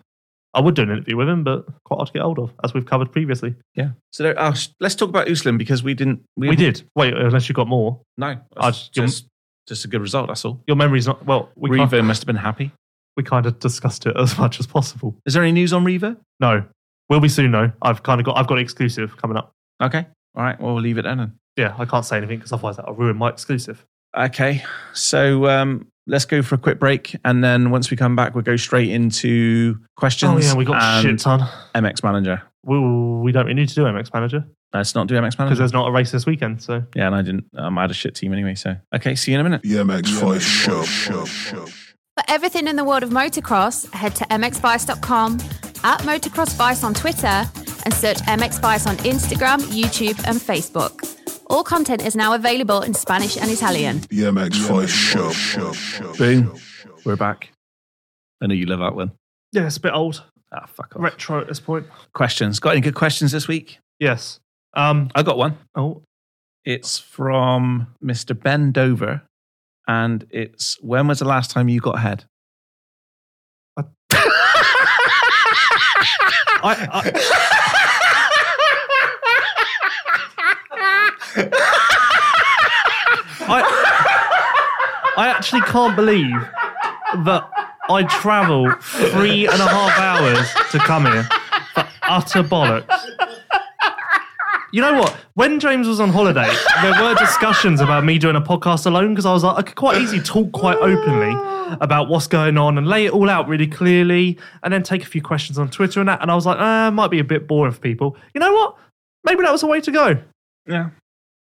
Speaker 4: I would do an interview with him, but quite hard to get hold of, as we've covered previously.
Speaker 3: Yeah. So there, oh, sh- let's talk about Uslan because we didn't.
Speaker 4: We did. Wait, unless you got more.
Speaker 3: No.
Speaker 4: I-
Speaker 3: That's just, just a good result. That's all.
Speaker 4: Your memory's not. Well, we, kind
Speaker 3: Revo
Speaker 4: of,
Speaker 3: must have been happy.
Speaker 4: we kind of discussed it as much as possible.
Speaker 3: Is there any news on Revo?
Speaker 4: No. Will be soon, though. I've kind of got. I've got an exclusive coming up.
Speaker 3: Okay. All right. Well, we'll leave it then. then.
Speaker 4: Yeah, I can't say anything because otherwise that'll ruin my exclusive.
Speaker 3: Okay. So um, let's go for a quick break. And then once we come back, we'll go straight into
Speaker 4: Oh,
Speaker 3: questions.
Speaker 4: yeah, we got
Speaker 3: and
Speaker 4: shit ton.
Speaker 3: MX Manager.
Speaker 4: We, we don't really need to do MX Manager
Speaker 3: Let's not do MX
Speaker 4: because
Speaker 3: Manager.
Speaker 4: there's not a race this weekend. So
Speaker 3: Yeah, and I didn't. Um, I had a shit team anyway. So, okay. See you in a minute.
Speaker 1: The MX5 Show.
Speaker 5: For everything in the world of motocross, head to mxvice.com, at motocrossvice on Twitter, and search mxvice on Instagram, YouTube, and Facebook. All content is now available in Spanish and Italian.
Speaker 1: The MX5 Show.
Speaker 3: Boom. We're back. I know you love that one.
Speaker 4: yeah, it's a bit old,
Speaker 3: Ah, fuck off.
Speaker 4: retro at this point.
Speaker 3: Questions. Got any good questions this week?
Speaker 4: Yes. Um.
Speaker 3: I got one.
Speaker 4: Oh,
Speaker 3: It's from Mr. Ben Dover. And it's when was the last time you got head?
Speaker 4: I, I, I, I actually can't believe that I travel three and a half hours to come here for utter bollocks. You know what? When James was on holiday, there were discussions about me doing a podcast alone because I was like, I could quite easily talk quite openly about what's going on and lay it all out really clearly and then take a few questions on Twitter and that. And I was like, uh, might be a bit boring for people. You know what? Maybe that was the way to go.
Speaker 3: Yeah.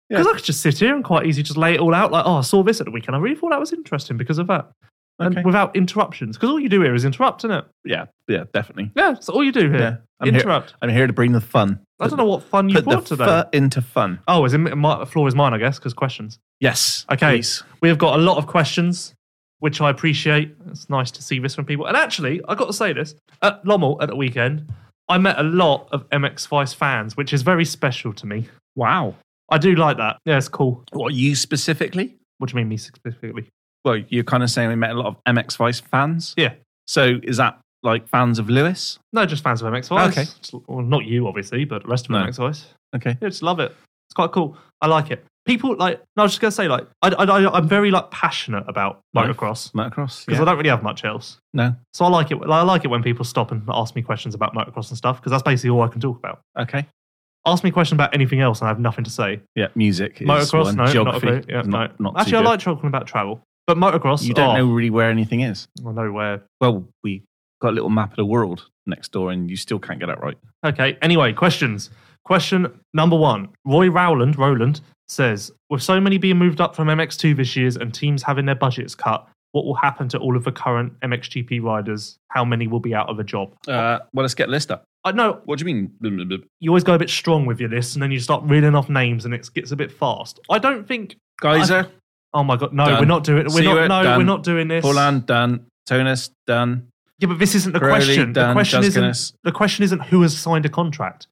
Speaker 4: Because I could just sit here and quite easily just lay it all out. Like, oh, I saw this at the weekend. I really thought that was interesting because of that. And
Speaker 3: Okay.
Speaker 4: without interruptions. Because all you do here is interrupt, isn't it?
Speaker 3: Yeah. Yeah, definitely.
Speaker 4: Yeah, that's all you do
Speaker 3: Yeah.
Speaker 4: here.
Speaker 3: I'm here-
Speaker 4: interrupt.
Speaker 3: I'm here to bring the fun.
Speaker 4: I don't know what fun you
Speaker 3: Put
Speaker 4: brought
Speaker 3: the
Speaker 4: today.
Speaker 3: fur into fun.
Speaker 4: oh, is it, my, the floor is mine, I guess, because questions.
Speaker 3: Yes.
Speaker 4: Okay.
Speaker 3: please.
Speaker 4: We have got a lot of questions, which I appreciate. It's nice to see this from people. And actually, i got to say this at Lommel at the weekend, I met a lot of MX Vice fans, which is very special to me.
Speaker 3: Wow.
Speaker 4: I do like that. Yeah, it's cool.
Speaker 3: What you specifically?
Speaker 4: What do you mean, me specifically?
Speaker 3: Well, you're kind of saying we met a lot of MX Vice fans.
Speaker 4: Yeah.
Speaker 3: So is that like fans of Lewis?
Speaker 4: No, just fans of MX Vice.
Speaker 3: Okay.
Speaker 4: Just- Well, not you, obviously, but the rest of
Speaker 3: No.
Speaker 4: MX Vice.
Speaker 3: Okay.
Speaker 4: Yeah, just love it. It's quite cool. I like it. People like. No, I was just gonna say like. I, I, I I'm very like passionate about
Speaker 3: Right.
Speaker 4: motocross
Speaker 3: Motocross.
Speaker 4: because
Speaker 3: Yeah.
Speaker 4: I don't really have much else.
Speaker 3: No.
Speaker 4: So I like it. I like it when people stop and ask me questions about motocross and stuff because that's basically all I can talk about.
Speaker 3: Okay.
Speaker 4: Ask me a question about anything else and I have nothing to say.
Speaker 3: Yeah. Music. Is
Speaker 4: motocross,
Speaker 3: one.
Speaker 4: no,
Speaker 3: Geography.
Speaker 4: not a clue. Yeah,
Speaker 3: is not,
Speaker 4: no.
Speaker 3: not too
Speaker 4: Actually, I
Speaker 3: good.
Speaker 4: like talking about travel, but motocross.
Speaker 3: You don't
Speaker 4: oh,
Speaker 3: know really where anything is.
Speaker 4: Well, nowhere.
Speaker 3: Well, we got a little map of the world next door, and you still can't get that right.
Speaker 4: Okay. Anyway, questions. Question number one. Roy Rowland, Rowland says, with so many being moved up from MX2 this year's and teams having their budgets cut, what will happen to all of the current MXGP riders? How many will be out of a job?
Speaker 3: Uh, well, let's get a list up.
Speaker 4: I know
Speaker 3: What do you mean? Blah, blah, blah.
Speaker 4: you always go a bit strong with your list, and then you start reeling off names, and it gets a bit fast. I don't think.
Speaker 3: Geyser,
Speaker 4: Oh my god, no,
Speaker 3: Done.
Speaker 4: we're not doing it. We're
Speaker 3: Seward,
Speaker 4: not. No,
Speaker 3: done.
Speaker 4: we're not doing this.
Speaker 3: Poland, done. Tonus, done.
Speaker 4: Yeah, but this isn't the
Speaker 3: Crowley,
Speaker 4: question.
Speaker 3: done.
Speaker 4: the question
Speaker 3: Juskinis.
Speaker 4: isn't. The question isn't who has signed a contract.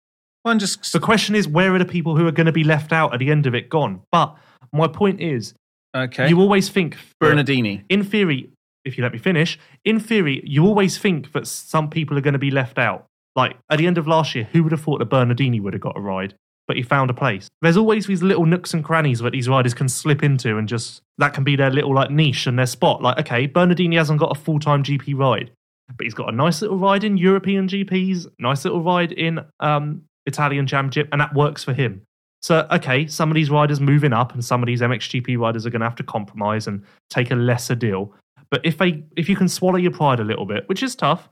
Speaker 3: Well, I'm just.
Speaker 4: The question is where are the people who are going to be left out at the end of it gone? But my point is,
Speaker 3: Okay.
Speaker 4: you always think that-
Speaker 3: Bernardini.
Speaker 4: In theory, if you let me finish, in theory, you always think that some people are going to be left out. Like at the end of last year, who would have thought that Bernardini would have got a ride? But he found a place. There's always these little nooks and crannies that these riders can slip into, and just that can be their little like niche and their spot. Like, okay, Bernardini hasn't got a full time GP ride, but he's got a nice little ride in European GPs, nice little ride in um, Italian Championship, and that works for him. So, okay, some of these riders moving up, and some of these MXGP riders are going to have to compromise and take a lesser deal. But if they, if you can swallow your pride a little bit, which is tough,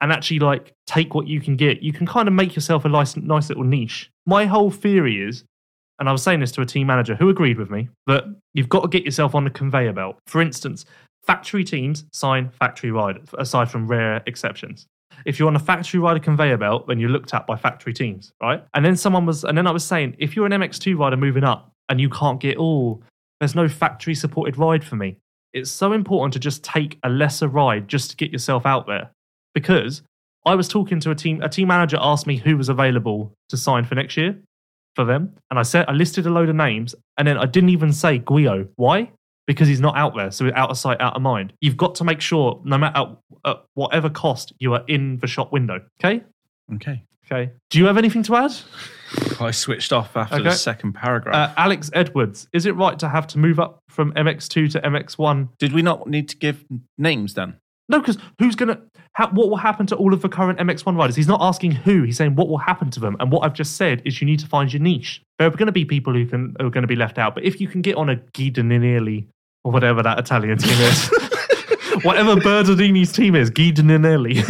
Speaker 4: and actually like take what you can get, you can kind of make yourself a nice, nice little niche. My whole theory is and I was saying this to a team manager who agreed with me that you've got to get yourself on the conveyor belt. For instance, factory teams sign factory riders, aside from rare exceptions. If you're on a factory rider conveyor belt, then you're looked at by factory teams, right? And then someone was, and then I was saying, if you're an MX2 rider moving up and you can't get, oh, there's no factory supported ride for me, it's so important to just take a lesser ride just to get yourself out there. Because I was talking to a team, a team manager asked me who was available to sign for next year for them. And I said I listed a load of names, and then I didn't even say Guio. Why? Because he's not out there, so out of sight, out of mind. You've got to make sure, no matter at whatever cost, you are in the shop window. Okay.
Speaker 3: Okay.
Speaker 4: Okay. Do you have anything to add?
Speaker 3: I switched off after
Speaker 4: Okay.
Speaker 3: the second paragraph.
Speaker 4: Uh, Alex Edwards, is it right to have to move up from MX2 to MX1?
Speaker 3: Did we not need to give names then?
Speaker 4: No, because who's gonna? Ha- what will happen to all of the current MX1 riders? He's not asking who. He's saying what will happen to them. And what I've just said is you need to find your niche. There are going to be people who can who are going to be left out. But if you can get on a Guidaninelli or whatever that Italian team is, whatever Bernardini's team is, Guidaninelli,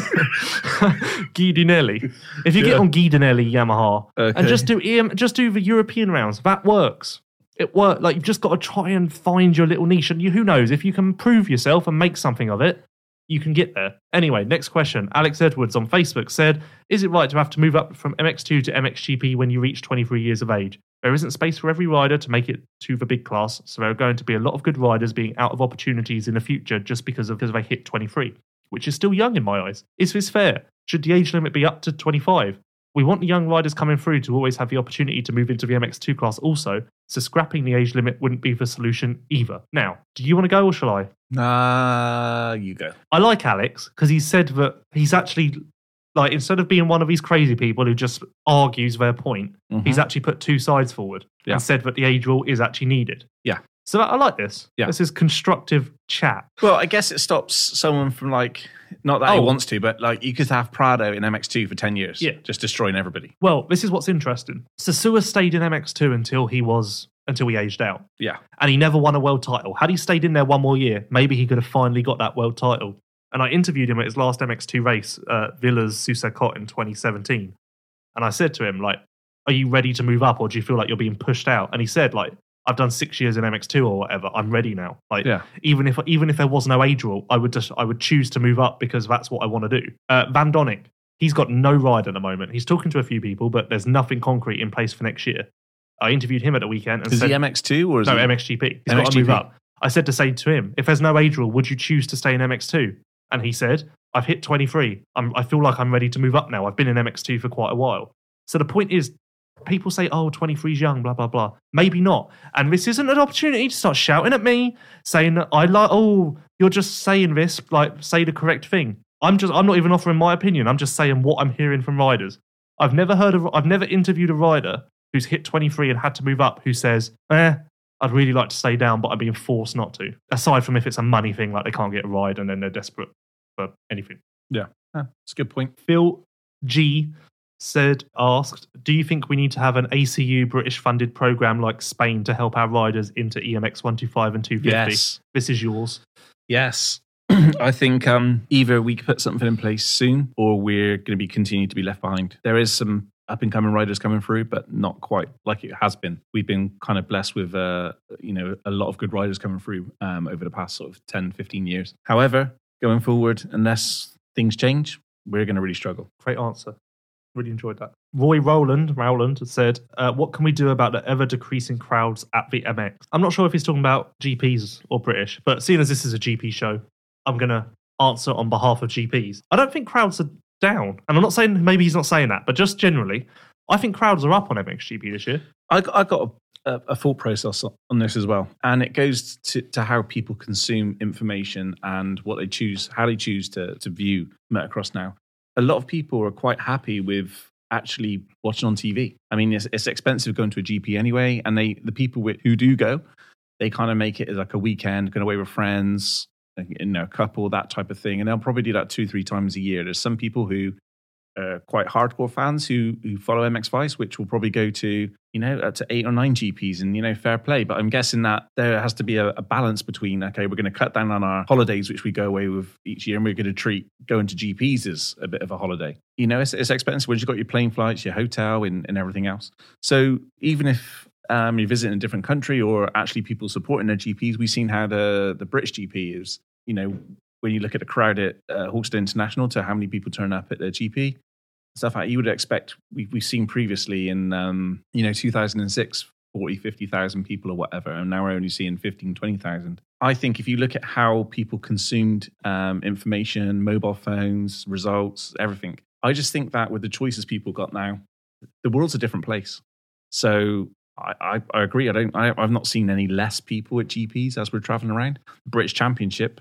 Speaker 4: Guidinelli. If you get
Speaker 3: Yeah.
Speaker 4: on Guidinelli Yamaha
Speaker 3: Okay.
Speaker 4: and just do EM, just do the European rounds, that works it worked. Like you've just got to try and find your little niche, and you, who knows if you can prove yourself and make something of it, you can get there. Anyway, next question. Alex Edwards on Facebook said, "Is it right to have to move up from MX2 to MXGP when you reach 23 years of age? There isn't space for every rider to make it to the big class, so there are going to be a lot of good riders being out of opportunities in the future just because of because they hit 23, which is still young in my eyes. Is this fair? Should the age limit be up to 25?" We want the young riders coming through to always have the opportunity to move into the MX2 class also, so scrapping the age limit wouldn't be the solution either. Now, do you want to go or shall I?
Speaker 3: Nah, you go.
Speaker 4: I like Alex because he said that he's actually, like, instead of being one of these crazy people who just argues their point,
Speaker 3: Mhm.
Speaker 4: he's actually put two sides forward
Speaker 3: Yeah.
Speaker 4: and said that the age rule is actually needed.
Speaker 3: Yeah.
Speaker 4: So I like this.
Speaker 3: Yeah.
Speaker 4: This is constructive chat.
Speaker 3: Well, I guess it stops someone from like not that he
Speaker 4: Oh.
Speaker 3: wants to, but like you could have Prado in MX2 for ten years,
Speaker 4: Yeah.
Speaker 3: just destroying everybody.
Speaker 4: Well, this is what's interesting. Sasua stayed in MX2 until he was until he aged out.
Speaker 3: Yeah.
Speaker 4: And he never won a world title. Had he stayed in there one more year, maybe he could have finally got that world title. And I interviewed him at his last MX2 race, uh, Villa's Sousacot in 2017. And I said to him, like, are you ready to move up or do you feel like you're being pushed out? And he said, like, I've done six years in MX2 or whatever. I'm ready now. Like,
Speaker 3: Yeah.
Speaker 4: even if even if there was no age rule, I would just I would choose to move up because that's what I want to do. Uh, Van Donick, he's got no ride at the moment. He's talking to a few people, but there's nothing concrete in place for next year. I interviewed him at the weekend and
Speaker 3: Is
Speaker 4: said,
Speaker 3: he MX2 or is
Speaker 4: no,
Speaker 3: he
Speaker 4: MXGP. He's got to
Speaker 3: MXGP.
Speaker 4: move up. I said to say to him, if there's no age rule, would you choose to stay in MX2? And he said, I've hit 23. I'm, I feel like I'm ready to move up now. I've been in MX2 for quite a while. So the point is, people say, oh, 23's young, blah, blah, blah. Maybe not. And this isn't an opportunity to start shouting at me, saying that I like, oh, you're just saying this, like, say the correct thing. I'm just, I'm not even offering my opinion. I'm just saying what I'm hearing from riders. I've never heard of, I've never interviewed a rider who's hit 23 and had to move up who says, eh, I'd really like to stay down, but I'm being forced not to. Aside from if it's a money thing, like they can't get a ride and then they're desperate for anything.
Speaker 3: Ah, that's a good point.
Speaker 4: Phil G said, asked, Do you think we need to have an ACU British funded program like Spain to help our riders into E EMX 125 and 250?
Speaker 3: Yes.
Speaker 4: This is yours.
Speaker 3: Yes. I think um, either we could put something in place soon or we're going to be continued to be left behind. There is some up and coming riders coming through, but not quite like it has been. We've been kind of blessed with, uh, you know, a lot of good riders coming through um, over the past sort of 10, 15 years. However, going forward, unless things change, we're going to really struggle.
Speaker 4: Great answer. Really enjoyed that. Roy Rowland, Rowland said, uh, What can we do about the ever decreasing crowds at the MX? I'm not sure if he's talking about GPs or British, but seeing as this is a GP show, I'm going to answer on behalf of GPs. I don't think crowds are down. And I'm not saying maybe he's not saying that, but just generally, I think crowds are up on MXGP this year.
Speaker 3: I, I got a, a thought process on this as well, and it goes to, to how people consume information and what they choose, how they choose to, to view Metacross now. A lot of people are quite happy with actually watching on TV. I mean, it's, it's expensive going to a GP anyway, and they the people wi- who do go, they kind of make it as like a weekend, going away with friends, like, you know, a couple, that type of thing, and they'll probably do that two, three times a year. There's some people who uh, quite hardcore fans who who follow MX Vice, which will probably go to you know up to eight or nine GPs, and you know fair play. But I'm guessing that there has to be a, a balance between okay, we're going to cut down on our holidays, which we go away with each year, and we're going to treat going to GPs as a bit of a holiday. You know, it's, it's expensive once you've got your plane flights, your hotel, and, and everything else. So even if um, you're visiting a different country or actually people supporting their GPs. We've seen how the, the British GP is, you know, when you look at the crowd at uh, Hawkstone International to how many people turn up at their GP, stuff like you would expect. We, we've seen previously in, um, you know, 2006, 40, 50,000 people or whatever, and now we're only seeing 15, 20,000. I think if you look at how people consumed um, information, mobile phones, results, everything, I just think that with the choices people got now, the world's a different place. So I, I, I agree. I don't. I, I've not seen any less people at GPs as we're traveling around. British Championship,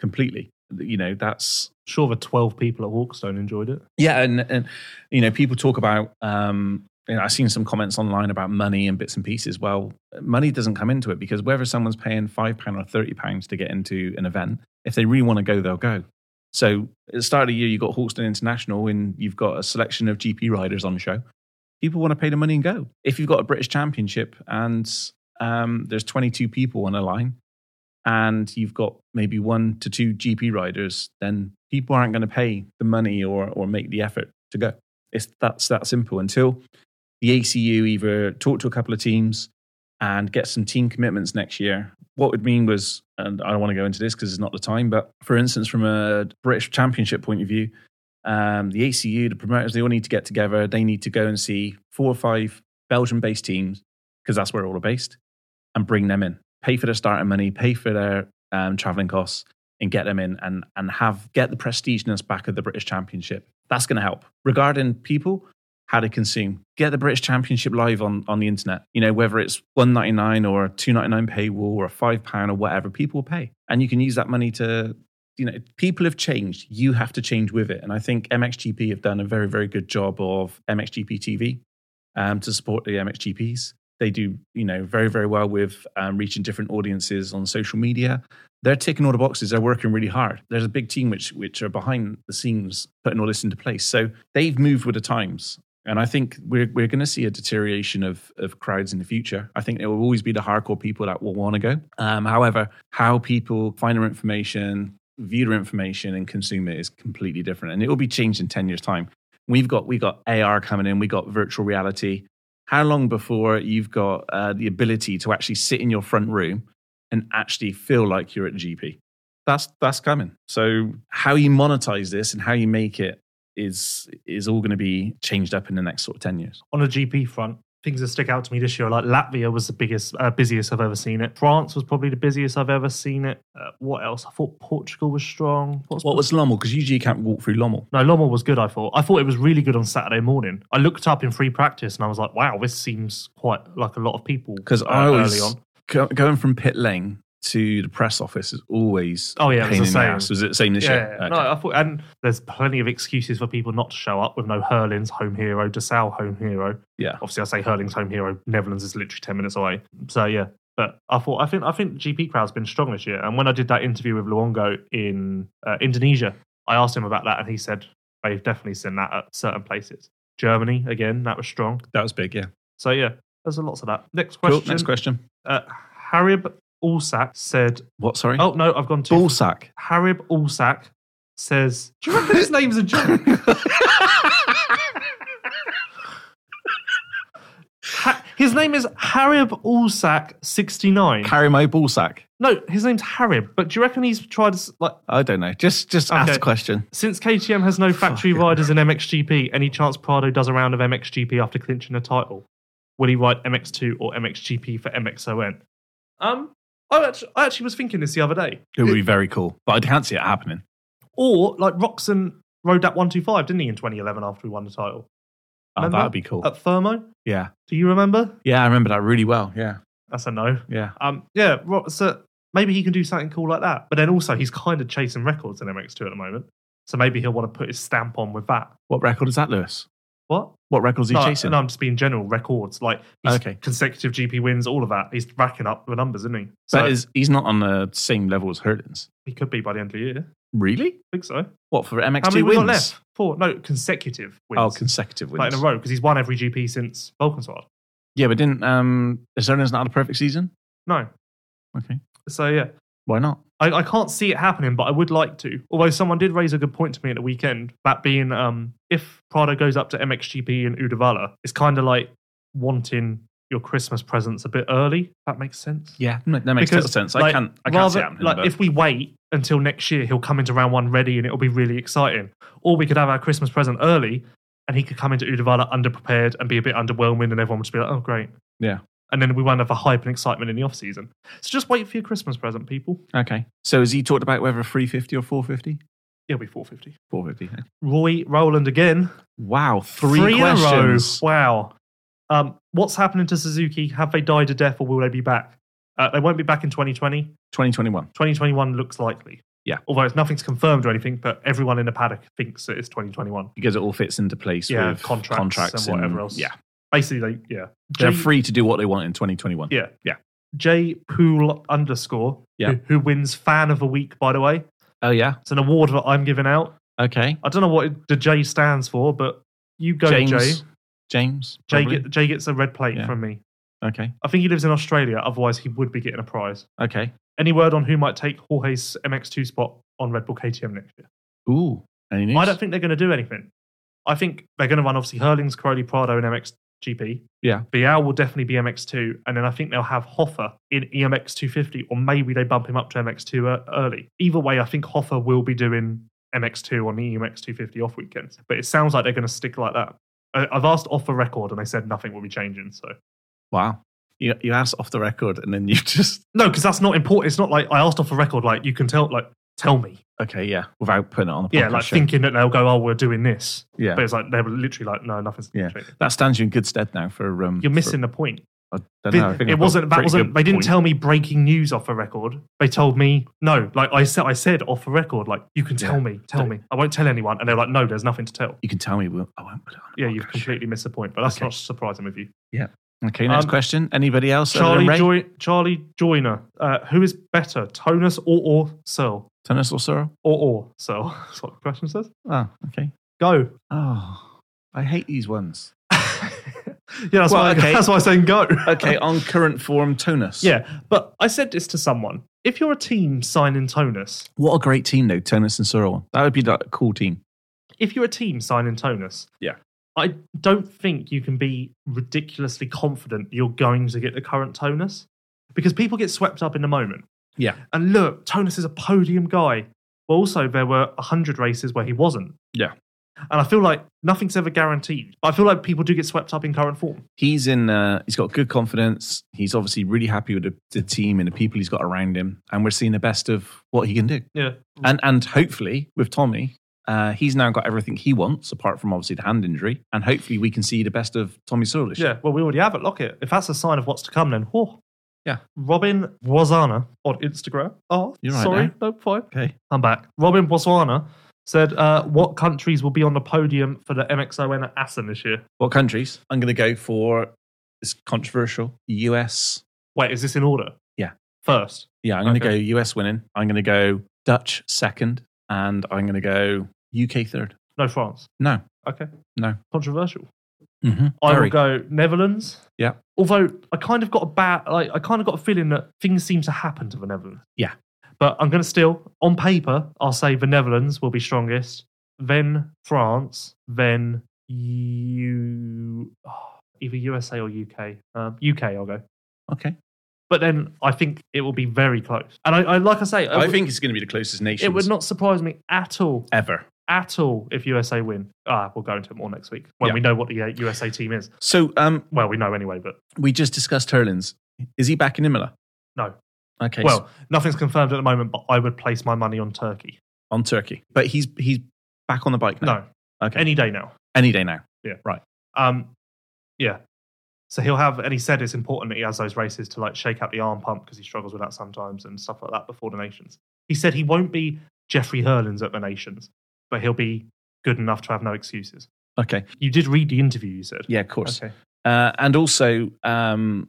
Speaker 3: completely. You know, that's
Speaker 4: Sure, the 12 people at Hawkstone enjoyed it.
Speaker 3: yeah, and and you know, people talk about. Um, you know, I've seen some comments online about money and bits and pieces. Well, money doesn't come into it because whether someone's paying five pound or thirty pounds to get into an event, if they really want to go, they'll go. So at the start of the year, you've got Hawkston International and you've got a selection of GP riders on the show. People want to pay the money and go. If you've got a British Championship and um, there's 22 people on a line and you've got maybe one to two GP riders, then people aren't going to pay the money or, or make the effort to go. It's, that's that simple until the ACU either talk to a couple of teams and get some team commitments next year. What it would mean was, and I don't want to go into this because it's not the time, but for instance, from a British Championship point of view, um, the ACU, the promoters, they all need to get together. They need to go and see four or five Belgian based teams, because that's where all are based, and bring them in. Pay for their starting money, pay for their um, traveling costs, and get them in and, and have get the prestiginess back of the British Championship. That's going to help. Regarding people, how to consume. Get the British Championship live on, on the internet. You know, whether it's one ninety nine or a two ninety nine paywall or a five pound or whatever, people will pay, and you can use that money to. You know, people have changed. You have to change with it, and I think MXGP have done a very, very good job of MXGP TV um, to support the MXGPs. They do, you know, very, very well with um, reaching different audiences on social media. They're ticking all the boxes. They're working really hard. There's a big team which which are behind the scenes putting all this into place. So they've moved with the times. And I think we're we're going to see a deterioration of of crowds in the future. I think there will always be the hardcore people that will want to go. Um, however, how people find their information, view their information, and consume it is completely different, and it will be changed in ten years' time. We've got we got AR coming in, we got virtual reality. How long before you've got uh, the ability to actually sit in your front room and actually feel like you're at GP? That's that's coming. So how you monetize this and how you make it is is all going to be changed up in the next sort of 10 years.
Speaker 4: on a GP front, things that stick out to me this year, like Latvia was the biggest, uh, busiest I've ever seen it. France was probably the busiest I've ever seen it. Uh, what else? I thought Portugal was strong. What's
Speaker 3: What was Lommel? Because usually you can't walk through Lommel.
Speaker 4: no, Lommel was good, I thought. I thought it was really good on Saturday morning. I looked up in free practice and I was like, wow, this seems quite like a lot of people
Speaker 3: Because
Speaker 4: uh,
Speaker 3: I always,
Speaker 4: early on.
Speaker 3: go- going from pit lane to the press office is always
Speaker 4: Oh, yeah, it was
Speaker 3: pain
Speaker 4: the
Speaker 3: in
Speaker 4: same.
Speaker 3: ass. Was it the same this
Speaker 4: Yeah,
Speaker 3: year?
Speaker 4: yeah.
Speaker 3: Okay.
Speaker 4: no, I thought, and there's plenty of excuses for people not to show up with no Hurlings home hero, DeSalle home hero.
Speaker 3: yeah.
Speaker 4: obviously I say Hurling's home hero. Netherlands is literally ten minutes away. So yeah. But I thought I think I think GP crowd's been strong this year. And when I did that interview with Luongo in uh, Indonesia, I asked him about that, and he said they've definitely seen that at certain places. Germany again, that was strong.
Speaker 3: That was big, yeah.
Speaker 4: So yeah, there's a lots of that. Next
Speaker 3: Cool.
Speaker 4: question.
Speaker 3: Next question.
Speaker 4: Uh, Harib Ulsak said,
Speaker 3: What, sorry?
Speaker 4: "Oh no, I've gone to
Speaker 3: Ballsack.
Speaker 4: Harib Ulsak says, Do you reckon his name's a joke? ha- his name is Harib Ulsak69.
Speaker 3: Carry my ballsack.
Speaker 4: no, his name's Harib, but do you reckon he's tried, s- like,
Speaker 3: I don't know. Just just ask
Speaker 4: Okay.
Speaker 3: the question.
Speaker 4: since KTM has no factory riders in MXGP, any chance Prado does a round of MXGP after clinching a title? Will he ride MX2 or MXGP for MXON? Um, I actually, I actually was thinking this the other day.
Speaker 3: It would be very cool. But I can't see it happening.
Speaker 4: Or like Roxon rode that 125, didn't he, in 2011 after we won the title?
Speaker 3: Oh,
Speaker 4: Remember?
Speaker 3: that'd be cool.
Speaker 4: At Thermo?
Speaker 3: yeah.
Speaker 4: Do you remember?
Speaker 3: Yeah, I remember that really well. Yeah.
Speaker 4: That's a no.
Speaker 3: Yeah.
Speaker 4: Um, yeah, Ro- so maybe he can do something cool like that. But then also, he's kind of chasing records in MX2 at the moment. So maybe he'll want to put his stamp on with that.
Speaker 3: What record is that, Lewis?
Speaker 4: What?
Speaker 3: What record is he
Speaker 4: no,
Speaker 3: chasing?
Speaker 4: no, I'm just being general records. Like he's
Speaker 3: Okay.
Speaker 4: consecutive GP wins, all of that. He's racking up the numbers, isn't he? So
Speaker 3: That is, he's not on the same level as Hurdens.
Speaker 4: he could be by the end of the year. I
Speaker 3: Really?
Speaker 4: think so.
Speaker 3: What, for MX2
Speaker 4: How many we
Speaker 3: wins?
Speaker 4: got left? Four. No, consecutive wins.
Speaker 3: Oh, consecutive wins.
Speaker 4: Like in a row, because he's won every GP since Volkenswald.
Speaker 3: Yeah, but didn't um Azona's not had a perfect season?
Speaker 4: No.
Speaker 3: Okay.
Speaker 4: So yeah,
Speaker 3: Why not?
Speaker 4: I, I can't see it happening, but I would like to. Although someone did raise a good point to me at the weekend, that being um, if Prado goes up to MXGP and Udavala, it's kind of like wanting your Christmas presents a bit early. If that makes sense.
Speaker 3: Yeah, no, that makes total sense. I
Speaker 4: like,
Speaker 3: can't. I can't
Speaker 4: rather-
Speaker 3: see it happening.
Speaker 4: Like,
Speaker 3: but-
Speaker 4: if we wait until next year, he'll come into round one ready, and it'll be really exciting. Or we could have our Christmas present early, and he could come into Udavala underprepared and be a bit underwhelming, and everyone would just be like, "Oh, great."
Speaker 3: Yeah.
Speaker 4: And then we won't have the hype and excitement in the off season. So just wait for your Christmas present, people.
Speaker 3: okay. So has he talked about whether three fifty or four fifty?
Speaker 4: It'll be four fifty.
Speaker 3: Four fifty.
Speaker 4: Roy Roland again.
Speaker 3: Wow, three,
Speaker 4: in a row.
Speaker 3: questions.
Speaker 4: Wow. Um, what's happening to Suzuki? Have they died a death, or will they be back? Uh, they won't be back in 2020.
Speaker 3: Twenty twenty one.
Speaker 4: 2021 looks likely.
Speaker 3: Yeah.
Speaker 4: Although it's nothing's confirmed or anything, but everyone in the paddock thinks that it's 2021.
Speaker 3: Because it all fits into place
Speaker 4: Yeah,
Speaker 3: with
Speaker 4: contracts and whatever else.
Speaker 3: Yeah,
Speaker 4: Basically, they, yeah.
Speaker 3: they're
Speaker 4: J-
Speaker 3: free to do what they want in 2021.
Speaker 4: Yeah.
Speaker 3: Yeah.
Speaker 4: J Pool underscore,
Speaker 3: Yeah.
Speaker 4: who, who wins fan of the week, by the way.
Speaker 3: Oh yeah.
Speaker 4: It's an award that I'm giving out.
Speaker 3: Okay.
Speaker 4: I don't know what it- the J stands for, but you go, Jay.
Speaker 3: James. James.
Speaker 4: Jay,
Speaker 3: probably.
Speaker 4: get, Jay gets a red plate
Speaker 3: Yeah.
Speaker 4: from me.
Speaker 3: okay.
Speaker 4: I think he lives in Australia, otherwise, he would be getting a prize.
Speaker 3: Okay.
Speaker 4: Any word on who might take Jorge's MX2 spot on Red Bull KTM next year?
Speaker 3: Ooh. Any news?
Speaker 4: I don't think they're going to do anything. I think they're going to run obviously Hurlings, Crowley, Prado, and MXGP.
Speaker 3: Yeah.
Speaker 4: Bial will definitely be MX2, and then I think they'll have Hoffer in E EMX 250, or maybe they bump him up to MX2 e- early. Either way, I think Hoffer will be doing MX2 on the E EMX 250 off weekends. But it sounds like they're going to stick like that. I- I've asked off the record, and they said nothing will be changing. So
Speaker 3: Wow. You, you asked off the record and then you just
Speaker 4: no, because that's not important. It's not like I asked off the record. Like you can tell, like tell me,
Speaker 3: okay yeah without putting it on the podcast
Speaker 4: yeah, like
Speaker 3: show.
Speaker 4: thinking that they'll go, oh, we're doing this.
Speaker 3: yeah
Speaker 4: But it's like they were literally like, no, nothing's
Speaker 3: Yeah.
Speaker 4: changing.
Speaker 3: that stands you in good stead now for um
Speaker 4: You're missing the point.
Speaker 3: for, I don't know, I think
Speaker 4: it
Speaker 3: I've
Speaker 4: wasn't.
Speaker 3: got a
Speaker 4: That
Speaker 3: pretty
Speaker 4: wasn't.
Speaker 3: good
Speaker 4: They didn't
Speaker 3: point.
Speaker 4: tell me breaking news off a record. They told me no. Like I said, I said off a record. Like you can tell
Speaker 3: Yeah.
Speaker 4: me, tell me. I won't tell anyone. And they're like, no, there's nothing to tell.
Speaker 3: you can tell me we'll, oh, I won't put it on the
Speaker 4: Yeah,
Speaker 3: podcast
Speaker 4: you've
Speaker 3: show.
Speaker 4: completely missed the point. But that's
Speaker 3: Okay.
Speaker 4: not surprising with you.
Speaker 3: okay next
Speaker 4: Um,
Speaker 3: question anybody else other
Speaker 4: Charlie,
Speaker 3: than Ray?
Speaker 4: Joy, Charlie Joyner. Uh, who is better, Tonus or or Searle?
Speaker 3: tennis or sorrow
Speaker 4: Or or Searle? That's what the question says.
Speaker 3: oh okay
Speaker 4: Go.
Speaker 3: oh I hate these ones
Speaker 4: Yeah, that's
Speaker 3: Well,
Speaker 4: why.
Speaker 3: okay.
Speaker 4: That's why I'm saying go.
Speaker 3: okay on current form Tonus
Speaker 4: Yeah, but I said this to someone. If you're a team signing Tonus,
Speaker 3: what a great team though Tonus and sorrow that would be like, a cool team
Speaker 4: if you're a team signing Tonus,
Speaker 3: Yeah.
Speaker 4: I don't think you can be ridiculously confident you're going to get the current Tonus because people get swept up in the moment.
Speaker 3: Yeah.
Speaker 4: And look, Tonus is a podium guy. Well, also there were hundred races where he wasn't.
Speaker 3: Yeah.
Speaker 4: And I feel like nothing's ever guaranteed. I feel like people do get swept up in current form.
Speaker 3: he's in uh, he's got good confidence he's obviously really happy with the, the team and the people he's got around him and we're seeing the best of what he can do
Speaker 4: Yeah.
Speaker 3: and and hopefully with tommy uh, he's now got everything he wants apart from obviously the hand injury and hopefully we can see the best of tommy Sewell this year.
Speaker 4: Yeah, well, we already have it. Lock it. If that's a sign of what's to come, then whoa.
Speaker 3: Yeah.
Speaker 4: Robin Wazana on Instagram. Oh,
Speaker 3: You're right
Speaker 4: sorry.
Speaker 3: now.
Speaker 4: No, fine.
Speaker 3: okay
Speaker 4: I'm back. Robin Botswana said, uh, "What countries will be on the podium for the MXON at Assen this year?"
Speaker 3: what countries i'm going to go for it's controversial us
Speaker 4: Wait, is this in order?
Speaker 3: Yeah.
Speaker 4: First,
Speaker 3: yeah i'm going
Speaker 4: Okay.
Speaker 3: to go us winning i'm going to go dutch second and i'm going to go uk third
Speaker 4: no France.
Speaker 3: no
Speaker 4: Okay.
Speaker 3: No.
Speaker 4: Controversial.
Speaker 3: mm-hmm.
Speaker 4: I will go Netherlands.
Speaker 3: Yeah.
Speaker 4: Although I kind of got a bad, like I kind of got a feeling that things seem to happen to the Netherlands.
Speaker 3: Yeah.
Speaker 4: But I'm going to still, on paper, I'll say the Netherlands will be strongest, then France, then you, either USA or UK. Um, UK, I'll go.
Speaker 3: okay
Speaker 4: But then I think it will be very close. And I, I like I say, I
Speaker 3: i
Speaker 4: would-
Speaker 3: think it's going to be the closest nation
Speaker 4: it would not surprise me at all,
Speaker 3: ever
Speaker 4: at all if USA win. Ah, we'll go into it more next week when
Speaker 3: Yeah.
Speaker 4: we know what the uh, USA team is.
Speaker 3: So um,
Speaker 4: Well, we know anyway, but
Speaker 3: we just discussed Hurlins. Is he back in Imola?
Speaker 4: No.
Speaker 3: Okay. Well,
Speaker 4: well, nothing's confirmed at the moment. But I would place my money on Turkey.
Speaker 3: on Turkey, but he's he's back on the bike now.
Speaker 4: No,
Speaker 3: Okay. Any,
Speaker 4: any day now.
Speaker 3: day now.
Speaker 4: Um, yeah. So he'll have, and he said it's important that he has those races to like shake out the arm pump because he struggles with that sometimes and stuff like that before the nations. He said he won't be Jeffrey Hurlins at the nations, but he'll be good enough to have no excuses.
Speaker 3: Okay.
Speaker 4: You did read the interview, you said.
Speaker 3: Yeah, of course.
Speaker 4: Okay.
Speaker 3: Uh, and also, um,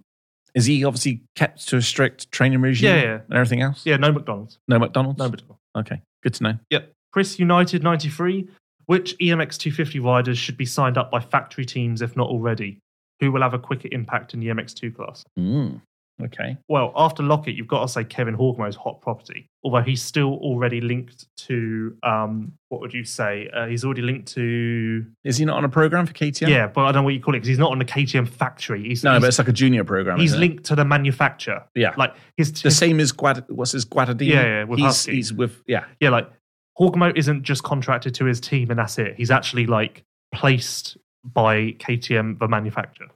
Speaker 3: is he obviously kept to a strict training regime?
Speaker 4: Yeah, yeah.
Speaker 3: And everything else?
Speaker 4: Yeah, no McDonald's.
Speaker 3: No McDonald's.
Speaker 4: No McDonald's.
Speaker 3: okay. Good to know.
Speaker 4: Yep. Chris United 93. Which E EMX 250 riders should be signed E up by factory teams if not already? Who will have a quicker impact in the MX2 class?
Speaker 3: Mm. Okay.
Speaker 4: Well, after Lockett, you've got to say Kevin Hawkmore's hot property, although he's still already linked to, um, what would you say? Uh, he's already linked to,
Speaker 3: Is he not on a program for KTM?
Speaker 4: yeah. but I don't know what you call it because he's not on the KTM factory. He's,
Speaker 3: No,
Speaker 4: he's,
Speaker 3: but it's like a junior program.
Speaker 4: he's
Speaker 3: isn't it?
Speaker 4: linked to the manufacturer.
Speaker 3: Yeah.
Speaker 4: Like his,
Speaker 3: the
Speaker 4: his-
Speaker 3: same as Guad. What's his Guadadini?
Speaker 4: Yeah, yeah, with
Speaker 3: he's,
Speaker 4: Husky.
Speaker 3: he's with yeah.
Speaker 4: yeah, like Hawkmo isn't just contracted to his team and that's it. He's actually like placed by KTM, the manufacturer.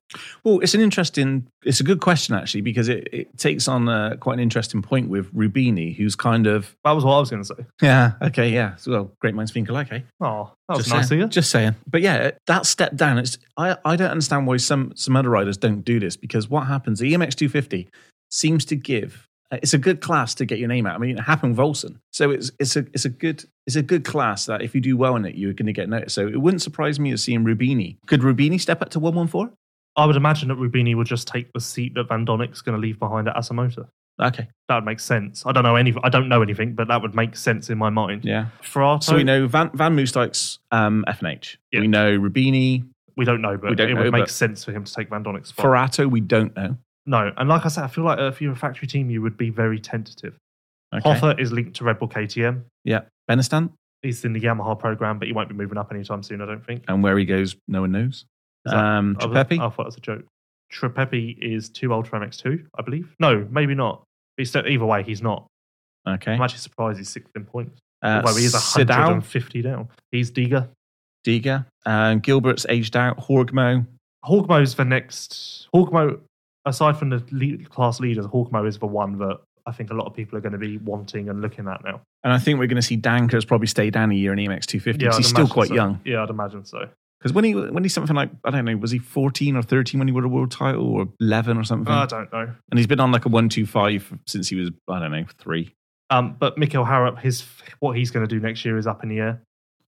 Speaker 3: Well, it's an interesting. It's a good question actually because it, it takes on uh quite an interesting point with Rubini, who's kind of
Speaker 4: That was what I was going to say.
Speaker 3: yeah. Okay, yeah. So, well, great minds think alike. Eh?
Speaker 4: Oh, that was
Speaker 3: just
Speaker 4: nice
Speaker 3: saying,
Speaker 4: of you.
Speaker 3: Just saying. But yeah, that step down. It's I, I don't understand why some some other riders don't do this because what happens? The E EMX 250 seems to give. It's a good class to get your name out. I mean, it happened with Olsen. So it's it's a it's a good it's a good class that if you do well in it, you're going to get noticed. So it wouldn't surprise me to see him Rubini. Could Rubini step up to 114?
Speaker 4: I would imagine that Rubini would just take the seat that Van Donnick's going to leave behind at Asamoah.
Speaker 3: Okay.
Speaker 4: That would make sense. I don't know any. I don't know anything, but that would make sense in my mind.
Speaker 3: Yeah.
Speaker 4: Frato,
Speaker 3: So we know Van Van Moosdijk's um, FNH.
Speaker 4: Yeah.
Speaker 3: We know Rubini.
Speaker 4: we don't know, but
Speaker 3: We don't
Speaker 4: it
Speaker 3: know,
Speaker 4: would make
Speaker 3: but-
Speaker 4: sense for him to take Van Donnick's spot.
Speaker 3: Ferrato, we don't know.
Speaker 4: no, and like I said, I feel like if you're a factory team, you would be very tentative.
Speaker 3: Okay.
Speaker 4: Hoffer is linked to Red Bull KTM.
Speaker 3: Yeah. Benestan.
Speaker 4: He's in the Yamaha program, but he won't be moving up anytime soon. I don't think.
Speaker 3: And where he goes, no one knows.
Speaker 4: Is that-
Speaker 3: Um,
Speaker 4: I was-
Speaker 3: Trepepi?
Speaker 4: I thought it was a joke. Trepepi is too old for MX2, I believe. No, maybe not. But he's- either way, he's not.
Speaker 3: Okay.
Speaker 4: I'm actually surprised he's sixth in points.
Speaker 3: Uh,
Speaker 4: Although he is
Speaker 3: Sidal,
Speaker 4: 150 down. He's Diga.
Speaker 3: Diga, um, Gilbert's aged out, Horgmo.
Speaker 4: Hawkmo's the next. Hawkmo, aside from the le- class leaders, Hawkmo is the one that I think a lot of people are going to be wanting and looking at now.
Speaker 3: And I think we're going to see Danker's probably stay down a year in EMX 250 because
Speaker 4: I'd
Speaker 3: he's still
Speaker 4: imagine
Speaker 3: quite
Speaker 4: so.
Speaker 3: young.
Speaker 4: Yeah, I'd imagine so.
Speaker 3: Because when he when he's something like I don't know, was he 14 or 13 when he won a world title or 11 or something?
Speaker 4: Uh, I don't know.
Speaker 3: and he's been on like a one two five since he was I don't know three.
Speaker 4: Um, but Mikhail Harrop, his what he's going to do next year is up in the air.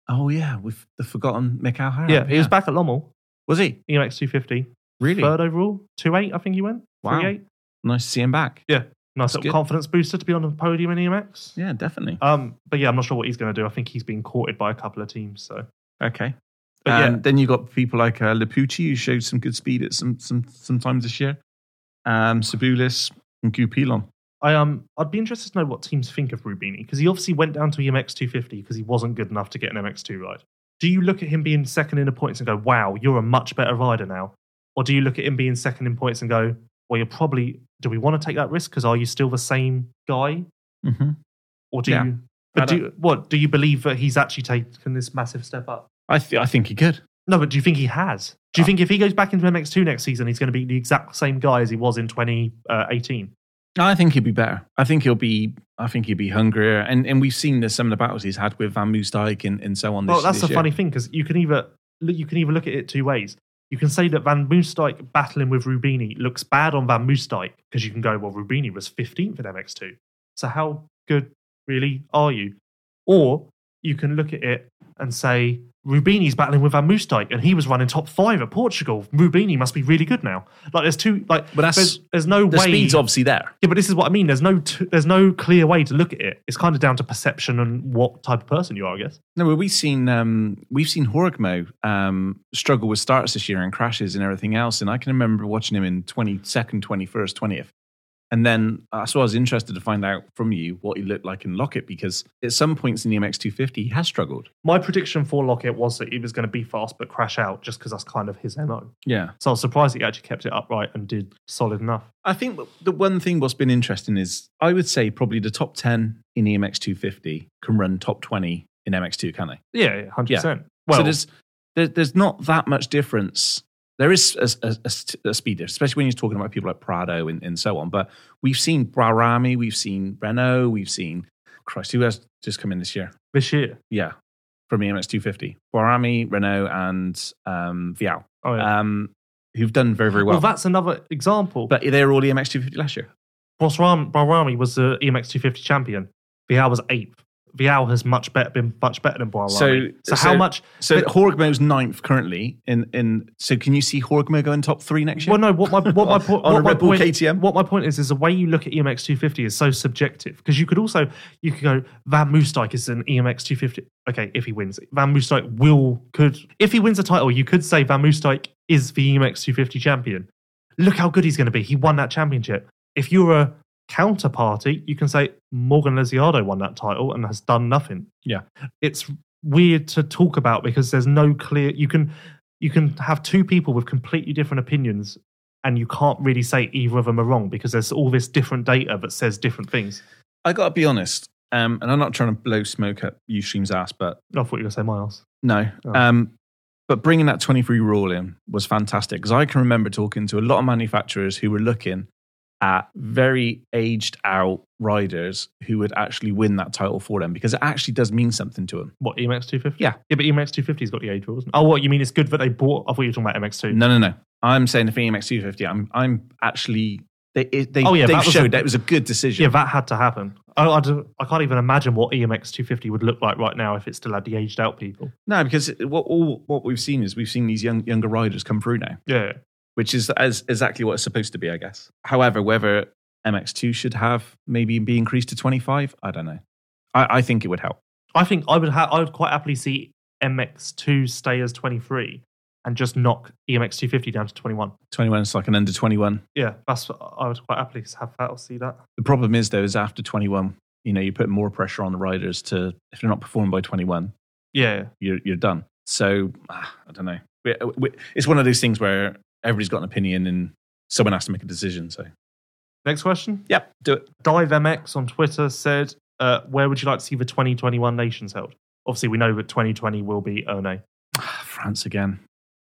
Speaker 3: Oh yeah, with the forgotten Mikhail Harrop.
Speaker 4: Yeah, he was back at Lommel, E
Speaker 3: Was he
Speaker 4: EMX 250,
Speaker 3: really?
Speaker 4: third overall, 2.8, I think he went.
Speaker 3: Wow.
Speaker 4: 3.8.
Speaker 3: Nice to see him back.
Speaker 4: Nice little
Speaker 3: good.
Speaker 4: confidence booster to be on the podium in EMX.
Speaker 3: Yeah, definitely.
Speaker 4: Um, but yeah, I'm not sure what he's going to do. I think he's been courted by a couple of teams. So,
Speaker 3: Okay.
Speaker 4: but
Speaker 3: and
Speaker 4: yeah,
Speaker 3: then you got people like uh, Lapucci, who showed some good speed at some some sometimes this year. Um, Sabulis and Gupilon.
Speaker 4: I um, I'd be interested to know what teams think of Rubini because he obviously went down to E EMX 250 because he wasn't good enough to get an E MX2 ride. Do you look at him being second in the points and go, "Wow, you're a much better rider now," or do you look at him being second in points and go, "Well, you're probably do we want to take that risk because are you still the same guy?"
Speaker 3: Mm-hmm.
Speaker 4: Or do
Speaker 3: Yeah.
Speaker 4: you?
Speaker 3: I
Speaker 4: But do
Speaker 3: don't-
Speaker 4: you, what do you believe that he's actually taken this massive step up?
Speaker 3: I th- I think he could.
Speaker 4: No, but do you think he has? Do you
Speaker 3: Uh,
Speaker 4: think if he goes back into MX2 next season, he's going to be the exact same guy as he was in uh, 2018?
Speaker 3: I think he'll be better. I think he'll be. I think he'll be hungrier. And and we've seen the, some of the battles he's had with Van Moosdijk and, and so on. This,
Speaker 4: Well, that's
Speaker 3: this
Speaker 4: the
Speaker 3: year.
Speaker 4: funny thing because you can either look- you can either look at it two ways. You can say that Van Moosdijk battling with Rubini looks bad on Van Moosdijk because you can go, well, Rubini was 15th in MX2, so how good really are you? Or you can look at it and say Rubini's battling with Van Moosdijk and he was running top five at Portugal. Rubini must be really good now. Like there's two like,
Speaker 3: But that's-
Speaker 4: there's, there's no
Speaker 3: The
Speaker 4: way
Speaker 3: speed's obviously there.
Speaker 4: Yeah, but this is what I mean. There's no t- there's no clear way to look at it. It's kind of down to perception and what type of person you are, I guess.
Speaker 3: No, well, we've seen um, we've seen Horigmo um, struggle with starts this year and crashes and everything else. And I can remember watching him in twenty second, twenty first, twentieth. And then uh, so I was interested to find out from you what he looked like in Lockett because at some points in the MX two fifty he has struggled.
Speaker 4: My prediction for Lockett was that he was going to be fast but crash out, just because that's kind of his mo.
Speaker 3: Yeah,
Speaker 4: So I was surprised he actually kept it upright and did solid enough.
Speaker 3: I think the one thing what's been interesting is I would say probably the top ten in EMX two fifty can run top twenty in MX two, can they?
Speaker 4: Yeah, hundred percent.
Speaker 3: so
Speaker 4: Well,
Speaker 3: there's there, there's not that much difference. There is a, a- a st- a speed difference, especially when you're talking about people like Prado and, and so on. But we've seen Brarami, we've seen Renault, we've seen Christ, who has just come in this year?
Speaker 4: this year.
Speaker 3: Yeah, from E EMX 250, Brarami, Renault, and um, Vial,
Speaker 4: Oh yeah.
Speaker 3: um, who've done very very
Speaker 4: well,
Speaker 3: well.
Speaker 4: that's another example. But
Speaker 3: but they were all E EMX 250 last year.
Speaker 4: Bosram Barami was the E EMX 250 champion. Vial was eighth. Vial has much better been much better than Barami.
Speaker 3: So-
Speaker 4: So, how
Speaker 3: so-
Speaker 4: much?
Speaker 3: So
Speaker 4: but-
Speaker 3: Horgmo's ninth currently, in in so can you see Horgmo going top three next year?
Speaker 4: Well, no. What my what my, po-
Speaker 3: On a
Speaker 4: what my
Speaker 3: Red Bull
Speaker 4: point
Speaker 3: KTM?
Speaker 4: What my point is is the way you look at E EMX 250 is so subjective because you could also you could go Van Moosdijk is an E EMX 250. Okay, if he wins, Van Moosdijk will could if he wins the title, you could E say Van Moosdijk is the EMX 250 champion. Look how good he's going to be. He won that championship. If you're a counterparty, you can say Morgan Lisiardo won that title and has done nothing.
Speaker 3: Yeah.
Speaker 4: It's weird to talk about because there's no clear you can you can have two people with completely different opinions and you can't really say either of them are wrong because there's all this different data that says different things.
Speaker 3: I got to be honest, um, and I'm not trying to blow smoke up Ustream's ass, but
Speaker 4: I thought you were gonna say my ass.
Speaker 3: no.
Speaker 4: Oh.
Speaker 3: Um, but bringing that 23 rule in was fantastic because I can remember talking to a lot of manufacturers who were looking at very aged out riders who would actually win that title for them because it actually does mean something to them.
Speaker 4: What EMX two fifty?
Speaker 3: Yeah.
Speaker 4: yeah, but EMX two fifty's got the age rules. Oh, what you mean? It's good that they bought. I thought you were talking about MX two.
Speaker 3: No, no, no. I'm saying the E thing MX250, I'm, I'm actually, they, it- they,
Speaker 4: Oh, yeah,
Speaker 3: they
Speaker 4: that was
Speaker 3: showed
Speaker 4: a-
Speaker 3: that it was a good decision.
Speaker 4: Yeah, that had to happen. Oh, I, I, don't- I can't even imagine what E EMX 250 would look like right now if it still had the aged out people.
Speaker 3: No, because it- what, all, what we've seen is we've seen these young, younger riders come through now.
Speaker 4: Yeah.
Speaker 3: which is as exactly what it's supposed to be, I guess. However, whether MX2 should have maybe be increased to 25, I don't know. I, I think it would help.
Speaker 4: I think I would, ha- I would quite happily see E MX2 stay as 23 and just knock E EMX 250 down to 21.
Speaker 3: 21 is like an under 21.
Speaker 4: Yeah, that's I would quite happily have that or see that.
Speaker 3: The problem is, though, is after 21, you know, you put more pressure on the riders to, if they're not performing by 21,
Speaker 4: Yeah.
Speaker 3: you're, you're done. So ah, I don't know. We- we- It's one of those things where everybody's got an opinion and someone has to make a decision. So,
Speaker 4: Next question.
Speaker 3: yep, do it.
Speaker 4: Dive MX on Twitter said, uh, where would you like to see the 2021 nations held? Obviously, we know that 2020 will be Erne.
Speaker 3: Ah, France again.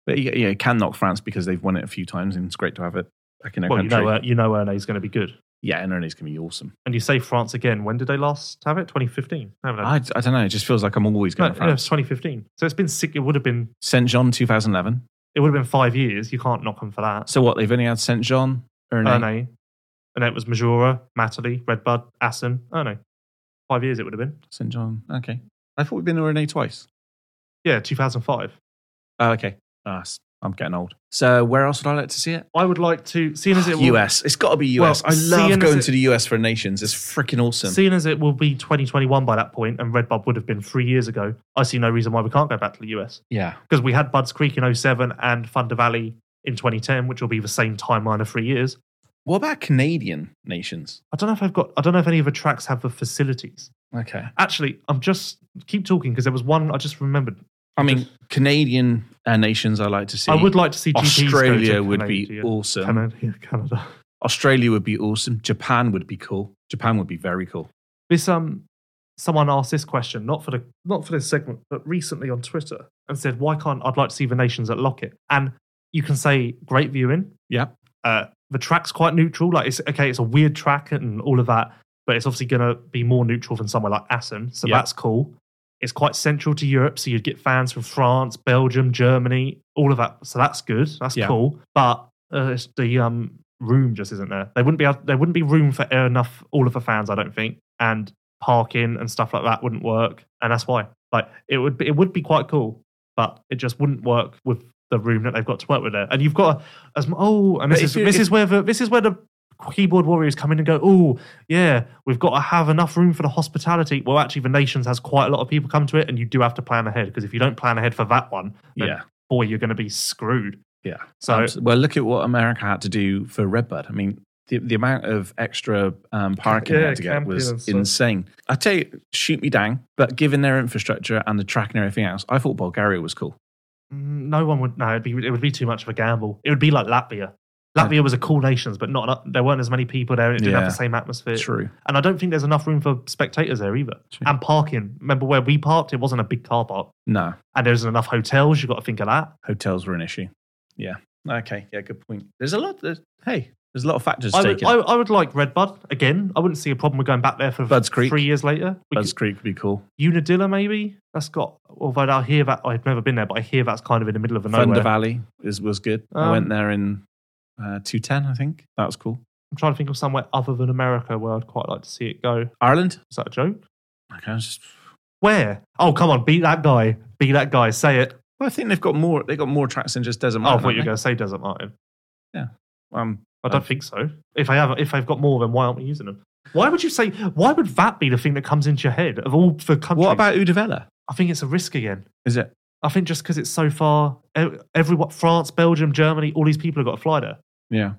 Speaker 3: But yeah, yeah, you can knock France because they've won it a few times and it's great to have it back in their
Speaker 4: Well, you
Speaker 3: country.
Speaker 4: know, uh, you know Erne is going to be good.
Speaker 3: Yeah, and Ernie's going to be awesome.
Speaker 4: And you say France again. When did they last have it? 2015. Haven't they?
Speaker 3: I, I don't know. It just feels like I'm always
Speaker 4: No,
Speaker 3: going to
Speaker 4: no, it's
Speaker 3: France.
Speaker 4: 2015. So it's been sick. It would have been
Speaker 3: St. John 2011.
Speaker 4: it would have been five years. You can't knock them for that.
Speaker 3: So what? They've only had St. John, Ernie.
Speaker 4: Erne, and it was Majora, Matterly, Redbud, Assen, Erne. Five years it would have been.
Speaker 3: St. John. Okay. I thought we'd been to Renee twice.
Speaker 4: Yeah, 2005.
Speaker 3: Oh, okay. Ah, s- I'm getting old. So where else would I like to see it?
Speaker 4: I would like to, seeing as it will,
Speaker 3: US. It's got to be
Speaker 4: Well,
Speaker 3: US. I
Speaker 4: seeing as
Speaker 3: love going
Speaker 4: it-
Speaker 3: to the US for nations. It's freaking awesome.
Speaker 4: seeing as it will be 2021 by that point, and Redbud would have been three years ago. I see no reason why we can't go back to the US
Speaker 3: yeah.
Speaker 4: because we had Bud's Creek in 07 and Thunder Valley in 2010, which will be the same timeline of three years.
Speaker 3: What about Canadian nations?
Speaker 4: I don't know if I've got. I don't know if any of the tracks have the facilities.
Speaker 3: Okay.
Speaker 4: Actually, I'm just keep talking because there was one I just remembered.
Speaker 3: I mean, Canadian uh, nations I like to see.
Speaker 4: I would like to see GPs go to
Speaker 3: Australia would be
Speaker 4: Canada.
Speaker 3: awesome.
Speaker 4: Canada, Canada.
Speaker 3: Australia would be awesome. Japan would be cool. Japan would be very cool.
Speaker 4: This um, someone asked this question not for the not for this segment, but recently on Twitter and said, "Why can't I'd like to see the nations at Lockett?" And you can say, "Great viewing."
Speaker 3: Yeah.
Speaker 4: Uh, the track's quite neutral. Like it's okay, it's a weird track and all of that, but it's obviously going to be more neutral than somewhere like Assen, so
Speaker 3: Yeah.
Speaker 4: that's cool. It's quite central to Europe, so you'd get fans from France, Belgium, Germany, all of that. So that's good. That's
Speaker 3: Yeah.
Speaker 4: cool. But uh, it's the um, room just isn't there. They wouldn't be able, there wouldn't be room for enough all of the fans, I don't think, and parking and stuff like that wouldn't work, and that's why. Like it would be, it would be quite cool, but it just wouldn't work with the room that they've got to work with there. And you've got as m- oh, and this
Speaker 3: But
Speaker 4: is
Speaker 3: if you-
Speaker 4: this
Speaker 3: if-
Speaker 4: is where the this is where the keyboard warriors come in and go oh yeah we've got to have enough room for the hospitality well actually the nations has quite a lot of people come to it and you do have to plan ahead because if you don't plan ahead for that one then
Speaker 3: Yeah.
Speaker 4: boy you're going to be screwed
Speaker 3: Yeah.
Speaker 4: so
Speaker 3: Abs- um, well, look at what America had to do for Redbud. I mean, the, the amount of extra um, parking they
Speaker 4: Yeah,
Speaker 3: had to get
Speaker 4: camping
Speaker 3: was
Speaker 4: and stuff.
Speaker 3: insane. I tell you, shoot me down, but given their infrastructure and the track and everything else, I thought Bulgaria was cool.
Speaker 4: Mm, No one would. No, it'd be, it would be too much of a gamble. It would be like Latvia. Latvia was a cool nations, but not there weren't as many people there, and it didn't
Speaker 3: Yeah.
Speaker 4: have the same atmosphere.
Speaker 3: True.
Speaker 4: And I don't think there's enough room for spectators there either. And parking. Remember where we parked? It wasn't a big car park,
Speaker 3: No,
Speaker 4: and there isn't enough hotels. You have got to think of that.
Speaker 3: hotels were an issue. Yeah. Okay. Yeah. Good point. There's a lot. There's, hey, there's a lot of factors
Speaker 4: I
Speaker 3: to take
Speaker 4: would,
Speaker 3: in.
Speaker 4: I, I would like Redbud again. I wouldn't see a problem with going back there for
Speaker 3: Bud's Creek.
Speaker 4: three years later. We
Speaker 3: Buzz Creek would be cool.
Speaker 4: could- Unadilla maybe. That's got. Although I hear that I've never been there, but I hear that's kind of in the middle of the
Speaker 3: Thunder
Speaker 4: nowhere.
Speaker 3: Valley is, was good. I
Speaker 4: Um,
Speaker 3: went there in uh, 210, I think. That was cool.
Speaker 4: I'm trying to think of somewhere other than America where I'd quite like to see it go.
Speaker 3: Ireland?
Speaker 4: Is that a joke?
Speaker 3: Okay. I was just
Speaker 4: Where? Oh, come on, beat that guy. Beat that guy. Say it.
Speaker 3: Well, I think they've got more. They have got more tracks than just Desert
Speaker 4: Oh, I
Speaker 3: Mountain.
Speaker 4: thought you were
Speaker 3: haven't
Speaker 4: going to say Desert Martin.
Speaker 3: they? Um,
Speaker 4: I don't
Speaker 3: Oh.
Speaker 4: think so. If I have, if I've got more, then why aren't we using them? Why would you say? Why would that be the thing that comes into your head of all the countries?
Speaker 3: what about Udavella?
Speaker 4: I think it's a risk again.
Speaker 3: Is it?
Speaker 4: I think just because it's so far, e- everyone, France, Belgium, Germany, all these people have got to fly there.
Speaker 3: Yeah.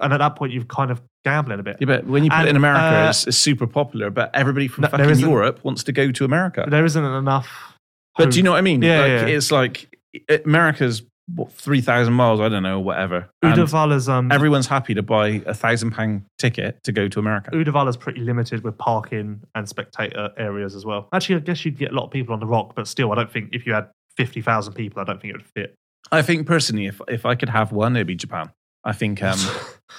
Speaker 4: and at that point you've kind of gambling a bit.
Speaker 3: Yeah, but when you put
Speaker 4: And,
Speaker 3: it in America,
Speaker 4: uh,
Speaker 3: it's, it's super popular, but everybody from
Speaker 4: No, there
Speaker 3: fucking
Speaker 4: isn't.
Speaker 3: Europe wants to go to America.
Speaker 4: there isn't enough.
Speaker 3: But
Speaker 4: hope.
Speaker 3: do you know what I mean?
Speaker 4: Yeah,
Speaker 3: like,
Speaker 4: yeah, yeah.
Speaker 3: It's like it- America's what three thousand miles. I don't know, whatever. And
Speaker 4: Udavala's um,
Speaker 3: everyone's happy to buy a thousand pound ticket to go to America.
Speaker 4: Udavala's pretty limited with parking and spectator areas as well. Actually, I guess you'd get a lot of people on the rock, but still, I don't think if you had fifty thousand people, I don't think it would fit.
Speaker 3: I think personally, if if I could have one, it'd be Japan. I think, um,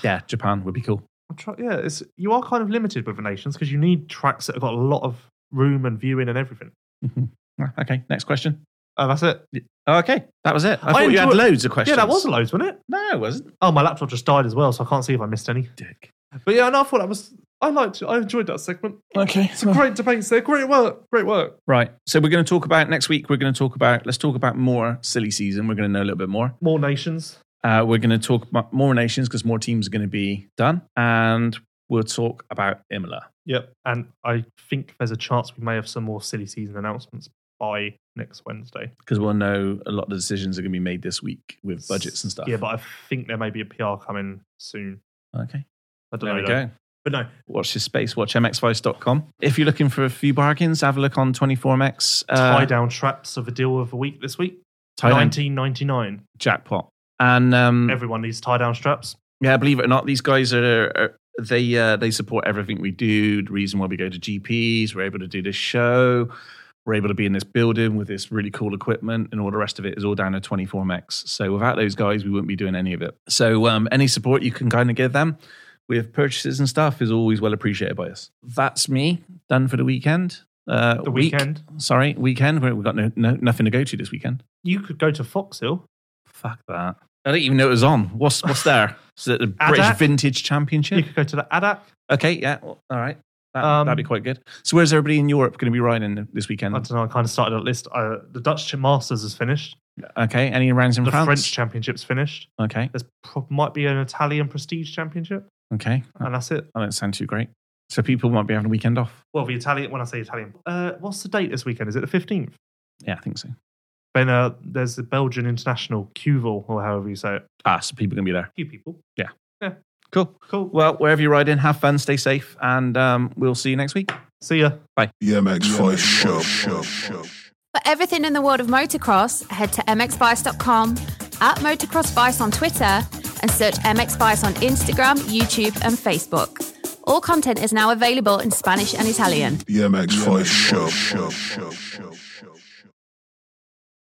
Speaker 3: yeah, Japan would be cool.
Speaker 4: I'm try- yeah, it's you are kind of limited with the nations because you need tracks that have got a lot of room and viewing and everything.
Speaker 3: Ah, Okay, next question.
Speaker 4: And that's it.
Speaker 3: Oh, okay, that was it. I,
Speaker 4: I
Speaker 3: thought you had
Speaker 4: enjoy-
Speaker 3: loads of questions.
Speaker 4: Yeah, that was loads, wasn't it?
Speaker 3: No, it wasn't.
Speaker 4: Oh, my laptop just died as well, so I can't see if I missed any.
Speaker 3: Dick.
Speaker 4: But yeah, and I thought that was. I liked it. I enjoyed that segment.
Speaker 3: Okay.
Speaker 4: It's a great debate there. Great work. Great work.
Speaker 3: Right. So we're going to talk about next week. We're going to talk about, let's talk about more silly season. We're going to know a little bit more.
Speaker 4: More nations.
Speaker 3: Uh, we're going to talk about more nations because more teams are going to be done. And we'll talk about Imola.
Speaker 4: Yep. And I think there's a chance we may have some more silly season announcements by next Wednesday.
Speaker 3: because we'll know a lot of the decisions are going to be made this week with budgets and stuff.
Speaker 4: Yeah, but I think there may be a PR coming soon.
Speaker 3: okay,
Speaker 4: I don't
Speaker 3: there we
Speaker 4: know. though.
Speaker 3: go.
Speaker 4: But no,
Speaker 3: Watch this space. Watch mxvice.com. If you're looking for a few bargains, have a look on 24mx. Uh,
Speaker 4: tie down traps of a deal of the week this week.
Speaker 3: tie down
Speaker 4: 1999.
Speaker 3: jackpot. And um,
Speaker 4: Everyone needs tie down straps.
Speaker 3: yeah, believe it or not, these guys are, are they uh, they support everything we do. The reason why we go to GPs, we're able to do this show. We're able to be in this building with this really cool equipment, and all the rest of it is all down to 24MX. So, without those guys, we wouldn't be doing any of it. So, um, any support you can kind of give them with purchases and stuff is always well appreciated by us. That's me done for the weekend. Uh,
Speaker 4: The
Speaker 3: week-
Speaker 4: weekend.
Speaker 3: sorry, weekend. We- We've got no, no, nothing to go to this weekend.
Speaker 4: You could go to Foxhill.
Speaker 3: Fuck that. I didn't even know it was on. What's what's there? Is it the British
Speaker 4: that-
Speaker 3: Vintage Championship?
Speaker 4: You could go to the ADAC.
Speaker 3: Okay, yeah, well, all right. That,
Speaker 4: Um,
Speaker 3: that'd be quite good. So, where's everybody in Europe going to be riding this
Speaker 4: I
Speaker 3: weekend?
Speaker 4: don't know. I kind of started a list. Uh, the Dutch Masters is finished.
Speaker 3: Okay, any rounds in
Speaker 4: the
Speaker 3: France?
Speaker 4: French Championship's finished.
Speaker 3: Okay,
Speaker 4: There's pro- might be an Italian Prestige Championship,
Speaker 3: okay. Oh, That
Speaker 4: and that's it.
Speaker 3: don't sound too great. So, people might be having a weekend off.
Speaker 4: Well, the Italian. When I say Italian, uh, what's the date this weekend? Is it the fifteenth?
Speaker 3: Yeah, I think so.
Speaker 4: Then uh, there's the Belgian International Cuval, or however you say it.
Speaker 3: Ah, so people are going to be there.
Speaker 4: few people.
Speaker 3: Cool.
Speaker 4: Cool.
Speaker 3: Well, wherever you're riding, have fun, stay safe, and um, we'll see you next week.
Speaker 4: See ya.
Speaker 1: The MX Fight Show. Show.
Speaker 5: For everything in the world of motocross, head to mxvice.com, at motocrossvice on Twitter, and search mxvice on Instagram, YouTube, and Facebook. All content is now available in Spanish and Italian.
Speaker 1: The MX Fight Show. Show. Show. Show.